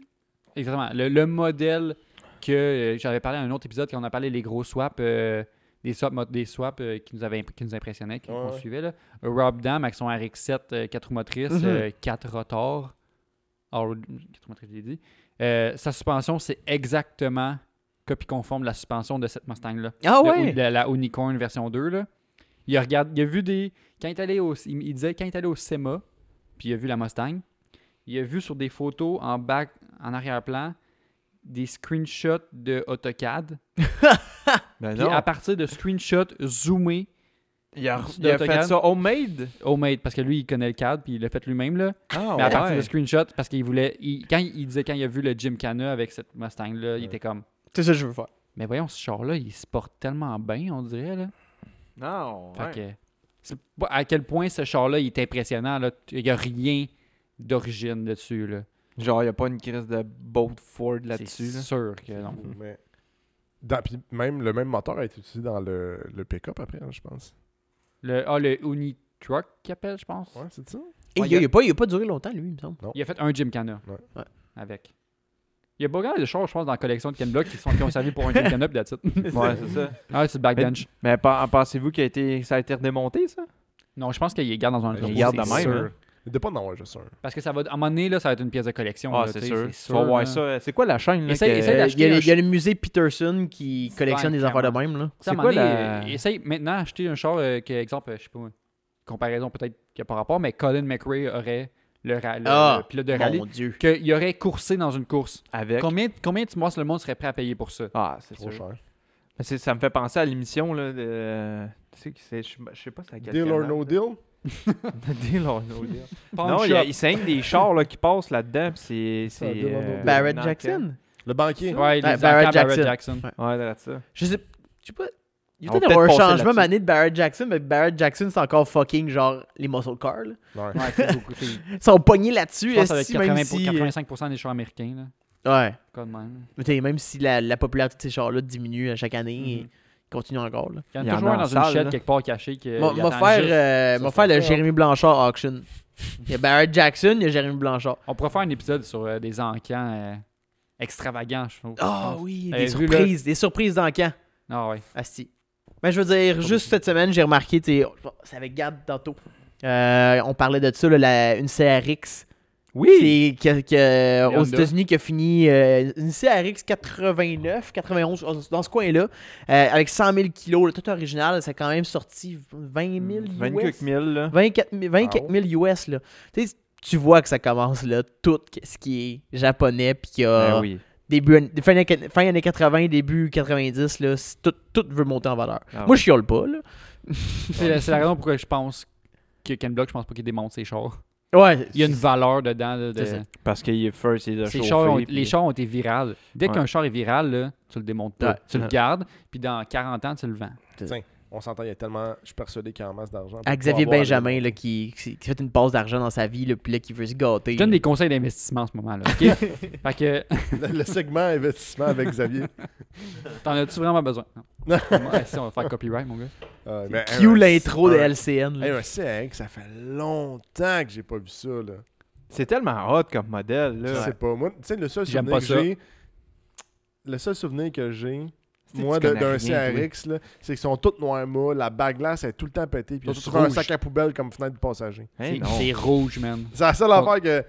Speaker 4: exactement le, le modèle que euh, j'avais parlé dans un autre épisode quand on a parlé des gros swaps, euh, des swaps, mot- des swaps euh, qui, nous avaient imp- qui nous impressionnaient, qui- qu'on
Speaker 1: Ouais.
Speaker 4: suivait. Là. Rob Dam avec son RX-7, 4 euh, roues motrices, euh,
Speaker 3: Mhm.
Speaker 4: 4 rotors. All- Ah, quatre roues motrices, je l'ai dit. Euh, sa suspension, c'est exactement copie conforme de la suspension de cette Mustang-là
Speaker 3: Ah
Speaker 4: le- ou- la, la Unicorn version 2. Là. Il, a regard- il a vu des. Quand il, est allé au, il, il disait quand il est allé au SEMA, puis il a vu la Mustang, il a vu sur des photos en back, en arrière-plan, des screenshots de AutoCAD.
Speaker 2: Ben
Speaker 4: Puis à partir de screenshots zoomés,
Speaker 2: Il a,
Speaker 4: il a fait
Speaker 2: fait ça
Speaker 4: ça
Speaker 2: homemade.
Speaker 4: homemade, parce que lui, il connaît le CAD, puis il l'a fait lui-même. là.
Speaker 2: Ah,
Speaker 4: Mais à partir de screenshots, parce qu'il voulait. il- quand il, il disait, quand il a vu le Gymkhana avec cette Mustang-là, il
Speaker 1: Ouais.
Speaker 4: était comme.
Speaker 3: C'est ça que je veux faire.
Speaker 4: Mais voyons, ce char-là, il se porte tellement bien, on dirait. Là.
Speaker 2: Non.
Speaker 4: Fait
Speaker 2: ouais.
Speaker 4: que, c'est pas- à quel point ce char-là il est impressionnant. là. Il n'y a rien d'origine dessus. Là.
Speaker 2: Genre, il a pas une crise de boat Ford
Speaker 4: C'est
Speaker 2: là-dessus. là.
Speaker 4: sûr que non.
Speaker 1: Mais... Dans- puis même, le même moteur a été utilisé dans le, le pick-up après, hein, je pense.
Speaker 4: Le, ah, le Uni Truck qu'il appelle, je pense.
Speaker 1: Ouais, c'est ça?
Speaker 3: Et
Speaker 4: Ouais,
Speaker 3: il
Speaker 4: y
Speaker 3: n'a
Speaker 4: a-
Speaker 3: a pas, il a pas duré longtemps, lui, il me semble.
Speaker 4: Il a fait un Gymkhana
Speaker 1: Ouais.
Speaker 3: Ouais.
Speaker 4: avec. Il y a pas mal de choses, je pense, dans la collection de Ken Block qui, sont, qui ont servi pour un Gymkhana, puis that's it.
Speaker 2: Ouais, c'est ça.
Speaker 4: Ah, c'est le backbench.
Speaker 2: Mais pa- pensez-vous qu'il a été, ça a été redémonté, ça?
Speaker 4: Non, je pense qu'il les garde dans un
Speaker 1: Il
Speaker 4: entrepôt,
Speaker 1: les
Speaker 2: garde
Speaker 4: c'est
Speaker 2: de même,
Speaker 4: sûr.
Speaker 2: hein.
Speaker 1: Il doit pas en avoir juste un.
Speaker 4: Parce que ça va, à un moment donné, là, ça va être une pièce de collection.
Speaker 2: Ah,
Speaker 4: là,
Speaker 2: c'est
Speaker 4: tu sais,
Speaker 2: sûr. Tu vas
Speaker 4: sûr,
Speaker 2: voir
Speaker 4: là.
Speaker 2: ça. euh, C'est quoi la chaîne? là,
Speaker 4: Essaye-
Speaker 2: que-
Speaker 4: essaye d'acheter-
Speaker 3: Euh, Il y, a,
Speaker 4: un
Speaker 3: le- il y a
Speaker 4: ch-
Speaker 3: le musée Peterson qui collectionne
Speaker 4: Ouais,
Speaker 3: des affaires de même. Là.
Speaker 4: C'est
Speaker 2: C'est
Speaker 4: quoi
Speaker 2: quoi
Speaker 4: la...
Speaker 2: la-
Speaker 4: Essaye maintenant d'acheter un char, euh, que, exemple, euh, je sais pas, moi, comparaison peut-être qu'il y a par rapport, mais Colin McRae aurait le, ra- le-
Speaker 3: Ah,
Speaker 4: le pilote de rallye,
Speaker 3: Mon Dieu.
Speaker 4: qu'il aurait coursé dans une course.
Speaker 2: Avec.
Speaker 4: Combien, combien tu penses le monde serait prêt à payer pour ça?
Speaker 2: Ah, c'est
Speaker 1: Trop
Speaker 2: sûr.
Speaker 1: cher.
Speaker 2: Mais c'est- ça me fait penser à l'émission, là, de... Tu sais, que c'est- je je sais pas c'est à quel
Speaker 1: Deal or
Speaker 2: canal,
Speaker 1: no
Speaker 2: là.
Speaker 1: deal?
Speaker 2: Deal or no deal.
Speaker 4: Pawn
Speaker 2: Non, il, y a-
Speaker 4: shop.
Speaker 2: il saigne des chars là, qui passent là-dedans, puis c'est...
Speaker 1: Ça,
Speaker 2: c'est, euh,
Speaker 1: Deal or no deal.
Speaker 3: Barrett
Speaker 2: dans lequel-
Speaker 3: Jackson?
Speaker 1: Le banquier.
Speaker 4: Ouais, les
Speaker 3: Ouais,
Speaker 4: enfants
Speaker 3: Barrett
Speaker 4: Barrett
Speaker 3: Jackson.
Speaker 4: Jackson.
Speaker 2: Ouais, là, ça.
Speaker 3: Je sais, je sais pas. Il
Speaker 2: On
Speaker 3: va
Speaker 2: va
Speaker 3: peut-être avoir
Speaker 2: peut-être
Speaker 3: un
Speaker 2: passer
Speaker 3: changement
Speaker 2: là-dessus.
Speaker 3: mané de Barrett Jackson, mais Barrett Jackson, c'est encore fucking genre les muscle cars. là.
Speaker 1: Ouais.
Speaker 4: Ouais, c'est beaucoup. c'est- Je
Speaker 3: Ils sont pognés là-dessus.
Speaker 4: pense avec
Speaker 3: esti, même
Speaker 4: 80
Speaker 3: si, euh,
Speaker 4: 85% des chars américains. Là.
Speaker 3: Ouais.
Speaker 4: Quand même.
Speaker 3: Mais t'sais, même si la, la popularité de ces chars-là diminue à chaque année, ils continuent encore. Là.
Speaker 4: Il y en
Speaker 2: Il y
Speaker 4: a
Speaker 2: en
Speaker 4: toujours
Speaker 2: a
Speaker 4: un
Speaker 2: en
Speaker 4: dans une
Speaker 2: salle,
Speaker 4: chaîne
Speaker 2: là.
Speaker 4: quelque part cachée. qui, euh,
Speaker 3: M'a
Speaker 4: il
Speaker 3: m'a
Speaker 4: attend
Speaker 3: faire,
Speaker 4: juste-
Speaker 3: euh,
Speaker 4: ça,
Speaker 3: m'a
Speaker 4: c'est
Speaker 3: faire le
Speaker 4: ça.
Speaker 3: Jérémy Blanchard auction. Il y a Barrett Jackson, il y a Jérémy Blanchard.
Speaker 4: On pourrait faire un épisode sur euh, des encans euh, extravagants, je trouve.
Speaker 3: Ah oui,
Speaker 4: Avez
Speaker 3: des
Speaker 4: vu, là?
Speaker 3: surprises, des surprises dans le camp.
Speaker 4: Ah ouais.
Speaker 3: Asti. Mais je veux dire, juste cette semaine, j'ai remarqué, tu sais, c'est avec Gab tantôt. Euh, on parlait de ça, là, la- une CRX. Oui! Que, que- euh, aux
Speaker 4: Honda.
Speaker 3: États-Unis qui a fini euh, une CRX 89, 91, dans ce- dans ce coin-là, euh, avec 100 000 kilos. Le tout original, ça a quand même sorti 20 000 US.
Speaker 2: 24 000, là.
Speaker 3: 24 000, 24 000 US, là. Tu sais, tu vois que ça commence, là, tout ce qui est japonais, puis qu'il y a
Speaker 2: Ben oui.
Speaker 3: début an- fin, années quat- fin années 80, début 90, là, c'est- tout, tout veut monter en valeur.
Speaker 2: Ah
Speaker 3: Moi, je chiole pas, là.
Speaker 4: C'est la, c'est la raison pourquoi je pense que Ken Block, je pense pas qu'il démonte ses chars.
Speaker 3: Ouais,
Speaker 4: Il y a une valeur dedans. là, de-
Speaker 3: C'est ça.
Speaker 2: Parce qu'il est first, il a
Speaker 4: Ses
Speaker 2: chauffé,
Speaker 4: chars ont-
Speaker 2: puis-
Speaker 4: les chars ont été virales. Dès
Speaker 2: Ouais.
Speaker 4: qu'un char est viral, là, tu le démontes pas.
Speaker 3: Ouais.
Speaker 4: Tu le
Speaker 2: Ouais.
Speaker 4: gardes, puis dans 40 ans, tu le vends.
Speaker 1: On s'entend, il y a tellement. Je suis persuadé qu'il y a en masse d'argent.
Speaker 3: à Ah, Xavier Benjamin là, qui, qui qui fait une passe d'argent dans sa vie, là, puis là, qui veut se gâter.
Speaker 4: Je donne
Speaker 3: là.
Speaker 4: des conseils d'investissement en ce moment-là. OK? fait que,
Speaker 1: Le, le segment investissement avec Xavier.
Speaker 4: t'en as-tu vraiment besoin? Non. Ouais, si, on va faire copyright, mon gars.
Speaker 1: Euh, mais, hey,
Speaker 3: Cue
Speaker 1: un-
Speaker 3: l'intro de
Speaker 1: un-
Speaker 3: LCN. là.
Speaker 1: hey, un CRX, ça fait longtemps que j'ai pas vu ça. Là.
Speaker 2: C'est tellement hot comme modèle,
Speaker 1: Je
Speaker 2: là.
Speaker 1: sais pas. Moi, tu sais, le seul
Speaker 4: J'aime
Speaker 1: souvenir
Speaker 4: pas
Speaker 1: que
Speaker 4: ça.
Speaker 1: j'ai. Le seul souvenir que j'ai,
Speaker 4: Tu
Speaker 1: moi, de-
Speaker 4: connais
Speaker 1: d'un
Speaker 4: rien, toi.
Speaker 1: CRX, là, c'est qu'ils sont tous noirs mâts, la bague glace est tout le temps pétée, puis il y a
Speaker 4: Tout
Speaker 1: toujours un
Speaker 4: rouge.
Speaker 1: sac à poubelle comme fenêtre du passager.
Speaker 2: Hein,
Speaker 4: C'est-
Speaker 2: non.
Speaker 4: C'est rouge, man.
Speaker 1: C'est la seule
Speaker 4: Bon.
Speaker 1: affaire que.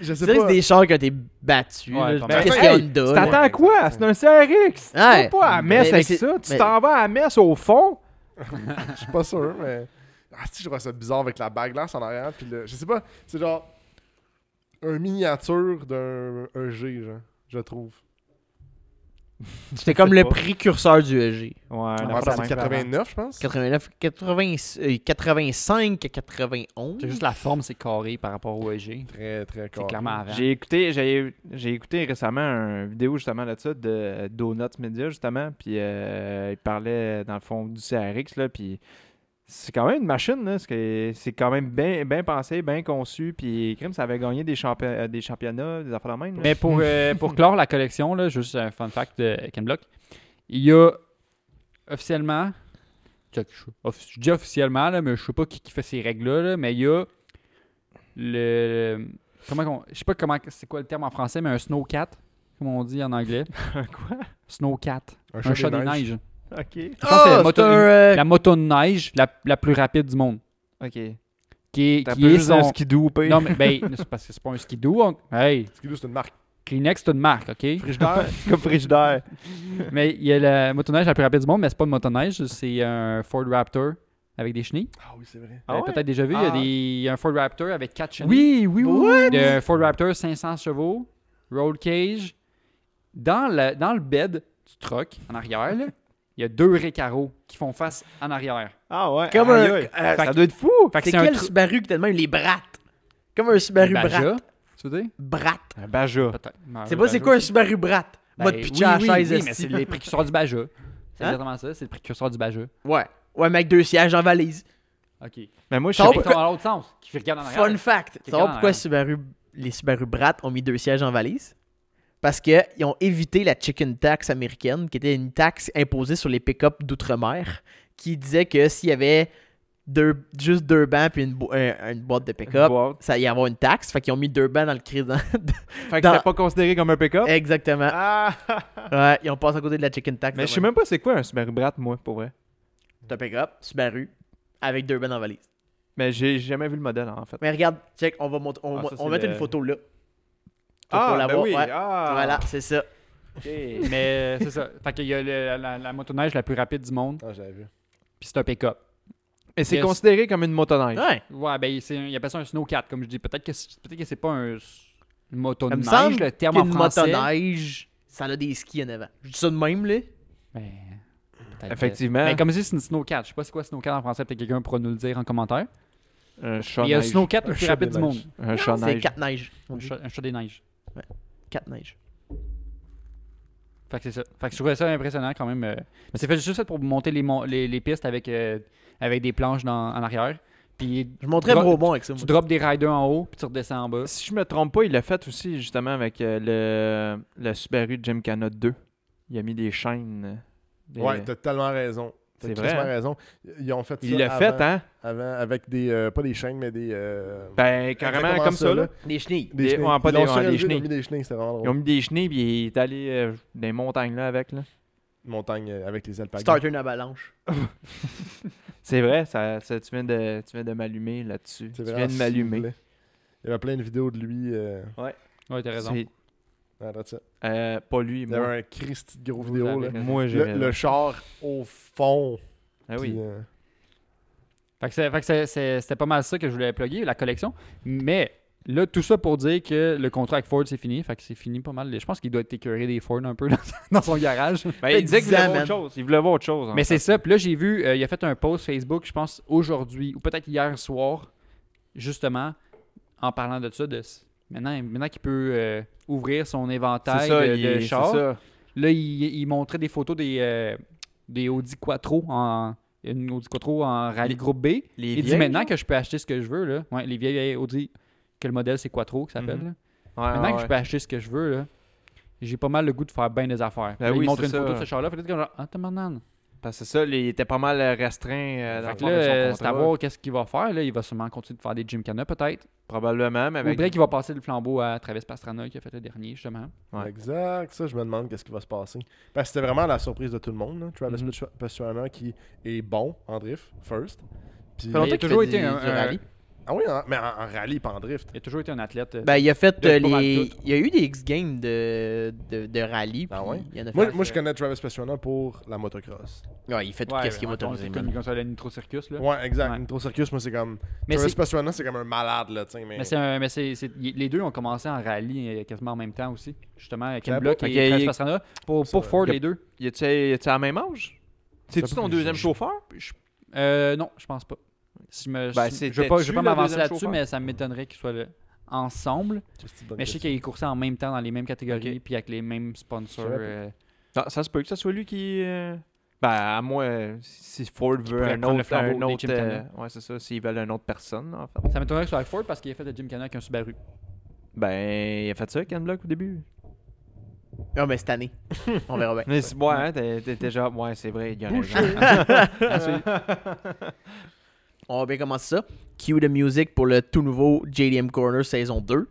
Speaker 1: Je sais
Speaker 3: Tu dirais que
Speaker 1: pas.
Speaker 3: c'est des chars qui ont été battus.
Speaker 4: Ouais,
Speaker 3: là.
Speaker 4: pas
Speaker 1: mal.
Speaker 3: Qu'est-ce
Speaker 1: Ben,
Speaker 3: qu'il y a
Speaker 1: hey,
Speaker 3: Honda,
Speaker 2: Tu
Speaker 3: là?
Speaker 2: t'attends à quoi? C'est un CRX! Tu
Speaker 3: Ouais.
Speaker 2: vas pas à la messe
Speaker 3: Mais- mais
Speaker 2: avec
Speaker 3: c'est-
Speaker 2: ça. Tu
Speaker 3: mais-
Speaker 2: t'en vas à la messe au fond.
Speaker 1: Je suis pas sûr, mais. Ah, si, je vois ça bizarre avec la bague glace en arrière, puis le. Je sais pas. C'est genre. Un miniature d'un un G, genre, je trouve.
Speaker 3: C'était comme le
Speaker 2: pas.
Speaker 3: précurseur du E EG.
Speaker 2: Ouais, un
Speaker 1: Ouais,
Speaker 2: affaire
Speaker 1: parce
Speaker 2: de
Speaker 1: que c'est
Speaker 2: même.
Speaker 1: 89, je pense.
Speaker 3: 89, 80, euh, 85 à 91.
Speaker 4: C'est juste la forme, c'est carré par rapport au EG.
Speaker 1: Très, très
Speaker 4: C'est
Speaker 1: cool.
Speaker 4: clairement avant.
Speaker 2: J'ai écouté, j'ai, j'ai écouté récemment une vidéo justement là-dessus de Donuts Media justement, puis euh, il parlait dans le fond du CRX là, puis c'est quand même une machine là, parce que c'est quand même bien, bien pensé, bien conçu, puis crime ça avait gagné des, champi- euh, des championnats, des affaires de même. là.
Speaker 4: Mais pour, euh, pour clore la collection, là, juste un fun fact de Ken Block, il y a officiellement, je off- je dis officiellement, là, mais je sais pas qui, qui fait ces règles-là, là, mais il y a le. Comment qu'on- je sais pas comment c'est quoi le terme en français, mais un snowcat, comme on dit en anglais.
Speaker 2: Un quoi
Speaker 4: Snowcat.
Speaker 1: Un
Speaker 4: Un, chat des neiges.
Speaker 2: Ok,
Speaker 4: Je pense que c'est la
Speaker 3: Ah,
Speaker 4: moto-
Speaker 3: c'est un, euh,
Speaker 4: La moto de neige la, la plus rapide du monde.
Speaker 2: ok.
Speaker 4: Qui est,
Speaker 2: T'as
Speaker 4: qui
Speaker 2: pas
Speaker 4: est
Speaker 2: juste un
Speaker 4: son-
Speaker 2: skidoo, pis.
Speaker 4: Non, mais ben, c'est parce que c'est pas un skidoo. on- Hey,
Speaker 1: Parce que nous, c'est une marque.
Speaker 4: Kleenex, c'est une marque, OK?
Speaker 2: frigidaire, comme frigidaire.
Speaker 4: Mais il y a la motoneige la plus rapide du monde, mais c'est pas une motoneige, c'est un Ford Raptor avec des chenilles.
Speaker 1: Ah oui, c'est vrai.
Speaker 2: Ah
Speaker 4: Vous avez
Speaker 2: ouais?
Speaker 4: Peut-être déjà vu, il y a
Speaker 2: Ah.
Speaker 4: des- il y a un Ford Raptor avec 4 chenilles.
Speaker 2: Oui, oui, oui. oui.
Speaker 4: Un Ford Raptor 500 chevaux, roll cage. Dans le, dans le bed du truck, en arrière, là, il y a deux récaros qui font face en arrière.
Speaker 2: Ah ouais.
Speaker 3: Comme
Speaker 2: aïe,
Speaker 3: un-
Speaker 2: aïe.
Speaker 3: euh,
Speaker 2: ça doit être fou.
Speaker 4: Fait que
Speaker 3: C'est
Speaker 4: c'est un
Speaker 3: quel
Speaker 4: tru-
Speaker 3: Subaru qui tellement les brattes? Comme un Subaru
Speaker 4: Baja, Ah
Speaker 3: Brat.
Speaker 4: tu veux dire?
Speaker 3: Brat.
Speaker 2: Un Baja.
Speaker 4: Peut-être.
Speaker 3: C'est pas c'est quoi un Subaru Brat?
Speaker 4: Ben,
Speaker 3: Mode pitcher à
Speaker 4: oui,
Speaker 3: la chaise
Speaker 4: oui, oui,
Speaker 3: esti.
Speaker 4: mais c'est les précurseurs du Baja. C'est
Speaker 3: Hein?
Speaker 4: exactement ça, c'est le précurseur du Baja.
Speaker 3: Ouais. Ouais, mais avec deux sièges en valise.
Speaker 4: OK.
Speaker 2: Mais moi, je
Speaker 3: Ça va
Speaker 2: savais
Speaker 4: Avec
Speaker 3: pourquoi-
Speaker 4: ton- dans l'autre sens, qui regarde en arrière.
Speaker 3: Fun fact. Tu
Speaker 4: Quelqu'un
Speaker 3: vois
Speaker 4: en
Speaker 3: pourquoi
Speaker 4: arrière.
Speaker 3: Subaru, les Subaru Brat ont mis deux sièges en valise? Parce qu'ils ont évité la chicken tax américaine, qui était une taxe imposée sur les pick-up d'outre-mer, qui disait que s'il y avait deux, juste deux bancs puis une, bo- un- une boîte de
Speaker 2: une
Speaker 3: pick-up,
Speaker 2: boîte.
Speaker 3: ça y avoir une taxe. Fait qu'ils ont mis deux bancs dans le crédit.
Speaker 2: Fait que
Speaker 3: Dans-
Speaker 2: c'était pas considéré comme un pick-up.
Speaker 3: Exactement.
Speaker 2: Ah!
Speaker 3: Ouais, ils ont passé à côté de la chicken tax.
Speaker 2: Mais
Speaker 3: de
Speaker 2: je sais
Speaker 3: même.
Speaker 2: même pas c'est quoi un Subaru Brat, moi, pour vrai.
Speaker 3: C'est un pick-up, Subaru, avec deux bancs en valise.
Speaker 2: Mais j'ai jamais vu le modèle, en fait.
Speaker 3: Mais regarde, check, on va, mont- on,
Speaker 2: Ah,
Speaker 3: va-
Speaker 2: ça,
Speaker 3: on va
Speaker 2: c'est
Speaker 3: mettre
Speaker 2: le-
Speaker 3: une photo là.
Speaker 2: Ah,
Speaker 3: pour la
Speaker 2: ben
Speaker 3: voir,
Speaker 2: oui,
Speaker 3: ouais.
Speaker 2: ah.
Speaker 3: Voilà, c'est ça.
Speaker 2: Ok.
Speaker 4: Mais euh, c'est ça. Fait qu'il y a le- la, la motoneige la plus rapide du monde,
Speaker 1: Ah, j'avais vu.
Speaker 4: puis c'est un pick-up.
Speaker 2: Mais c'est
Speaker 4: Yes.
Speaker 2: considéré comme une motoneige.
Speaker 3: Ouais.
Speaker 4: Ouais, ben c'est un- il appelle ça un snowcat, comme je dis. Peut-être que c'est- peut-être que c'est pas un s- une motoneige,
Speaker 3: semble
Speaker 4: le terme en
Speaker 3: qu'une
Speaker 4: français.
Speaker 3: motoneige, ça a des skis en avant. Je dis ça de même, là.
Speaker 4: Mais Ben, peut-être que-
Speaker 2: Effectivement.
Speaker 4: Mais comme je dis, c'est une snowcat. Je sais pas c'est quoi snowcat en français. Peut-être que quelqu'un pourra nous le dire en commentaire.
Speaker 2: Un chat
Speaker 4: Mais Il y a le
Speaker 2: neige.
Speaker 4: snowcat
Speaker 1: Un
Speaker 4: le plus
Speaker 1: chat
Speaker 4: rapide
Speaker 1: des
Speaker 4: du monde.
Speaker 1: neiges.
Speaker 2: Un chat
Speaker 3: C'est
Speaker 2: neige.
Speaker 3: quatre neiges. On
Speaker 4: Un
Speaker 3: dit
Speaker 4: chat, un chat des neiges.
Speaker 3: quatre neiges.
Speaker 4: Fait que c'est ça. Fait que je trouvais ça impressionnant quand même. euh. Mais c'est fait juste ça pour monter les, mon- les, les pistes avec, euh, avec des planches dans, en arrière. Puis
Speaker 3: Je montrais
Speaker 4: Dro-
Speaker 3: gros bon avec ça.
Speaker 4: tu
Speaker 3: moi.
Speaker 4: drops des riders en haut, puis tu redescends en bas.
Speaker 2: Si je me trompe pas, il l'a fait aussi justement avec euh, le, le Subaru Gymkhana 2. Il a mis des chaînes. euh, des-
Speaker 1: Ouais, t'as tellement raison. T'as
Speaker 2: C'est vrai,
Speaker 1: tellement
Speaker 2: hein?
Speaker 1: raison. Ils ont fait ça.
Speaker 2: il l'a
Speaker 1: avant-
Speaker 2: fait, hein?
Speaker 1: Avant, avec des. euh, pas des chaînes, mais des. euh,
Speaker 2: Ben, carrément
Speaker 1: exactement
Speaker 2: comme ça, là.
Speaker 3: Des chenilles.
Speaker 1: Des
Speaker 2: Des-
Speaker 1: chenilles.
Speaker 2: ouais, pas
Speaker 1: Ils
Speaker 2: des-
Speaker 1: l'ont
Speaker 2: ouais, des
Speaker 1: surélevé, Ils
Speaker 2: chenilles.
Speaker 1: ont mis des chenilles, c'était vraiment
Speaker 2: Ils ont
Speaker 1: drôle.
Speaker 2: mis des chenilles, puis il est allé euh, dans les montagnes, là, avec, là.
Speaker 1: Une Montagne euh, avec les alpagas.
Speaker 3: Starter une avalanche.
Speaker 2: C'est vrai, ça, ça- tu viens de, tu viens de m'allumer là-dessus.
Speaker 1: C'est
Speaker 2: Tu
Speaker 1: vraiment
Speaker 2: viens de m'allumer.
Speaker 1: ciblé. Il y avait plein de vidéos de lui. euh,
Speaker 4: Ouais, t'as raison.
Speaker 2: C'est-
Speaker 1: ah, that's it.
Speaker 2: euh, pas lui,
Speaker 1: Il y avait
Speaker 2: moi.
Speaker 1: un Christy de gros
Speaker 4: Vous
Speaker 1: vidéo.
Speaker 4: l'avez
Speaker 1: Là.
Speaker 4: raison.
Speaker 2: Moi, j'ai.
Speaker 1: Le, le char au fond.
Speaker 2: Ah oui.
Speaker 1: puis, euh,
Speaker 4: Fait que c'est- fait que c'est- c'est- c'était pas mal ça que je voulais plugger, la collection. Mais là, tout ça pour dire que le contrat avec Ford, c'est fini. Fait que c'est fini pas mal. Je pense qu'il doit être écœuré des Ford un peu dans, dans son garage.
Speaker 2: Ben,
Speaker 3: fait
Speaker 2: il disait qu'il voulait
Speaker 3: 10 ans,
Speaker 2: voir autre
Speaker 3: man.
Speaker 2: chose. Il voulait voir autre chose. en
Speaker 4: Mais c'est
Speaker 2: fait.
Speaker 4: ça. Puis là, j'ai vu, euh, il a fait un post Facebook, je pense, aujourd'hui, ou peut-être hier soir, justement, en parlant de ça. De, s- maintenant maintenant qu'il peut euh, ouvrir son éventail
Speaker 2: C'est ça,
Speaker 4: de,
Speaker 2: il
Speaker 4: de
Speaker 2: est- c'est
Speaker 4: chars.
Speaker 2: ça.
Speaker 4: Là, il, il montrait des photos des, euh, des Audi Quattro en une Audi Quattro en rallye groupe B.
Speaker 2: Les
Speaker 4: il dit
Speaker 2: vieilles,
Speaker 4: maintenant
Speaker 2: genre?
Speaker 4: que je peux acheter ce que je veux là. Ouais, les vieilles Audi que le modèle c'est Quattro qui s'appelle.
Speaker 2: Mhm.
Speaker 4: là.
Speaker 2: Ouais,
Speaker 4: Maintenant
Speaker 2: ouais,
Speaker 4: que je peux acheter ce que je veux là. J'ai pas mal le goût de faire bien des affaires.
Speaker 2: Ben
Speaker 4: Là,
Speaker 2: oui,
Speaker 4: il montre
Speaker 2: c'est
Speaker 4: une
Speaker 2: ça.
Speaker 4: photo de ce char-là, peut-être comme genre Ah t'as maintenant.
Speaker 2: Parce que ça, les- il était pas mal restreint euh, dans
Speaker 4: Fait
Speaker 2: le
Speaker 4: que
Speaker 2: fond
Speaker 4: là,
Speaker 2: de son
Speaker 4: euh, c'est
Speaker 2: contrat.
Speaker 4: à voir qu'est-ce qu'il va faire. Là. Il va sûrement continuer de faire des gymkhana peut-être.
Speaker 2: Probablement, mais
Speaker 4: Ou
Speaker 2: avec.
Speaker 4: peut-être qu'il va passer le flambeau à Travis Pastrana qui a fait le dernier justement.
Speaker 2: Ouais.
Speaker 1: Exact, ça je me demande qu'est-ce qui va se passer. Parce que c'était vraiment la surprise de tout le monde. là. Travis
Speaker 4: Mhm.
Speaker 1: Pastrana qui est bon en drift, first. Puis-
Speaker 3: Ça fait longtemps
Speaker 4: il a
Speaker 3: qu'il
Speaker 4: toujours
Speaker 3: fait
Speaker 4: été
Speaker 3: du-
Speaker 4: un-
Speaker 3: du
Speaker 4: un-
Speaker 3: rallye.
Speaker 1: Ah oui, en- mais en, en rallye, pas en drift.
Speaker 4: Il a toujours été un athlète. euh,
Speaker 3: Ben, il a fait
Speaker 4: Il a
Speaker 3: euh,
Speaker 4: pas mal
Speaker 3: les.
Speaker 4: tout.
Speaker 3: Il y a eu des X-Games de, de, de rallye.
Speaker 1: Ah
Speaker 3: puis
Speaker 1: ouais?
Speaker 3: Il y en a
Speaker 1: Moi,
Speaker 3: fait,
Speaker 1: moi, je
Speaker 3: euh,
Speaker 1: connais Travis Pastrana pour la motocross.
Speaker 3: Ouais, il fait tout
Speaker 4: ouais,
Speaker 3: ce qui est
Speaker 4: mettons,
Speaker 3: motorisé,
Speaker 4: c'est
Speaker 3: man.
Speaker 4: Comme comme ça, le Nitro Circus là.
Speaker 1: Ouais, exact.
Speaker 4: Ouais.
Speaker 1: Nitro Circus, moi, c'est comme.
Speaker 4: Mais
Speaker 1: Travis
Speaker 4: c'est-
Speaker 1: Pastrana, c'est comme un malade, là, tu sais. Mais,
Speaker 4: Mais c'est un- mais c'est- c'est- y- les deux ont commencé en rallye euh, quasiment en même temps aussi. Justement, Ken
Speaker 1: Clairement.
Speaker 4: Block
Speaker 2: Ok,
Speaker 4: et Travis
Speaker 2: il-
Speaker 4: Pastrana. Pour, pour
Speaker 1: Ça-
Speaker 4: Ford,
Speaker 2: Yep.
Speaker 4: les deux.
Speaker 2: Y a-tu y a-tu à la même âge C'est-tu
Speaker 1: pas
Speaker 2: ton
Speaker 1: plus
Speaker 2: deuxième
Speaker 1: jeune.
Speaker 2: chauffeur
Speaker 4: Euh, non, je pense pas. Si je me-
Speaker 2: Ben,
Speaker 4: si-
Speaker 2: c'était
Speaker 4: je veux pas, je
Speaker 2: tu
Speaker 4: veux pas
Speaker 2: le
Speaker 4: m'avancer
Speaker 2: deuxième
Speaker 4: là-dessus,
Speaker 2: chauffeur?
Speaker 4: mais ça m'étonnerait qu'ils soient là, ensemble. Mais je sais qu'ils coursaient en même temps dans les mêmes catégories puis avec les mêmes sponsors.
Speaker 1: J'avais pas-
Speaker 4: euh,
Speaker 2: Non, ça se peut que ce soit lui qui. euh, Ben, à moi, euh, si Ford veut
Speaker 4: pourrait
Speaker 2: un
Speaker 4: prendre le
Speaker 2: autre.
Speaker 4: flambeau
Speaker 2: Un
Speaker 4: des
Speaker 2: autre
Speaker 4: Gymkhana.
Speaker 2: euh, ouais, c'est ça. S'ils veulent une autre personne, en fait.
Speaker 4: Ça m'étonnerait que ce soit avec Ford parce qu'il a fait le Gymkhana avec un Subaru.
Speaker 2: Ben, il a fait ça, Ken Block, au début.
Speaker 3: Ah, mais cette année. On verra bien.
Speaker 2: Mais c'est ouais, hein, t'es- t'es t'es genre. Ouais, c'est vrai, il y a raison.
Speaker 3: On va bien commencer ça. Cue the music pour le tout nouveau JDM Corner saison 2.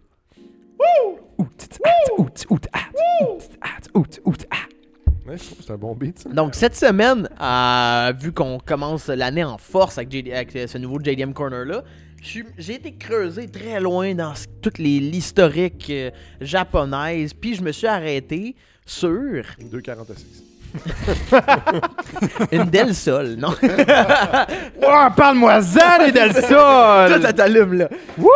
Speaker 1: Ouais, je trouve que c'est un bon beat, ça.
Speaker 3: Donc cette semaine, euh, vu qu'on commence l'année en force avec, JD avec, euh, ce nouveau JDM Corner là, je suis- j'ai été creusé très loin dans ce- toute les- l'historique euh, japonaise, puis je me suis arrêté sur
Speaker 1: 2,46.
Speaker 3: une Del Sol, non
Speaker 2: Oh, parle-moi ça, les Del
Speaker 3: Toi,
Speaker 2: Sol!
Speaker 3: ça t'allume là. Non,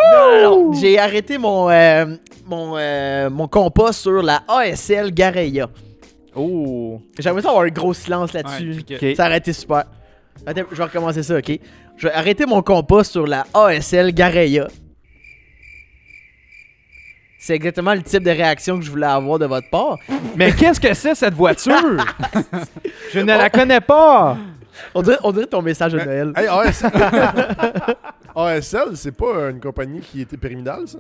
Speaker 3: non, J'ai arrêté mon euh, mon euh, mon compas sur la ASL Gareya.
Speaker 2: Oh!
Speaker 3: J'aimerais ça avoir un gros silence là-dessus.
Speaker 4: Ouais, puis que-
Speaker 2: Ok.
Speaker 3: Ça aurait été super. Attends, je vais recommencer ça, ok? Je vais arrêter mon compas sur la ASL Gareya. C'est exactement le type de réaction que je voulais avoir de votre part.
Speaker 2: Mais qu'est-ce que c'est, cette voiture? Je ne la connais pas!
Speaker 3: On dirait, on dirait ton message de Noël.
Speaker 1: Hey, ASL, ASL, c'est pas une compagnie qui était pyramidale, ça?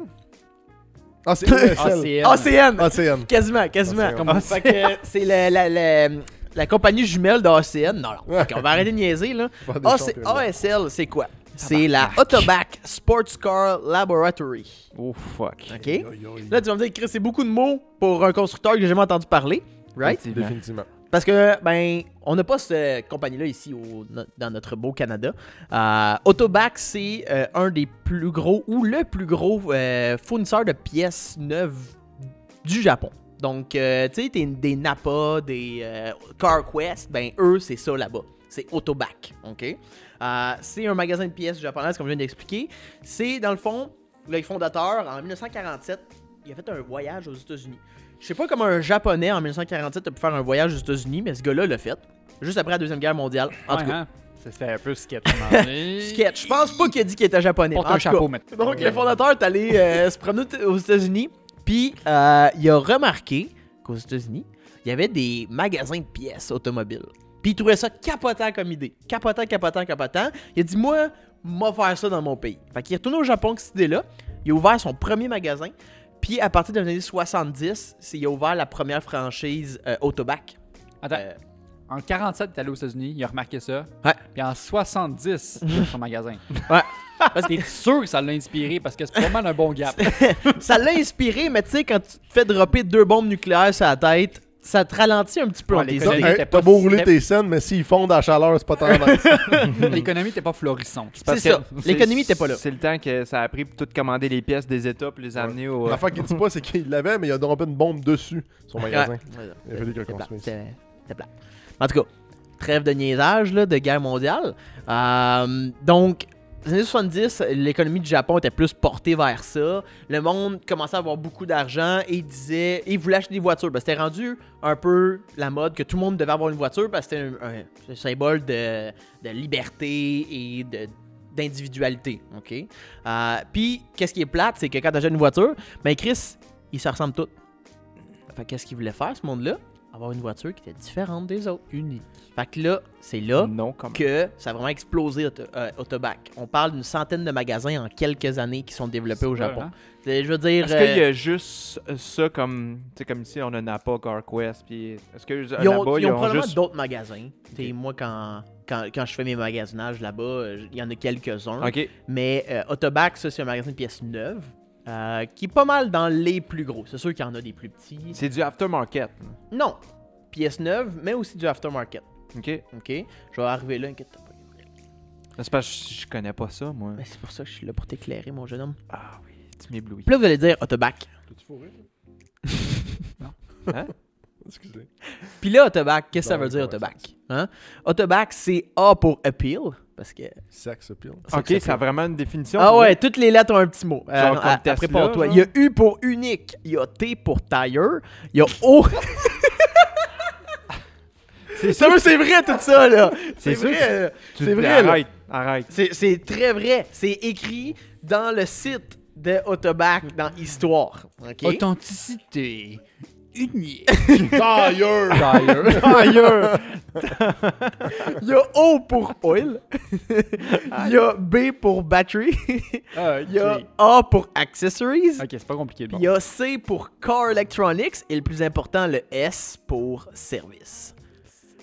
Speaker 1: Ah, c'est ASL.
Speaker 4: ACL.
Speaker 3: ACN!
Speaker 1: ACN.
Speaker 3: Quasiment, quasiment.
Speaker 1: ACN.
Speaker 4: Comme-
Speaker 3: Fait que c'est la, la, la, la compagnie jumelle de ACN. Non, non. ok, on va arrêter de niaiser, là.
Speaker 1: Faire des
Speaker 3: Ah,
Speaker 1: choses
Speaker 3: c'est-
Speaker 1: pyramidales.
Speaker 3: ASL, c'est quoi? C'est la Autobac Sports Car Laboratory.
Speaker 2: Oh fuck.
Speaker 3: OK?
Speaker 1: Aïe, aïe, aïe.
Speaker 3: Là, tu vas me dire, Chris, c'est beaucoup de mots pour un constructeur que j'ai jamais entendu parler. Right?
Speaker 2: Effectivement.
Speaker 1: Définitivement.
Speaker 3: Parce que, ben, on n'a pas cette compagnie-là ici au- no- dans notre beau Canada. Euh, Autobac, c'est euh, un des plus gros ou le plus gros euh, fournisseur de pièces neuves du Japon. Donc, euh, tu sais, t'es- des Napa, des euh, CarQuest, ben, eux, c'est ça là-bas. C'est Autobac, OK? Euh, c'est un magasin de pièces japonaises, comme je viens d'expliquer. C'est, dans le fond, le fondateur, en 1947, il a fait un voyage aux États-Unis. Je sais pas comment un Japonais en 1947 a pu faire un voyage aux États-Unis, mais ce gars-là l'a fait. Juste après la Deuxième Guerre mondiale. En tout
Speaker 4: Ouais,
Speaker 3: cas,
Speaker 4: hein.
Speaker 5: C'était un peu sketch.
Speaker 3: sketch. Je pense pas qu'il a dit qu'il était japonais.
Speaker 4: Porte
Speaker 3: En
Speaker 4: un
Speaker 3: tout cas,
Speaker 4: chapeau maintenant.
Speaker 3: donc, le fondateur est allé euh, se promener aux- aux États-Unis, puis euh, il a remarqué qu'aux États-Unis, il y avait des magasins de pièces automobiles. Puis il trouvait ça capotant comme idée. Capotant, capotant, capotant. Il a dit, moi, m'a faire ça dans mon pays. Fait qu'il est retourné au Japon avec cette idée-là. Il a ouvert son premier magasin. Puis à partir des années 70, c'est- il a ouvert la première franchise euh, Autobac.
Speaker 4: Attends,
Speaker 3: Euh,
Speaker 4: en 47, t'es allé aux États-Unis, il a remarqué ça.
Speaker 3: Ouais.
Speaker 4: Puis en 70, il a ouvert son magasin.
Speaker 3: Ouais.
Speaker 4: Parce que t'es sûr que ça l'a inspiré parce que c'est pas mal un bon gap.
Speaker 3: ça l'a inspiré, mais tu sais, quand tu te fais dropper deux bombes nucléaires sur la tête, ça te ralentit un petit peu.
Speaker 4: Ouais,
Speaker 3: on te
Speaker 4: les
Speaker 3: les
Speaker 4: collègues-
Speaker 3: idées.
Speaker 1: Hey,
Speaker 4: était
Speaker 1: T'as
Speaker 4: pas
Speaker 1: beau
Speaker 4: si-
Speaker 1: rouler tes scènes, mais s'ils fondent à la chaleur, c'est pas tant mal.
Speaker 4: L'économie t'es pas florissante.
Speaker 3: C'est ça. L'économie était pas là.
Speaker 2: C'est le temps que ça a pris pour tout commander les pièces des États puis les amener au.
Speaker 1: L'affaire qu'il dit pas, c'est qu'il l'avait, mais il a droppé une bombe dessus, son magasin. Il a fallu qu'il
Speaker 3: C'est plat,
Speaker 1: reconstruise.
Speaker 3: c'est- c'est plat. En tout cas, trêve de niaisage là, de guerre mondiale. Euh, donc, les années 70, l'économie du Japon était plus portée vers ça. Le monde commençait à avoir beaucoup d'argent et disait, et voulait acheter des voitures. Ben, c'était rendu un peu la mode que tout le monde devait avoir une voiture parce que c'était un, un- un symbole de, de liberté et de d'individualité, ok. Euh, Puis qu'est-ce qui est plate, c'est que quand t'achètes une voiture, ben Chris, ils se ressemblent tous. Fait que qu'est-ce qu'il voulait faire ce monde-là Avoir une voiture qui était différente des autres, unique. Fait que là, c'est là
Speaker 2: euh, Non, comme.
Speaker 3: que ça a vraiment explosé Auto- euh, Autobac. On parle d'une centaine de magasins en quelques années qui sont développés au
Speaker 4: C'est
Speaker 3: Japon.
Speaker 4: vrai, hein?
Speaker 3: C'est- Je veux dire,
Speaker 2: Est-ce qu'il y
Speaker 3: euh,
Speaker 2: a juste ça comme. Tu sais, comme ici, on a Napa, CarQuest, puis. Est-ce que euh,
Speaker 3: ils ont,
Speaker 2: là-bas,
Speaker 3: ils ont probablement
Speaker 2: juste.
Speaker 3: d'autres magasins. T'sais, Moi, quand, quand, quand je fais mes magasinages là-bas, euh, il y en a quelques-uns.
Speaker 2: Ok.
Speaker 3: Mais euh, Autobac, ça, c'est un magasin de pièces neuves euh, qui est pas mal dans les plus gros. C'est sûr qu'il y en a des plus petits.
Speaker 2: C'est du aftermarket.
Speaker 3: Non, pièces neuves, mais aussi du aftermarket.
Speaker 2: Ok.
Speaker 3: OK? Je vais arriver là, inquiète-toi pas.
Speaker 2: C'est parce que je- je connais pas ça, moi.
Speaker 3: Mais c'est pour ça que je suis là pour t'éclairer, mon jeune homme.
Speaker 2: Ah oui, tu m'éblouis.
Speaker 3: Puis là, vous allez dire Autobac.
Speaker 1: T'as-tu fourré?
Speaker 4: Non.
Speaker 2: Hein?
Speaker 1: Excusez.
Speaker 3: Puis là, Autobac, qu'est-ce que ça
Speaker 1: Dans
Speaker 3: veut
Speaker 1: une
Speaker 3: dire, Autobac? Hein? Autobac, c'est A pour appeal, parce que...
Speaker 1: Sex appeal.
Speaker 2: Ok, ça a vraiment une définition.
Speaker 3: Ah
Speaker 2: pour
Speaker 3: ouais,
Speaker 2: vrai?
Speaker 3: toutes les lettres ont un petit mot. Euh,
Speaker 2: Genre
Speaker 3: non,
Speaker 2: comme
Speaker 3: à-
Speaker 2: Tesla,
Speaker 3: Prépare-toi.
Speaker 2: genre?
Speaker 3: Il y a U pour unique, il y a T pour tire, il y a O... C'est sûr, c'est vrai tout ça, là! C'est
Speaker 2: sûr
Speaker 3: vrai!
Speaker 2: que-
Speaker 3: là.
Speaker 2: Tu-
Speaker 3: c'est vrai, là.
Speaker 2: Arrête, arrête.
Speaker 3: C'est- C'est très vrai. C'est écrit dans le site de Autobac, dans Histoire. OK?
Speaker 4: Authenticité. Unique.
Speaker 1: Tire!
Speaker 4: D'ailleurs.
Speaker 2: Ailleurs!
Speaker 3: Il y a O pour oil. Il y a B pour battery. Il y a A pour accessories.
Speaker 4: Ok, c'est pas compliqué.
Speaker 3: Puis
Speaker 4: Bon.
Speaker 3: il y a C pour car electronics. Et le plus important, le S pour service.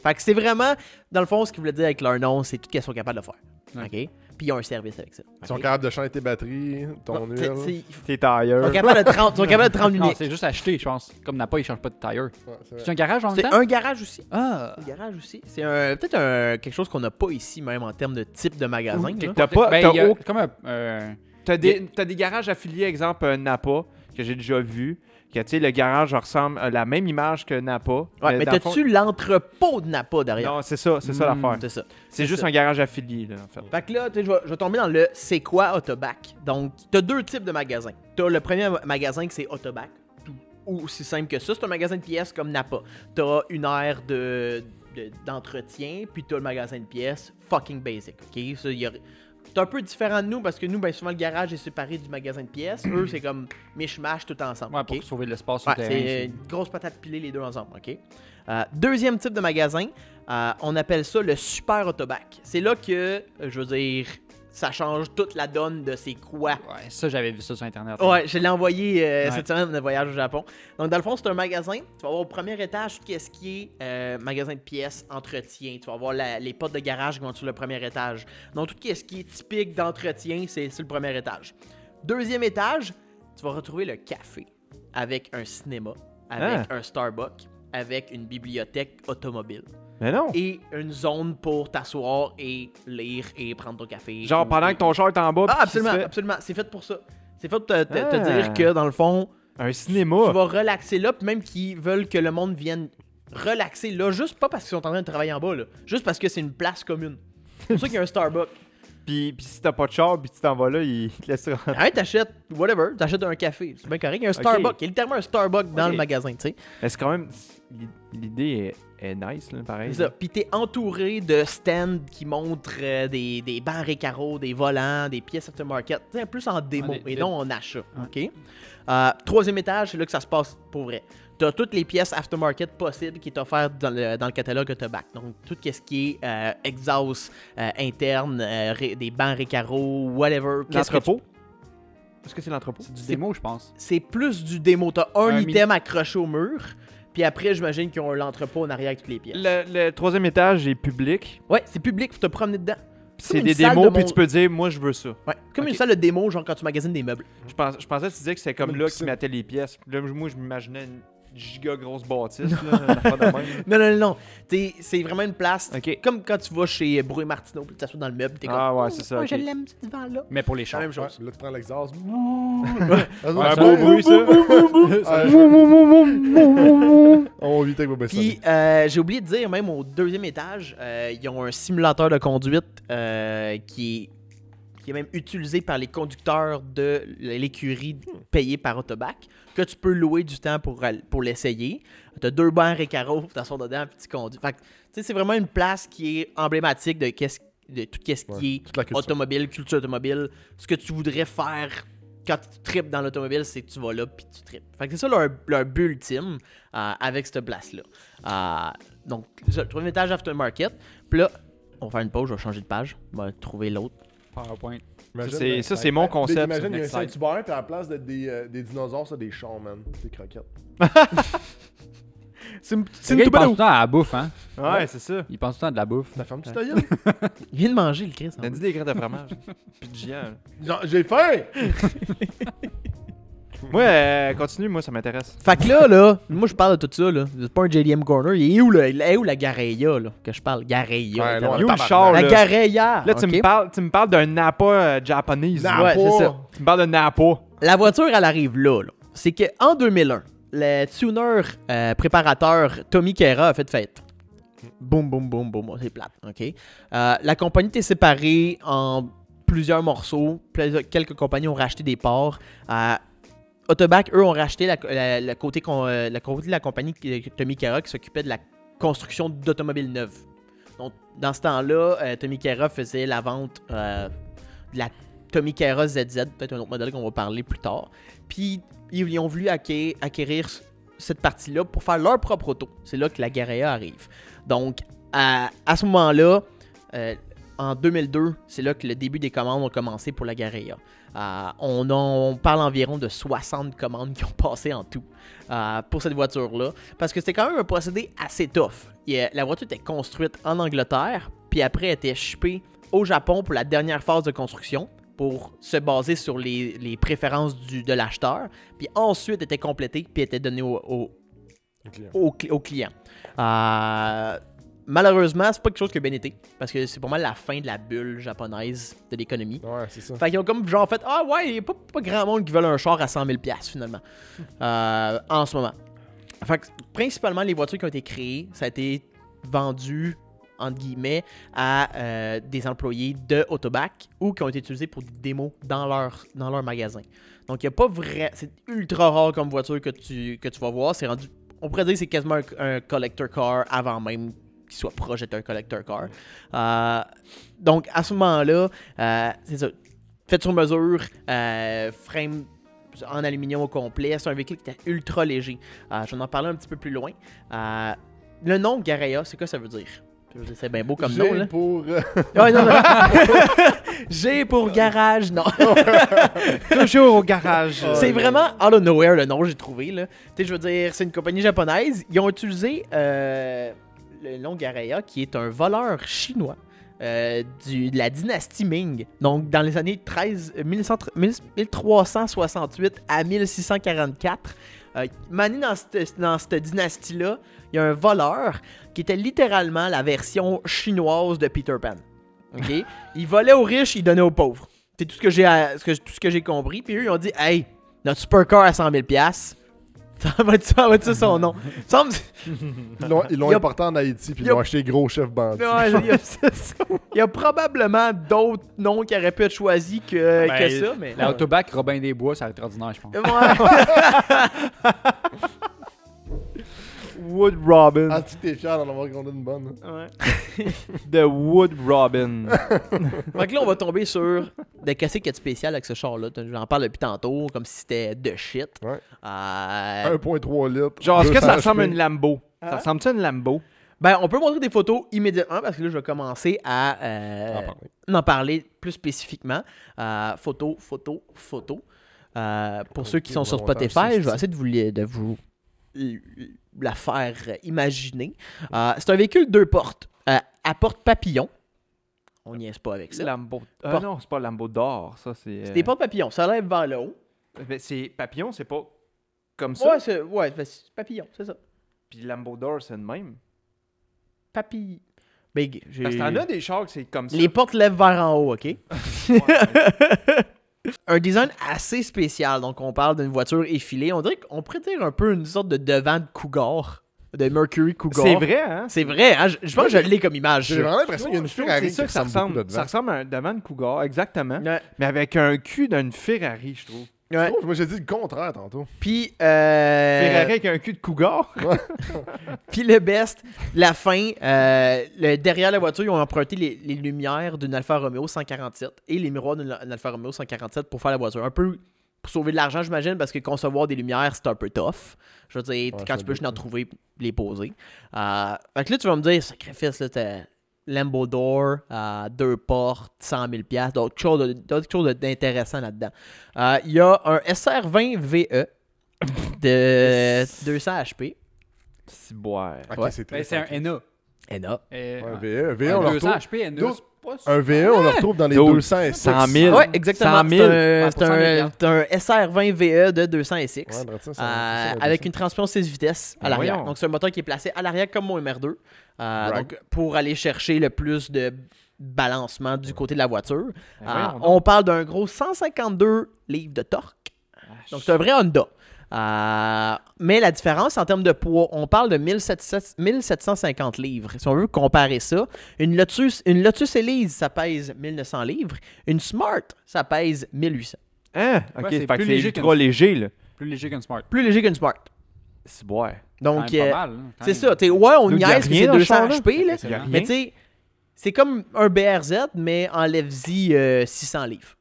Speaker 3: Fait que c'est vraiment, dans le fond, ce qu'ils voulaient dire avec leur nom, c'est tout ce qu'ils sont capables de faire. OK?
Speaker 4: Ouais.
Speaker 3: Puis ils ont un service avec ça.
Speaker 1: Ils sont
Speaker 3: OK?
Speaker 1: capables de changer tes batteries, ton
Speaker 3: Non, c'est-
Speaker 1: huile.
Speaker 3: c'est-
Speaker 2: T'es
Speaker 3: Ils sont
Speaker 2: ailleurs.
Speaker 3: capables de te rendre- ils sont capables de te rendre
Speaker 4: Non,
Speaker 3: unique.
Speaker 4: c'est juste acheter, je pense. Comme Napa, ils changent pas de tire.
Speaker 1: Ouais, c'est vrai.
Speaker 4: C'est un garage en
Speaker 3: C'est
Speaker 4: temps?
Speaker 3: un garage aussi.
Speaker 4: Ah.
Speaker 3: Le garage aussi. C'est un- peut-être un- quelque chose qu'on n'a pas ici, même en termes de type de magasin.
Speaker 4: Ou
Speaker 3: là.
Speaker 4: quelque
Speaker 2: T'as
Speaker 4: part-
Speaker 2: pas-
Speaker 4: Ben,
Speaker 2: t'as
Speaker 4: il y a
Speaker 2: aucun-
Speaker 4: comme un. euh,
Speaker 2: T'as des, t'as des garages affiliés, exemple euh, Napa, que j'ai déjà vu. Que, tu sais, le garage ressemble à la même image que Napa.
Speaker 3: Ouais, mais
Speaker 2: dans le
Speaker 3: t'as-tu l'entrepôt de Napa
Speaker 2: fond-
Speaker 3: derrière?
Speaker 2: Non, c'est ça, c'est ça
Speaker 4: Hmm.
Speaker 2: l'affaire.
Speaker 3: C'est ça.
Speaker 2: C'est juste
Speaker 3: ça.
Speaker 2: un garage affilié, là, en fait.
Speaker 3: Fait que là, tu sais, je vais- je vais tomber dans le c'est quoi Autobac. Donc, t'as deux types de magasins. T'as le premier magasin que c'est Autobac, tout- ou aussi simple que ça. C'est un magasin de pièces comme Napa. T'as une aire de de- d'entretien, puis t'as le magasin de pièces fucking basic, ok? Ça, y a- C'est un peu différent de nous parce que nous, ben, souvent le garage est séparé du magasin de pièces. Eux, c'est comme mishmash tout ensemble.
Speaker 4: Ouais,
Speaker 3: ok?
Speaker 4: pour sauver de l'espace
Speaker 3: Ouais,
Speaker 4: sur le terrain.
Speaker 3: c'est une grosse patate pilée les deux ensemble, OK? Euh, deuxième type de magasin, euh, on appelle ça le super autobac. C'est là que, euh, je veux dire, ça change toute la donne de c'est quoi.
Speaker 4: Ouais, ça, j'avais vu ça sur Internet.
Speaker 3: Ouais, je l'ai envoyé euh,
Speaker 4: Ouais.
Speaker 3: cette semaine de voyage au Japon. Donc, dans le fond, c'est un magasin. Tu vas avoir au premier étage tout ce qui est euh, magasin de pièces, entretien. Tu vas avoir la- les potes de garage qui vont sur le premier étage. Donc, tout ce qui est typique d'entretien, c'est sur le premier étage. Deuxième étage, tu vas retrouver le café avec un cinéma, avec
Speaker 2: Ah.
Speaker 3: un Starbucks, avec une bibliothèque automobile
Speaker 2: Mais non.
Speaker 3: et une zone pour t'asseoir et lire et prendre ton café.
Speaker 2: Genre
Speaker 3: ou-
Speaker 2: pendant que ton char est en bas.
Speaker 3: Ah,
Speaker 2: puis qu'il se
Speaker 3: absolument,
Speaker 2: fait-
Speaker 3: absolument. C'est fait pour ça. C'est fait pour te, te- te
Speaker 2: Ah.
Speaker 3: dire que, dans le fond,
Speaker 2: Un
Speaker 3: tu
Speaker 2: cinéma.
Speaker 3: vas relaxer là, puis même qu'ils veulent que le monde vienne relaxer là, juste pas parce qu'ils sont en train de travailler en bas, là, juste parce que c'est une place commune. C'est pour ça qu'il y a un Starbucks.
Speaker 2: Puis, puis si t'as pas de char, puis tu t'en vas là, il te laissera.
Speaker 3: Hein, t'achètes whatever, t'achètes un café, c'est bien correct. Il y a un Starbucks, il y a littéralement un Starbucks dans
Speaker 2: Ok.
Speaker 3: le magasin, tu sais.
Speaker 2: Mais c'est quand même. L'idée est, est nice, là, pareil.
Speaker 3: C'est ça.
Speaker 2: là.
Speaker 3: Puis t'es entouré de stands qui montrent euh, des, des barres et carreaux, des volants, des pièces aftermarket, tu sais, plus en démo
Speaker 4: Ouais, des-
Speaker 3: et
Speaker 4: des-
Speaker 3: non en achat. OK? Euh, troisième étage, c'est là que ça se passe pour vrai. T'as toutes les pièces aftermarket possibles qui est offert dans le, dans le catalogue Autobac. Donc, tout ce qui est euh, exhaust euh, interne, euh, ré- des bancs et carreaux, whatever. qu'est-ce que tu-
Speaker 2: L'entrepôt. Est-ce que c'est l'entrepôt
Speaker 4: C'est du
Speaker 3: c'est-
Speaker 4: démo, je pense.
Speaker 3: C'est plus du démo. T'as un,
Speaker 4: Un
Speaker 3: item accroché au mur, puis après, j'imagine qu'ils ont l'entrepôt en arrière avec toutes les pièces.
Speaker 2: le, le troisième étage est public.
Speaker 3: Ouais, c'est public, faut te promener dedans.
Speaker 2: C'est
Speaker 3: une
Speaker 2: des
Speaker 3: salle
Speaker 2: démos,
Speaker 3: de
Speaker 2: puis
Speaker 3: mon-
Speaker 2: tu peux dire, moi, je veux ça.
Speaker 3: Ouais, comme une
Speaker 2: Ok.
Speaker 3: salle de démo, genre quand tu magasines des meubles.
Speaker 2: Je, pense- je pensais que tu disais que c'était comme
Speaker 1: Une
Speaker 2: là qu'ils
Speaker 1: piscine.
Speaker 2: mettaient les pièces. Là, moi, je m'imaginais une giga grosse bâtisse. là, une affaire de même.
Speaker 3: Non, non, non, non. T'es- C'est vraiment une place.
Speaker 2: Ok.
Speaker 3: Comme quand tu vas chez Bruy Martineau, puis tu t'assois dans le meuble, puis t'es comme.
Speaker 2: Ah ouais, c'est ça.
Speaker 3: Moi,
Speaker 2: ok.
Speaker 3: je l'aime, ce divan-là.
Speaker 4: Mais pour les
Speaker 3: C'est la
Speaker 4: chars.
Speaker 3: même chose.
Speaker 1: Ouais, là, tu prends l'exhaust.
Speaker 2: Un beau bruit, ça.
Speaker 1: Ah, je- On vit avec Bob
Speaker 3: Puis, euh, j'ai oublié de dire, même au deuxième étage, euh, ils ont un simulateur de conduite euh, qui, est, qui est même utilisé par les conducteurs de l'écurie payée par Autobac, que tu peux louer du temps pour, al- pour l'essayer. T'as deux barres et carreaux pour t'asseoir dedans, puis tu conduis. Fait que, tu sais, c'est vraiment une place qui est emblématique de, qu'est-ce- de tout ce qui
Speaker 1: Ouais,
Speaker 3: est
Speaker 1: toute la culture.
Speaker 3: automobile, culture automobile, ce que tu voudrais faire quand tu tripes dans l'automobile, c'est que tu vas là puis tu tripes. Fait que c'est ça leur, leur but ultime euh, avec cette place-là. Euh, donc, c'est ça, le troisième étage aftermarket. Puis là, on va faire une pause, je vais changer de page. On va trouver l'autre.
Speaker 4: PowerPoint.
Speaker 1: Imagine,
Speaker 2: c'est-
Speaker 1: là,
Speaker 2: ça,
Speaker 1: ouais.
Speaker 2: c'est mon
Speaker 1: Mais
Speaker 2: concept, ça,
Speaker 1: Imagine, il y a un
Speaker 4: next slide.
Speaker 1: Saint-Hubert, puis à la place d'être des, euh, des dinosaures, c'est des champs, man. Des croquettes.
Speaker 3: C'est une,
Speaker 4: Le gars, il pense tout le temps à la bouffe, hein.
Speaker 2: Ouais, c'est ça.
Speaker 4: Il pense tout le temps à de la bouffe.
Speaker 1: La femme, tu ta gueule?
Speaker 3: Il vient de manger, le Chris. en
Speaker 2: T'as dit des graines de fromage. Puis de géant.
Speaker 1: Genre, J'ai faim!
Speaker 2: Moi, euh, continue, moi, ça m'intéresse.
Speaker 3: Fait que là, là, moi je parle de tout ça, là. C'est pas un JDM Corner. Il est où, là? Il est où la Gareya, là? Que je parle. Gareya.
Speaker 1: Ouais, non,
Speaker 2: You le
Speaker 1: tabarnak.
Speaker 2: char,
Speaker 3: la
Speaker 2: là.
Speaker 3: Gareya.
Speaker 2: Là, tu
Speaker 3: ok?
Speaker 2: me parles, tu me parles d'un Napa euh, japonese.
Speaker 1: Napa.
Speaker 3: Ouais, c'est ça.
Speaker 2: Tu me parles de Napa.
Speaker 3: La voiture, elle arrive là. là. C'est qu'en 2001, le tuner euh, préparateur Tommy Kera a fait fête. Boum, boum, boum, boum. Oh, C'est plate, OK? Euh, la compagnie était séparée en plusieurs morceaux. Plusieurs- Quelques compagnies ont racheté des parts. Euh, Autobac, eux, ont racheté la- la- le côté, qu'on- euh, le côté de la compagnie qui- euh, Tommy Kera qui s'occupait de la construction d'automobiles neuves. Donc, dans ce temps-là, euh, Tommy Kera faisait la vente euh, de la Tommy Kera ZZ, peut-être un autre modèle qu'on va parler plus tard. Puis ils ils ont voulu acquérir, acquérir c- cette partie-là pour faire leur propre auto. C'est là que la Garéa arrive. Donc à, à ce moment-là, euh, en 2002, c'est là que le début des commandes ont commencé pour la Garéa. Euh, on, en- on parle environ de 60 commandes qui ont passé en tout euh, pour cette voiture-là. Parce que c'était quand même un procédé assez tough. Il y a- la voiture était construite en Angleterre, puis après elle était shippée au Japon pour la dernière phase de construction pour se baser sur les, les préférences du, de l'acheteur, puis ensuite était complétée, puis était donnée au, au- au, cli- au client. Euh, malheureusement, c'est pas quelque chose qui a bien été, parce que c'est pour moi la fin de la bulle japonaise de l'économie.
Speaker 1: Ouais, c'est ça.
Speaker 3: Fait qu'ils ont comme genre fait Ah ouais, y a pas, pas grand monde qui veulent un char à 100 000 finalement. Euh, en ce moment. Fait que principalement, les voitures qui ont été créées, ça a été vendu, entre guillemets, à euh, des employés de Autobac ou qui ont été utilisés pour des démos dans leur, dans leur magasin. Donc, il n'y a pas vrai. C'est ultra rare comme voiture que tu, que tu vas voir. C'est rendu. On pourrait dire que c'est quasiment un, un collector car avant même qui soit proche d'être un collector car. Euh, donc, à ce moment-là, euh, c'est ça. Faites sur mesure, euh, frame en aluminium au complet. C'est un véhicule qui était ultra léger. Euh, je vais en parler un petit peu plus loin. Euh, le nom Gareya, c'est quoi ça veut dire? Ça veut dire, C'est bien beau comme nom, là.
Speaker 1: J'ai pour... euh,
Speaker 3: Ouais, non, non. J'ai pour garage, non.
Speaker 2: Toujours au garage.
Speaker 1: Ouais.
Speaker 3: C'est vraiment out of nowhere le nom j'ai trouvé là. Tu sais, je veux dire, c'est une compagnie japonaise. Ils ont utilisé euh, le nom Gareya, qui est un voleur chinois. euh, du, de la dynastie Ming. Donc, dans les années 13, euh, 1100 1368 à 1644, euh, mané dans cette, dans cette dynastie-là, il y a un voleur qui était littéralement la version chinoise de Peter Pan. OK? il volait aux riches, il donnait aux pauvres. C'est tout ce que j'ai à- ce que- tout ce que j'ai compris. Puis eux, ils ont dit Hey, notre supercar à 100 000 piastres, ça va être ça, va être ça son nom. Ça me-
Speaker 1: Ils l'ont- ils l'ont
Speaker 3: Y'a-
Speaker 1: importé en Haïti, puis ils
Speaker 3: Y'a-
Speaker 1: l'ont acheté gros chef bandit.
Speaker 3: Ouais, il, y a, c'est ça. Il y a probablement d'autres noms qui auraient pu être choisis que,
Speaker 4: Ben,
Speaker 3: que ça, mais.
Speaker 4: La autobac Robin des Bois, ça va être ordinaire, je pense.
Speaker 2: The Wood Robin.
Speaker 1: Ah, tu t'es fier d'en avoir grondé une bonne. hein?
Speaker 3: Ouais.
Speaker 2: The Wood Robin.
Speaker 3: Donc là, on va tomber sur des qu'est-ce qu'il y a de spécial avec ce char-là. J'en parle depuis tantôt, comme si c'était de shit.
Speaker 1: Ouais.
Speaker 3: Euh,
Speaker 1: 1.3 litres.
Speaker 2: Genre, est-ce que
Speaker 1: 200
Speaker 2: ça ressemble à
Speaker 1: HP.
Speaker 2: une Lambo? Ça ressemble-tu à une Lambo?
Speaker 3: Ben, on peut montrer des photos immédiatement parce que là, je vais commencer à euh,
Speaker 1: Ah, pardon.
Speaker 3: en parler plus spécifiquement. Euh, photo, photo, photo. Euh, pour
Speaker 1: Ok,
Speaker 3: ceux qui sont sur
Speaker 1: bon, attends,
Speaker 3: Spotify,
Speaker 1: c'est-
Speaker 3: je vais essayer de vous, les- de vous l- la faire euh, imaginer. Euh, c'est un véhicule deux portes, euh, à porte papillon. On n'y est pas avec ça.
Speaker 2: Lambo. Ah
Speaker 3: Porte-
Speaker 2: non, c'est pas Lambo d'or, ça. C'est
Speaker 3: C'est
Speaker 2: euh,
Speaker 3: des portes papillon, ça lève vers le haut.
Speaker 2: ben, c'est papillon, c'est pas comme ça.
Speaker 3: Ouais, c'est ouais, ben, c'est papillon, c'est ça.
Speaker 2: Puis Lambo d'or, c'est le même.
Speaker 3: Papillon. Big. j'ai-
Speaker 2: Parce que t'en as des chars que c'est comme ça.
Speaker 3: Les portes lèvent vers en haut, OK?
Speaker 2: Ouais,
Speaker 3: un design assez spécial. Donc, on parle d'une voiture effilée. On dirait qu'on pourrait dire un peu une sorte de devant de Cougar, de Mercury Cougar.
Speaker 2: c'est vrai, hein?
Speaker 3: C'est vrai, hein? Je, je pense que je l'ai comme image.
Speaker 1: J'ai vraiment l'impression qu'il y a une
Speaker 2: Je trouve
Speaker 1: Ferrari
Speaker 2: que
Speaker 1: qui
Speaker 2: c'est ça que ça
Speaker 1: ressemble beaucoup
Speaker 2: ressemble.
Speaker 1: de devant.
Speaker 2: Ça
Speaker 1: Mm.
Speaker 2: ressemble à un devant de Cougar, exactement.
Speaker 3: Ouais,
Speaker 2: Mais avec un cul d'une Ferrari, je trouve.
Speaker 3: ouais.
Speaker 1: Oh, Moi, j'ai dit le contraire tantôt.
Speaker 3: Puis, euh,
Speaker 2: Ferrari avec un cul de Cougar.
Speaker 3: puis le best, la fin, euh, le, derrière la voiture, ils ont emprunté les, les lumières d'une Alfa Romeo 147 et les miroirs d'une d'une Alfa Romeo 147 pour faire la voiture. Un peu pour sauver de l'argent, j'imagine, parce que concevoir des lumières, c'est un peu tough. Je veux dire,
Speaker 1: Ouais,
Speaker 3: quand
Speaker 1: ça
Speaker 3: tu
Speaker 1: doit,
Speaker 3: peux juste en
Speaker 1: ouais.
Speaker 3: trouver, les poser. Euh, fait que là, tu vas me dire, sacrifice, là, t'as Lambo Door, euh, deux portes, 100 000 piastres, d'autres choses de- d'autres choses d'intéressant là-dedans. Euh, Il y a un SR20 VE de 200 HP.
Speaker 2: C'est boire.
Speaker 1: Ok,
Speaker 3: Ouais.
Speaker 1: c'est
Speaker 4: Ben,
Speaker 1: triste,
Speaker 4: c'est un
Speaker 1: ok.
Speaker 4: NA.
Speaker 3: Ena.
Speaker 4: Euh,
Speaker 1: Ouais, Un
Speaker 4: ouais.
Speaker 1: VE, un VE,
Speaker 4: Un
Speaker 1: E, on le
Speaker 4: 200
Speaker 1: retrouve.
Speaker 4: HP, NA.
Speaker 1: Deux-
Speaker 4: c'est pas super.
Speaker 1: Un VE, on le retrouve dans les
Speaker 2: Douze.
Speaker 1: 200 et
Speaker 2: 100
Speaker 1: 600.
Speaker 2: 000.
Speaker 3: Ouais, exactement.
Speaker 2: 100
Speaker 3: C'est
Speaker 2: 000.
Speaker 3: un, c'est un-
Speaker 4: 100 000.
Speaker 3: c'est un SR20 VE E de 200 SX.
Speaker 1: Ouais, ben, ça, ça,
Speaker 3: euh,
Speaker 1: ça, ça,
Speaker 3: avec une transmission 6 vitesses à
Speaker 2: Ben
Speaker 3: l'arrière.
Speaker 2: voyons.
Speaker 3: Donc, c'est un moteur qui est placé à l'arrière comme mon MR2. euh,
Speaker 1: Right.
Speaker 3: donc, pour aller chercher le plus de balancement du côté de la voiture.
Speaker 2: Ben
Speaker 3: Euh,
Speaker 2: voyons donc.
Speaker 3: on parle d'un gros 152 livres de torque. Donc, c'est un vrai Honda. Euh, mais la différence en termes de poids, on parle de 1700 1750 livres. Si on veut comparer ça, une Lotus, une Lotus Elise, ça pèse 1900 livres. Une Smart, ça pèse 1800.
Speaker 2: Hein? Ok,
Speaker 4: Ouais,
Speaker 2: c'est
Speaker 4: c'est
Speaker 2: fait que
Speaker 4: plus
Speaker 2: c'est
Speaker 4: léger
Speaker 2: ultra
Speaker 4: qu'une-
Speaker 2: léger, là.
Speaker 4: Plus léger qu'une Smart.
Speaker 3: Plus léger qu'une Smart.
Speaker 2: C'est boire.
Speaker 3: Donc,
Speaker 4: Quand même
Speaker 3: euh,
Speaker 4: pas mal, hein, quand
Speaker 3: c'est
Speaker 4: même.
Speaker 3: ça. t'es- ouais, on
Speaker 2: Nous, y a
Speaker 3: niaise que
Speaker 2: rien
Speaker 3: c'est
Speaker 2: dans ce
Speaker 3: 200
Speaker 2: char-là?
Speaker 3: HP, là.
Speaker 4: C'est rien.
Speaker 3: Mais tu sais, c'est comme un BRZ, mais enlève-y euh, 600 livres.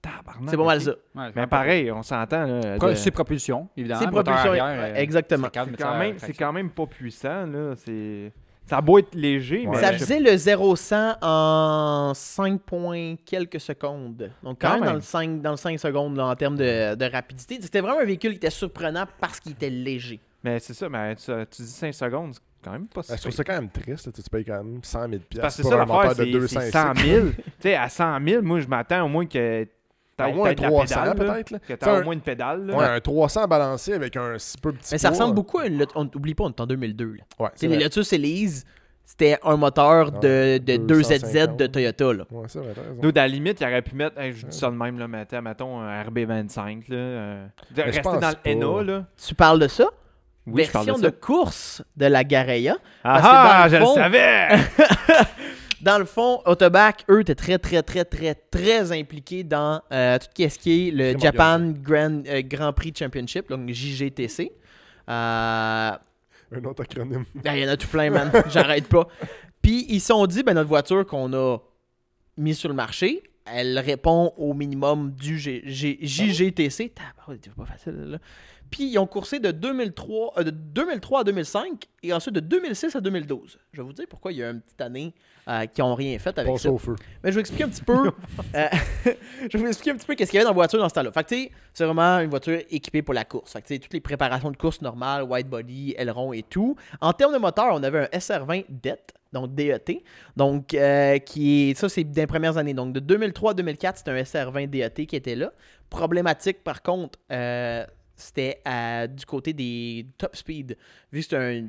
Speaker 2: Tabarnak.
Speaker 3: C'est pas mal
Speaker 2: ok.
Speaker 3: ça.
Speaker 4: Ouais,
Speaker 2: Mais pareil, on s'entend, là.
Speaker 4: Pro-
Speaker 2: de-
Speaker 4: C'est propulsion, évidemment.
Speaker 3: C'est
Speaker 4: Moteur
Speaker 3: propulsion,
Speaker 4: arrière, euh,
Speaker 3: exactement.
Speaker 4: c'est calme,
Speaker 2: C'est
Speaker 4: mais
Speaker 2: quand,
Speaker 4: ça,
Speaker 2: même,
Speaker 4: ça-
Speaker 2: c'est quand même pas puissant, là. C'est... Ça a beau être léger,
Speaker 1: Ouais.
Speaker 2: mais...
Speaker 3: Ça
Speaker 1: je-
Speaker 3: faisait le 0-100 en 5 points quelques secondes. Donc, quand,
Speaker 2: Quand
Speaker 3: même, dans
Speaker 2: même.
Speaker 3: le 5, dans le 5 secondes là, en termes de, de rapidité. C'était vraiment un véhicule qui était surprenant parce qu'il était léger.
Speaker 2: Mais c'est ça, mais tu, tu dis 5 secondes, c'est quand même pas si
Speaker 1: Ben, je trouve
Speaker 2: pire.
Speaker 1: ça quand même triste. là, tu payes quand même 100 000
Speaker 2: Parce que
Speaker 1: piastres
Speaker 2: c'est
Speaker 1: pour
Speaker 2: ça,
Speaker 1: un
Speaker 2: l'affaire,
Speaker 1: moteur de
Speaker 2: c'est
Speaker 1: 200
Speaker 2: c'est
Speaker 1: et
Speaker 2: 100 000. tu sais, à 100 000, moi, je m'attends au moins que t'aies
Speaker 1: Au moins
Speaker 2: peut-être la
Speaker 1: 300
Speaker 2: pédale, là,
Speaker 1: peut-être. là.
Speaker 2: que
Speaker 1: Tu sais,
Speaker 2: t'as
Speaker 1: un-
Speaker 2: au moins une pédale, là.
Speaker 1: Ouais, un 300 balancé avec un si peu petit
Speaker 3: Mais ça
Speaker 1: poids.
Speaker 3: ressemble beaucoup à une Lot- On Oublie pas, on est en 2002. Là.
Speaker 1: Ouais,
Speaker 3: Tu sais,
Speaker 1: euh, c'est
Speaker 3: les
Speaker 1: vrai.
Speaker 3: Lotus Elise, c'était un moteur de, de 2ZZ
Speaker 1: 250.
Speaker 3: de Toyota. là.
Speaker 1: Ouais, c'est vrai, t'as raison.
Speaker 2: Nous, dans la limite, il aurait pu mettre, hey, je dis ça de même, là, mais t'sais, mettons un RB25, là. euh, de
Speaker 1: je
Speaker 2: rester
Speaker 1: pense
Speaker 2: dans
Speaker 1: pas.
Speaker 2: le NA, là.
Speaker 3: Tu parles de ça?
Speaker 2: Oui, je parle
Speaker 3: Version
Speaker 2: de
Speaker 3: de,
Speaker 2: ça.
Speaker 3: course de la Gareya. parce que
Speaker 2: Ah ah, je
Speaker 3: dans le
Speaker 2: le
Speaker 3: fond-
Speaker 2: savais!
Speaker 3: Dans le fond, Autobac, eux, étaient très, très, très, très, très impliqués dans euh, tout ce qui est le
Speaker 1: Très
Speaker 3: Japan Grand, euh, Grand Prix Championship, donc JGTC. Euh,
Speaker 1: Un autre acronyme.
Speaker 3: Ah, Il y en a tout plein, man. J'arrête pas. Puis ils se sont dit, ben, notre voiture qu'on a mise sur le marché, elle répond au minimum du G- G- JGTC. Tabarouette, c'est pas facile, là. Puis ils ont coursé de 2003, euh, de 2003 à 2005 et ensuite de 2006 à 2012. Je vais vous dire pourquoi il y a une petite année euh, qui n'ont rien fait avec
Speaker 1: Passe
Speaker 3: ça.
Speaker 1: au feu.
Speaker 3: Mais je vais expliquer un petit peu. euh, je vais vous expliquer un petit peu qu'est-ce qu'il y avait dans la voiture dans ce temps-là. Fait que, tu sais, c'est vraiment une voiture équipée pour la course. Fait que, tu sais, toutes les préparations de course normales, wide body, aileron et tout. En termes de moteur, on avait un SR20 DET, E donc DET. Donc, euh, qui est, ça, c'est des premières années. Donc, de 2003 à 2004, c'était un SR20 DET E qui était là. Problématique, par contre, euh, c'était euh, du côté des top speed. Vu que c'est un,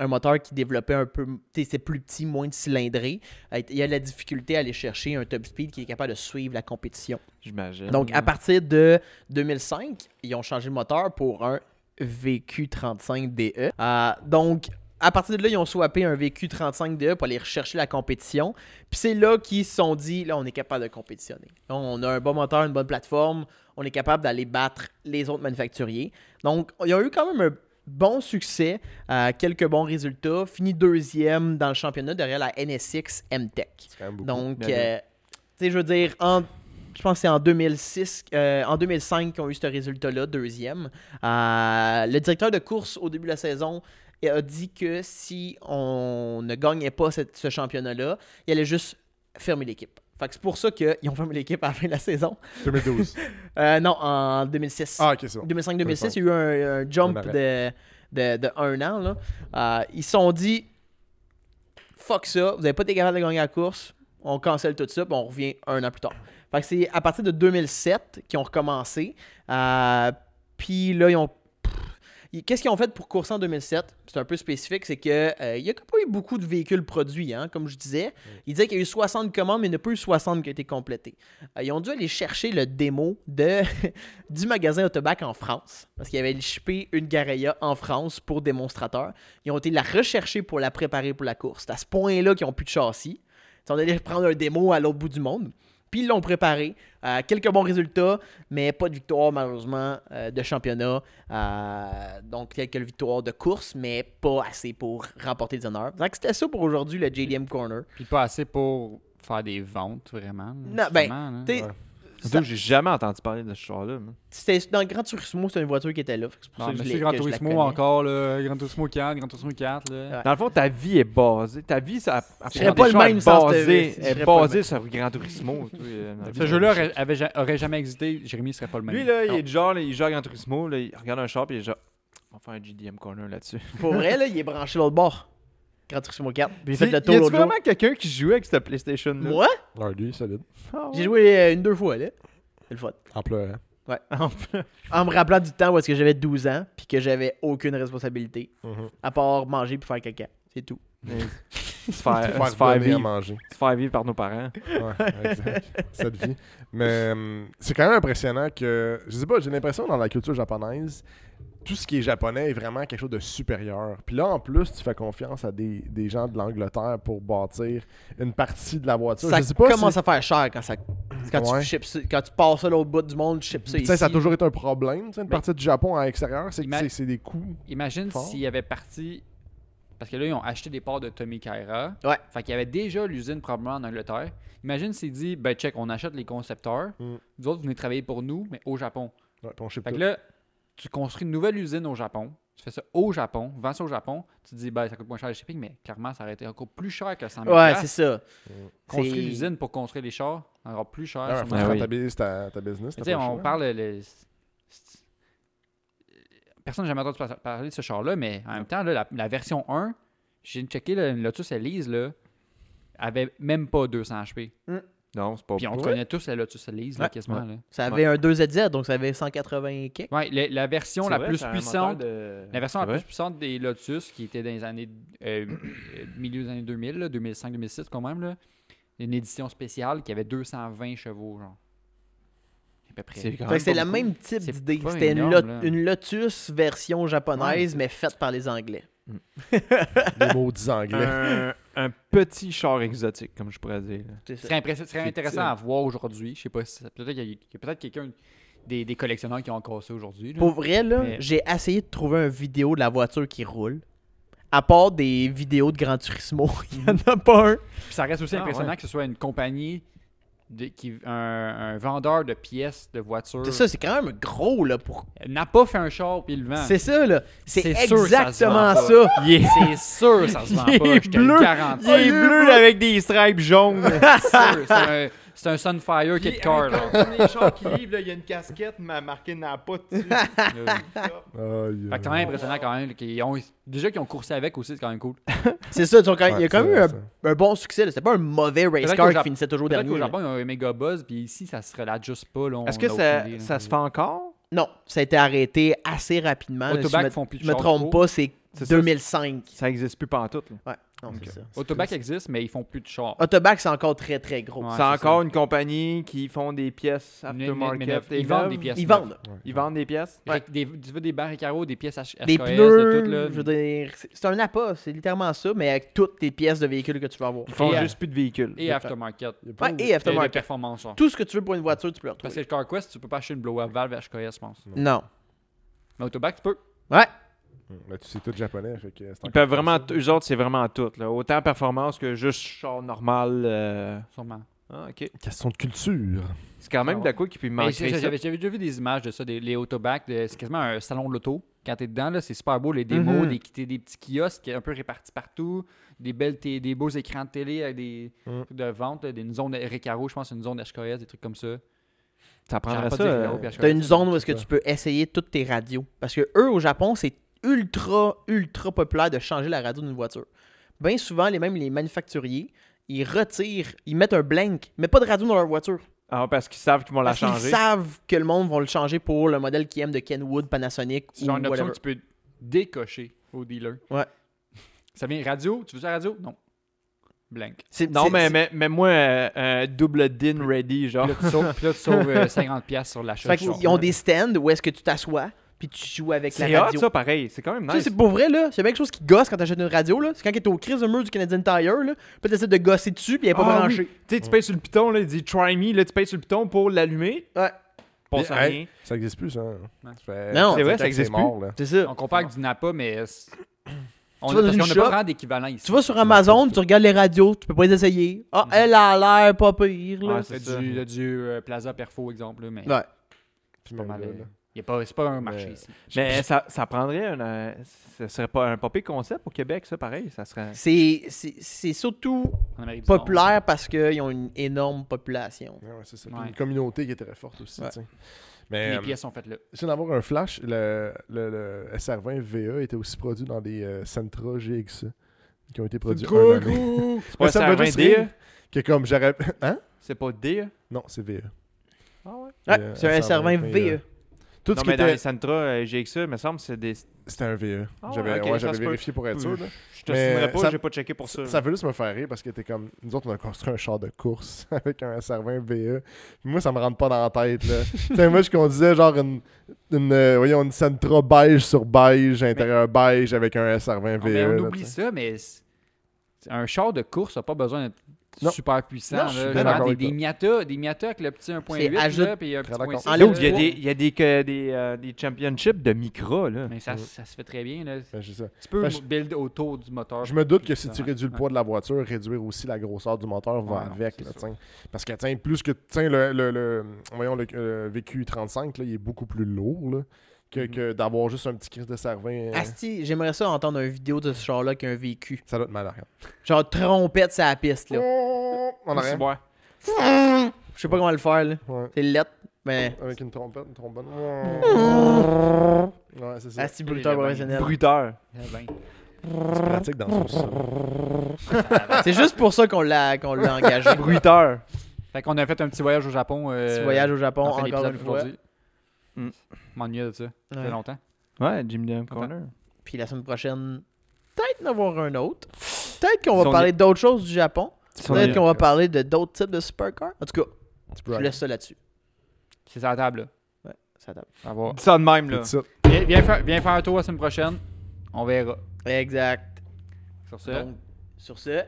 Speaker 3: un moteur qui développait un peu, tu sais, c'est plus petit, moins de cylindrée, euh, il y a de la difficulté à aller chercher un top speed qui est capable de suivre la compétition.
Speaker 2: J'imagine.
Speaker 3: Donc, à partir de 2005, ils ont changé le moteur pour un VQ35DE. Euh, donc, à partir de là, ils ont swappé un VQ35DE E pour aller rechercher la compétition. Puis c'est là qu'ils se sont dit, là, on est capable de compétitionner. Là, on a un bon moteur, une bonne plateforme, on est capable d'aller battre les autres manufacturiers. Donc, ils ont eu quand même un bon succès, euh, quelques bons résultats, fini deuxième dans le championnat derrière la NSX M-Tech.
Speaker 1: C'est quand même beaucoup.
Speaker 3: Donc,
Speaker 2: Bien
Speaker 3: euh, tu sais, je veux dire, en- je pense que c'est en 2006, euh, en 2005 qu'ils ont eu ce résultat-là, deuxième. Euh, le directeur de course au début de la saison a dit que si on ne gagnait pas cette- ce championnat-là, il allait juste fermer l'équipe. Fait que c'est pour ça qu'ils ont fermé l'équipe à la fin de la saison.
Speaker 1: 2012.
Speaker 3: Euh, non, en 2006.
Speaker 1: ah, ok, c'est bon.
Speaker 3: 2005-2006, il y a eu un, un jump
Speaker 1: Un
Speaker 3: de, de, de un an. Là. Euh, ils se sont dit fuck ça, vous n'avez pas été capable de gagner la course, on cancelle tout ça, puis on revient un an plus tard. Fait que c'est à partir de 2007 qu'ils ont recommencé. Euh, puis là, ils ont. pff, ils- Qu'est-ce qu'ils ont fait pour courser en 2007 C'est un peu spécifique, c'est qu'il n'y a pas eu beaucoup de véhicules produits, hein, comme je disais. Ils disaient qu'il y a eu 60 commandes, mais il n'y en a pas eu 60 qui ont été complétées. Euh, ils ont dû aller chercher le démo de, du magasin Autobac en France, parce qu'ils avaient shippé une Gareya en France pour démonstrateur. Ils ont été la rechercher pour la préparer pour la course. C'est à ce point-là qu'ils n'ont plus de châssis. Ils sont allés prendre un démo à l'autre bout du monde. Puis ils l'ont préparé. Euh, quelques bons résultats, mais pas de victoire malheureusement euh, de championnat. Euh, donc quelques victoires de course, mais pas assez pour remporter des honneurs. Donc c'était ça pour aujourd'hui le JDM Corner.
Speaker 4: Puis pas assez pour faire des ventes, vraiment.
Speaker 3: Non, ben, T'sais,
Speaker 1: Ouais.
Speaker 2: Surtout que j'ai jamais entendu parler de ce char-là. man.
Speaker 3: C'était dans le Grand Turismo, c'était une voiture qui était là. Fait que C'est pour ça que je l'ai-
Speaker 4: Grand
Speaker 3: que je la
Speaker 4: Turismo
Speaker 3: connais.
Speaker 4: encore, là, Grand Turismo 4, Grand Turismo 4. Là.
Speaker 3: Ouais.
Speaker 2: Dans le fond, ta vie est basée. Ta vie, ça.
Speaker 3: Je serais pas le même sans
Speaker 2: basé,
Speaker 3: cette- je serais
Speaker 2: est
Speaker 3: pas le
Speaker 2: basée sur Gran Turismo. tu sais, euh, dans la vie.
Speaker 4: Ce jeu-là aurait, avait ja- aurait jamais existé, Jérémy serait pas le même.
Speaker 2: Lui, là, il
Speaker 4: Non.
Speaker 2: est du genre, là, il joue à Gran Turismo, là, il regarde un char, puis il est genre. On va faire un GDM corner là-dessus.
Speaker 3: Pour vrai, là, il est branché l'autre bord. Grand Turismo 4. Puis il a fait
Speaker 2: Y
Speaker 3: le
Speaker 2: a
Speaker 3: tour l'autre jour.
Speaker 2: vraiment quelqu'un qui jouait avec cette PlayStation-là?
Speaker 3: Moi,
Speaker 1: Ah, lui, solide.
Speaker 2: Ah ouais.
Speaker 3: j'ai joué euh, une deux fois, là. C'est le fun.
Speaker 1: En pleurant.
Speaker 2: En plus.
Speaker 3: En me rappelant du temps où est-ce que j'avais 12 ans puis que j'avais aucune responsabilité
Speaker 2: Mm-hmm.
Speaker 1: Mhm.
Speaker 3: à part manger puis faire caca. C'est tout.
Speaker 2: se faire,
Speaker 1: Faire
Speaker 2: se faire
Speaker 1: donner à
Speaker 2: vivre,
Speaker 1: manger.
Speaker 2: se faire vivre par nos parents.
Speaker 1: Ouais, exact. Cette vie. Mais hum, c'est quand même impressionnant que, je sais pas, j'ai l'impression dans la culture japonaise, tout ce qui est japonais est vraiment quelque chose de supérieur. Puis là, en plus, tu fais confiance à des, des gens de l'Angleterre pour bâtir une partie de la voiture.
Speaker 3: ça
Speaker 1: je sais pas
Speaker 3: commence
Speaker 1: si-
Speaker 3: à faire cher quand ça. Quand,
Speaker 1: Ouais.
Speaker 3: tu, ships ça- quand tu passes à l'autre bout du monde, tu chips ça
Speaker 1: Puis, tu
Speaker 3: ici.
Speaker 1: sais, ça a toujours été un problème, tu sais, une partie du Japon à l'extérieur, c'est que
Speaker 4: Mais-
Speaker 1: c'est- c'est des coûts.
Speaker 4: Imagine
Speaker 1: Fort.
Speaker 4: s'il avait parti. Parce que là, ils ont acheté des parts de Tommy Kaira.
Speaker 3: Ouais.
Speaker 4: Fait qu'il y avait déjà l'usine probablement en Angleterre. Imagine s'il dit ben check, on achète les concepteurs.
Speaker 1: Mm.
Speaker 4: Vous autres, vous venez travailler pour nous, mais au Japon.
Speaker 1: Ouais, puis on ship
Speaker 4: Fait que
Speaker 1: tout.
Speaker 4: là, tu construis une nouvelle usine au Japon. Tu fais ça au Japon, vends ça au Japon. Tu te dis ben ça coûte moins cher le shipping, mais clairement, ça aurait été encore plus cher que 100 000
Speaker 3: Ouais, c'est ça.
Speaker 4: Construire
Speaker 3: C'est-
Speaker 4: l'usine pour construire les chars, encore plus cher.
Speaker 1: Ah, faut que
Speaker 4: sûrement.
Speaker 1: tu
Speaker 2: Ah oui.
Speaker 1: rentabilises ta, ta business. t'as
Speaker 4: Mais tu sais,
Speaker 1: pas le
Speaker 4: on
Speaker 1: choix.
Speaker 4: parle. le- c'est- Personne n'a jamais entendu par- parler de ce char-là, mais en même temps, là, la, la version 1, j'ai checké là, une Lotus Elise, là, avait même pas 200 HP.
Speaker 2: Non, c'est pas
Speaker 4: Puis on
Speaker 1: ouais?
Speaker 4: connaît tous la Lotus Elise, là,
Speaker 3: Ouais.
Speaker 4: quasiment. là.
Speaker 3: Ça avait un 2ZZ, donc ça avait 180 kicks.
Speaker 4: Ouais, la, la version la plus puissante. La version la
Speaker 2: C'est
Speaker 4: plus
Speaker 2: vrai?
Speaker 4: puissante des Lotus, qui était dans les années euh, euh, milieu des années 2000, 2005-2006 quand même, là, une édition spéciale qui avait 220 chevaux, genre. À peu près.
Speaker 2: C'est quand
Speaker 3: Fait que
Speaker 2: même
Speaker 3: c'est
Speaker 2: pas
Speaker 3: le
Speaker 2: beaucoup.
Speaker 3: même type
Speaker 4: C'est
Speaker 3: d'idée.
Speaker 4: pas
Speaker 3: C'était une,
Speaker 4: énorme,
Speaker 3: lot-
Speaker 4: là.
Speaker 3: une Lotus version japonaise, mais faite par les Anglais.
Speaker 1: Des maudits anglais.
Speaker 2: un, un petit char exotique, comme je pourrais dire. là.
Speaker 3: C'est
Speaker 4: Ce
Speaker 3: ça.
Speaker 4: serait, impressionnant- ce serait
Speaker 2: C'est
Speaker 4: intéressant
Speaker 2: ça.
Speaker 4: à voir aujourd'hui. Je sais pas si. Peut-être qu'il y a, qu'il y a peut-être quelqu'un des, des collectionneurs qui ont encore ça aujourd'hui. là.
Speaker 3: Pour vrai, là,
Speaker 4: Mm. Mais-
Speaker 3: j'ai essayé de trouver une vidéo de la voiture qui roule. à part des vidéos de Gran Turismo, il n'y en a pas un.
Speaker 4: Puis ça reste aussi
Speaker 2: Ah,
Speaker 4: impressionnant
Speaker 2: ouais.
Speaker 4: que ce soit une compagnie, de- qui, un, un vendeur de pièces de voitures.
Speaker 3: C'est ça, c'est quand même gros, là. Pour...
Speaker 4: N'a pas fait un char puis il le vend.
Speaker 3: C'est ça, là. C'est
Speaker 4: Ah. C'est sûr que ça se
Speaker 3: exactement
Speaker 4: vend pas.
Speaker 3: ça.
Speaker 4: Il est- C'est sûr, ça se vend
Speaker 2: Il est
Speaker 4: pas. Je te le
Speaker 2: bleu.
Speaker 3: Ah,
Speaker 4: garantis.
Speaker 2: Il est bleu avec des stripes jaunes.
Speaker 4: C'est sûr, c'est un- C'est un Sunfire Kit Car. là.
Speaker 2: premier char qui livre, là, il y a une casquette m'a marqué Napa dessus.
Speaker 1: Aïe,
Speaker 4: Fait que quand
Speaker 1: aïe.
Speaker 4: même impressionnant quand même. qu'ils ont- déjà qu'ils ont coursé avec aussi, c'est quand même cool.
Speaker 3: C'est ça, tu vois, quand- il y a
Speaker 1: Ouais,
Speaker 3: quand même
Speaker 1: c'est
Speaker 3: eu
Speaker 1: vrai,
Speaker 3: un, un bon succès. là. C'était pas un mauvais race
Speaker 4: Peut-être
Speaker 3: car
Speaker 4: qu'au
Speaker 3: qui
Speaker 4: Jap-
Speaker 3: finissait toujours
Speaker 4: Peut-être
Speaker 3: dernier.
Speaker 4: qu'au
Speaker 3: là.
Speaker 4: Japon, ils ont un méga buzz, puis ici, ça se relate juste pas. là, on-
Speaker 2: Est-ce que
Speaker 4: on a
Speaker 2: ça,
Speaker 4: aucune idée, là.
Speaker 2: ça se fait encore?
Speaker 3: Non, ça a été arrêté assez rapidement. là, si
Speaker 4: Autobac
Speaker 3: je me,
Speaker 4: font plus de
Speaker 3: je me
Speaker 4: chars
Speaker 3: trompe
Speaker 4: trop.
Speaker 3: pas, c'est
Speaker 2: C'est ça,
Speaker 3: 2005.
Speaker 2: Ça n'existe plus pantoute. là.
Speaker 3: Ouais, non, c'est ça.
Speaker 4: Autobac existe, mais ils font plus de chars.
Speaker 3: Autobac, Ah, c'est encore très, très gros.
Speaker 4: Ouais.
Speaker 2: c'est
Speaker 4: c'est
Speaker 2: encore une compagnie qui font des pièces
Speaker 4: Mais- mais- mais neuf.
Speaker 2: aftermarket. et
Speaker 4: Ils vendent
Speaker 2: neuves.
Speaker 4: des pièces.
Speaker 3: Ils
Speaker 4: neuves.
Speaker 3: vendent.
Speaker 2: Ils vendent des pièces.
Speaker 3: Ouais.
Speaker 4: Des, tu veux des barres et carreaux, des pièces H- HKS,
Speaker 3: Des
Speaker 4: de
Speaker 3: pneus,
Speaker 4: tout, là.
Speaker 3: je veux dire, c'est- c'est un appât, c'est littéralement ça, mais avec toutes les pièces de véhicules que tu vas avoir.
Speaker 2: Ils font
Speaker 4: Et- euh,
Speaker 2: juste plus de véhicules.
Speaker 4: Et aftermarket.
Speaker 1: Il y a pas
Speaker 3: Ouais,
Speaker 1: où-
Speaker 3: et
Speaker 4: Et les
Speaker 3: aftermarket.
Speaker 4: performances. genre.
Speaker 3: Tout ce que tu veux pour une voiture, tu peux le
Speaker 4: Parce
Speaker 3: retrouver.
Speaker 4: que le CarQuest, tu peux pas acheter une blow-up valve HKS, je pense.
Speaker 3: Non.
Speaker 4: Mais Autobac, tu peux.
Speaker 3: Ouais.
Speaker 1: Mm, Mais tu sais tout japonais, fait que c'est
Speaker 2: Ils
Speaker 1: encore
Speaker 2: peuvent
Speaker 1: plus
Speaker 2: vraiment,
Speaker 1: ça.
Speaker 2: t- eux autres, c'est vraiment tout. là. Autant performance que juste char normal. euh.
Speaker 4: Sûrement.
Speaker 2: Ah, ok.
Speaker 1: Question de culture.
Speaker 2: C'est quand même
Speaker 4: Ah
Speaker 2: de quoi qui peut
Speaker 4: Mais
Speaker 2: manquer.
Speaker 4: j'ai-
Speaker 2: ça.
Speaker 4: J'avais j'avais déjà vu des images de ça, des, les autobacs. de- C'est quasiment un salon de l'auto. Quand t'es dedans, là, c'est super beau. Les démos,
Speaker 3: Mhm.
Speaker 4: des, t'es- des petits kiosques un peu répartis partout. Des, belles té- des beaux écrans de télé avec des
Speaker 3: Mm.
Speaker 1: Mhm.
Speaker 4: trucs de vente. là, des, une zone Recaro, je pense, une zone HKS, des trucs comme ça.
Speaker 2: Ça prendrait
Speaker 4: J'aurais pas
Speaker 2: ça.
Speaker 4: dit
Speaker 2: euh,
Speaker 4: Recaro puis HKS,
Speaker 3: T'as une
Speaker 4: mais-
Speaker 3: zone où est-ce que
Speaker 1: ça.
Speaker 3: tu peux essayer toutes tes radios. Parce que eux, au Japon, c'est ultra, ultra populaire de changer la radio d'une voiture. Bien souvent, les mêmes les manufacturiers, ils retirent, ils mettent un blank, mais pas de radio dans leur voiture.
Speaker 2: Ah, parce qu'ils savent qu'ils vont la
Speaker 3: Parce qu'ils
Speaker 2: changer.
Speaker 3: savent que le monde va le changer pour le modèle qu'ils aiment de Kenwood, Panasonic
Speaker 4: C'est
Speaker 3: ou
Speaker 4: genre une option
Speaker 3: whatever.
Speaker 4: que tu peux décocher au dealer.
Speaker 3: Ouais.
Speaker 4: Ça vient radio? Tu veux ça radio? Non. Blank.
Speaker 3: C'est-
Speaker 2: Non,
Speaker 3: c'est-
Speaker 2: mais,
Speaker 3: c'est-
Speaker 2: mais, mais moi, euh, euh, double din ready, genre.
Speaker 4: Puis là, tu sauves, puis là, tu sauves euh, 50$ sur l'achat.
Speaker 3: Ah. Fait
Speaker 4: du char.
Speaker 3: qu'ils ont des stands où est-ce que tu t'assois puis tu joues avec
Speaker 2: C'est
Speaker 3: la
Speaker 2: hot,
Speaker 3: radio.
Speaker 2: ça, pareil. C'est quand même
Speaker 3: Tu sais,
Speaker 2: nice.
Speaker 3: c'est pour vrai, là. C'est quelque chose qui gosse quand t'achètes une radio, là. C'est quand t'es au crise de mur du Canadian Tire, là. Puis t'essaies de gosser dessus, puis elle est pas
Speaker 2: Ah,
Speaker 3: branchée.
Speaker 2: oui. Tu sais, tu payes sur le piton, là, il dit try me, là, tu payes sur le piton pour l'allumer.
Speaker 3: Ouais.
Speaker 2: Passe
Speaker 1: Mais,
Speaker 2: à
Speaker 1: hey,
Speaker 2: rien.
Speaker 1: Ça existe plus, ça.
Speaker 4: Ouais.
Speaker 1: Ça fait-
Speaker 3: Non,
Speaker 2: c'est vrai,
Speaker 1: fait
Speaker 2: ça
Speaker 1: que
Speaker 2: existe plus.
Speaker 1: mort, là.
Speaker 3: C'est ça.
Speaker 4: On compare avec du Napa, mais. c'est- On
Speaker 3: vas
Speaker 4: parce
Speaker 3: dans une
Speaker 4: qu'on n'a pas
Speaker 3: shop,
Speaker 4: vraiment d'équivalent ici.
Speaker 3: Tu vas sur Amazon, tu regardes les radios, tu peux pas les essayer. Ah,
Speaker 4: Mhm.
Speaker 3: elle a l'air pas pire, là.
Speaker 2: Mm. Ouais,
Speaker 4: C'est
Speaker 2: c'est
Speaker 4: du, le- du euh, Plaza Perfo, exemple, là, mais
Speaker 3: Ouais.
Speaker 1: Puis
Speaker 4: pas
Speaker 1: même
Speaker 4: mal,
Speaker 1: là,
Speaker 4: euh,
Speaker 1: là.
Speaker 4: y a pas- c'est pas un marché
Speaker 1: Mais-
Speaker 4: ici.
Speaker 2: Mais ça, ça prendrait un. euh, Ce serait pas un popé concept au Québec, ça, pareil. Ça serait.
Speaker 3: C'est- C'est c'est surtout
Speaker 4: En Amérique du Nord.
Speaker 3: populaire parce qu'ils ont une énorme population.
Speaker 1: Ouais, ouais, c'est ça.
Speaker 4: Ouais.
Speaker 1: Puis Une communauté qui est très forte aussi.
Speaker 3: Ouais.
Speaker 1: tu sais.
Speaker 4: Les
Speaker 1: Mais euh,
Speaker 4: pièces sont faites là.
Speaker 1: je viens d'avoir un flash. Le, le, le SR20 VE était aussi produit dans des euh, Sentra GX qui ont été produits. un an après.
Speaker 2: C'est
Speaker 1: Mais ça me fait
Speaker 2: un
Speaker 1: juste
Speaker 2: D, E.
Speaker 1: rire que comme j'aurais. Hein?
Speaker 2: C'est pas D. E.
Speaker 1: Non, c'est VE.
Speaker 2: Ah ouais.
Speaker 3: Ouais,
Speaker 1: Euh,
Speaker 3: c'est un SR20
Speaker 2: E.
Speaker 3: VE.
Speaker 1: Tout
Speaker 2: non,
Speaker 1: ce qui
Speaker 2: mais dans
Speaker 1: était.
Speaker 2: les Sentra, euh, GXE, il me semble, c'est des.
Speaker 1: C'était un VE.
Speaker 2: Ah ouais,
Speaker 1: J'avais
Speaker 2: ok,
Speaker 1: ouais,
Speaker 2: ça
Speaker 1: j'avais
Speaker 2: se peut.
Speaker 1: vérifié pour être sûr. là.
Speaker 2: Je te
Speaker 1: Mais
Speaker 2: souviendrai pas,
Speaker 1: ça-
Speaker 2: j'ai pas checké pour ça.
Speaker 1: Ça veut juste me faire rire parce que t'es comme. Nous autres, on a construit un char de course avec un SR20 VE. E. Puis moi, ça me rentre pas dans la tête. Là. tu sais, moi, je conduisais genre une. une euh, voyons, une Sentra beige sur beige, intérieur beige avec un SR20
Speaker 4: Ah, mais
Speaker 1: VE.
Speaker 4: on
Speaker 1: E, là,
Speaker 4: oublie
Speaker 1: tu sais.
Speaker 4: ça, mais c'est- c'est un char de course n'a pas besoin d'être
Speaker 1: Non.
Speaker 4: super puissant.
Speaker 1: Non,
Speaker 4: là.
Speaker 1: je suis bien
Speaker 4: Genre
Speaker 1: d'accord
Speaker 4: des,
Speaker 1: avec
Speaker 4: des
Speaker 1: toi.
Speaker 4: Miata, des Miata avec le petit 1.8
Speaker 3: ajoute-
Speaker 4: là, puis un
Speaker 1: Très
Speaker 4: petit
Speaker 1: d'accord.
Speaker 4: 1.6.
Speaker 3: En
Speaker 4: là.
Speaker 3: ligne,
Speaker 2: Il y a des, il y a des, que- des, euh, des championships de micro, là.
Speaker 4: Mais ça, ça se fait très bien. Là.
Speaker 1: Ben, c'est ça.
Speaker 4: Tu peux
Speaker 1: Ben, je-
Speaker 4: build autour du moteur.
Speaker 1: Je me doute que
Speaker 4: Puis
Speaker 1: si
Speaker 4: ça,
Speaker 1: tu
Speaker 4: ouais.
Speaker 1: réduis le
Speaker 4: Ouais.
Speaker 1: poids de la voiture, réduire aussi la grosseur du moteur va
Speaker 4: Ouais, non,
Speaker 1: avec.
Speaker 4: c'est
Speaker 1: là,
Speaker 4: sûr.
Speaker 1: tiens. Parce que tiens, plus que tiens, le, le, le- voyons, le, euh, VQ35, là, il est beaucoup plus lourd là, que,
Speaker 4: Mhm. Ah,
Speaker 1: que d'avoir juste un petit crise de cervin. euh,
Speaker 3: Asti, j'aimerais ça entendre une vidéo de ce char-là qui a un vécu.
Speaker 1: ça doit être malade.
Speaker 3: Genre trompette sur la piste, là.
Speaker 1: En
Speaker 2: C'est
Speaker 1: arrière.
Speaker 2: bon.
Speaker 3: Je sais pas comment le faire, là.
Speaker 1: Ouais.
Speaker 3: C'est lettre, mais.
Speaker 1: Avec une trompette, une trombone. Ouais, Ah, c'est ça.
Speaker 3: Asti, bruteur Ah, professionnel.
Speaker 2: Bruteur.
Speaker 4: Ah ben,
Speaker 1: C'est pratique dans son sol.
Speaker 3: C'est juste pour ça qu'on l'a qu'on l'a engagé.
Speaker 2: Bruteur.
Speaker 4: Fait qu'on a fait un petit voyage au Japon. euh,
Speaker 3: Petit voyage au Japon,
Speaker 4: dans un
Speaker 3: encore
Speaker 4: épisode
Speaker 3: une fois.
Speaker 4: aujourd'hui.
Speaker 2: Mm.
Speaker 4: M'ennuyais de ça. Ça fait
Speaker 3: Ouais.
Speaker 4: longtemps.
Speaker 2: Ouais, Jim Dam Corner.
Speaker 3: Puis la semaine prochaine, peut-être en avoir un autre. Peut-être qu'on
Speaker 2: Si on
Speaker 3: va parler d'autres choses du Japon.
Speaker 2: Si on
Speaker 3: Peut-être
Speaker 2: est-
Speaker 3: qu'on va parler de d'autres types de supercars. En tout cas,
Speaker 1: Tu
Speaker 3: je
Speaker 1: peux aller.
Speaker 3: laisse ça là-dessus.
Speaker 4: C'est sur la table. Là.
Speaker 3: Ça tape.
Speaker 4: Ça va.
Speaker 2: Dis ça de même, là.
Speaker 1: Tout de suite.
Speaker 4: Viens, viens faire, viens faire un tour la semaine prochaine. On verra.
Speaker 3: Exact.
Speaker 4: Sur ce,
Speaker 3: Donc, sur ce,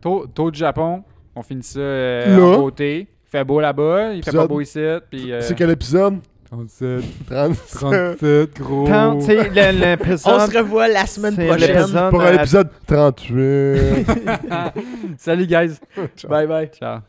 Speaker 4: tour, tour du Japon. On finit ça euh,
Speaker 1: Là.
Speaker 4: en beauté. Il fait beau là-bas. Il fait pas
Speaker 1: Épisode.
Speaker 4: beau ici. Puis, euh,
Speaker 1: C'est quel épisode
Speaker 5: 37,
Speaker 1: 37.
Speaker 5: 37, gros.
Speaker 2: Tant, tu sais, le-
Speaker 3: On
Speaker 2: l'épisode.
Speaker 3: se revoit la semaine
Speaker 2: c'est
Speaker 3: prochaine.
Speaker 2: l'épisode
Speaker 1: Pour
Speaker 2: à-
Speaker 1: l'épisode 38.
Speaker 4: Salut, guys.
Speaker 3: Bye bye.
Speaker 4: Ciao.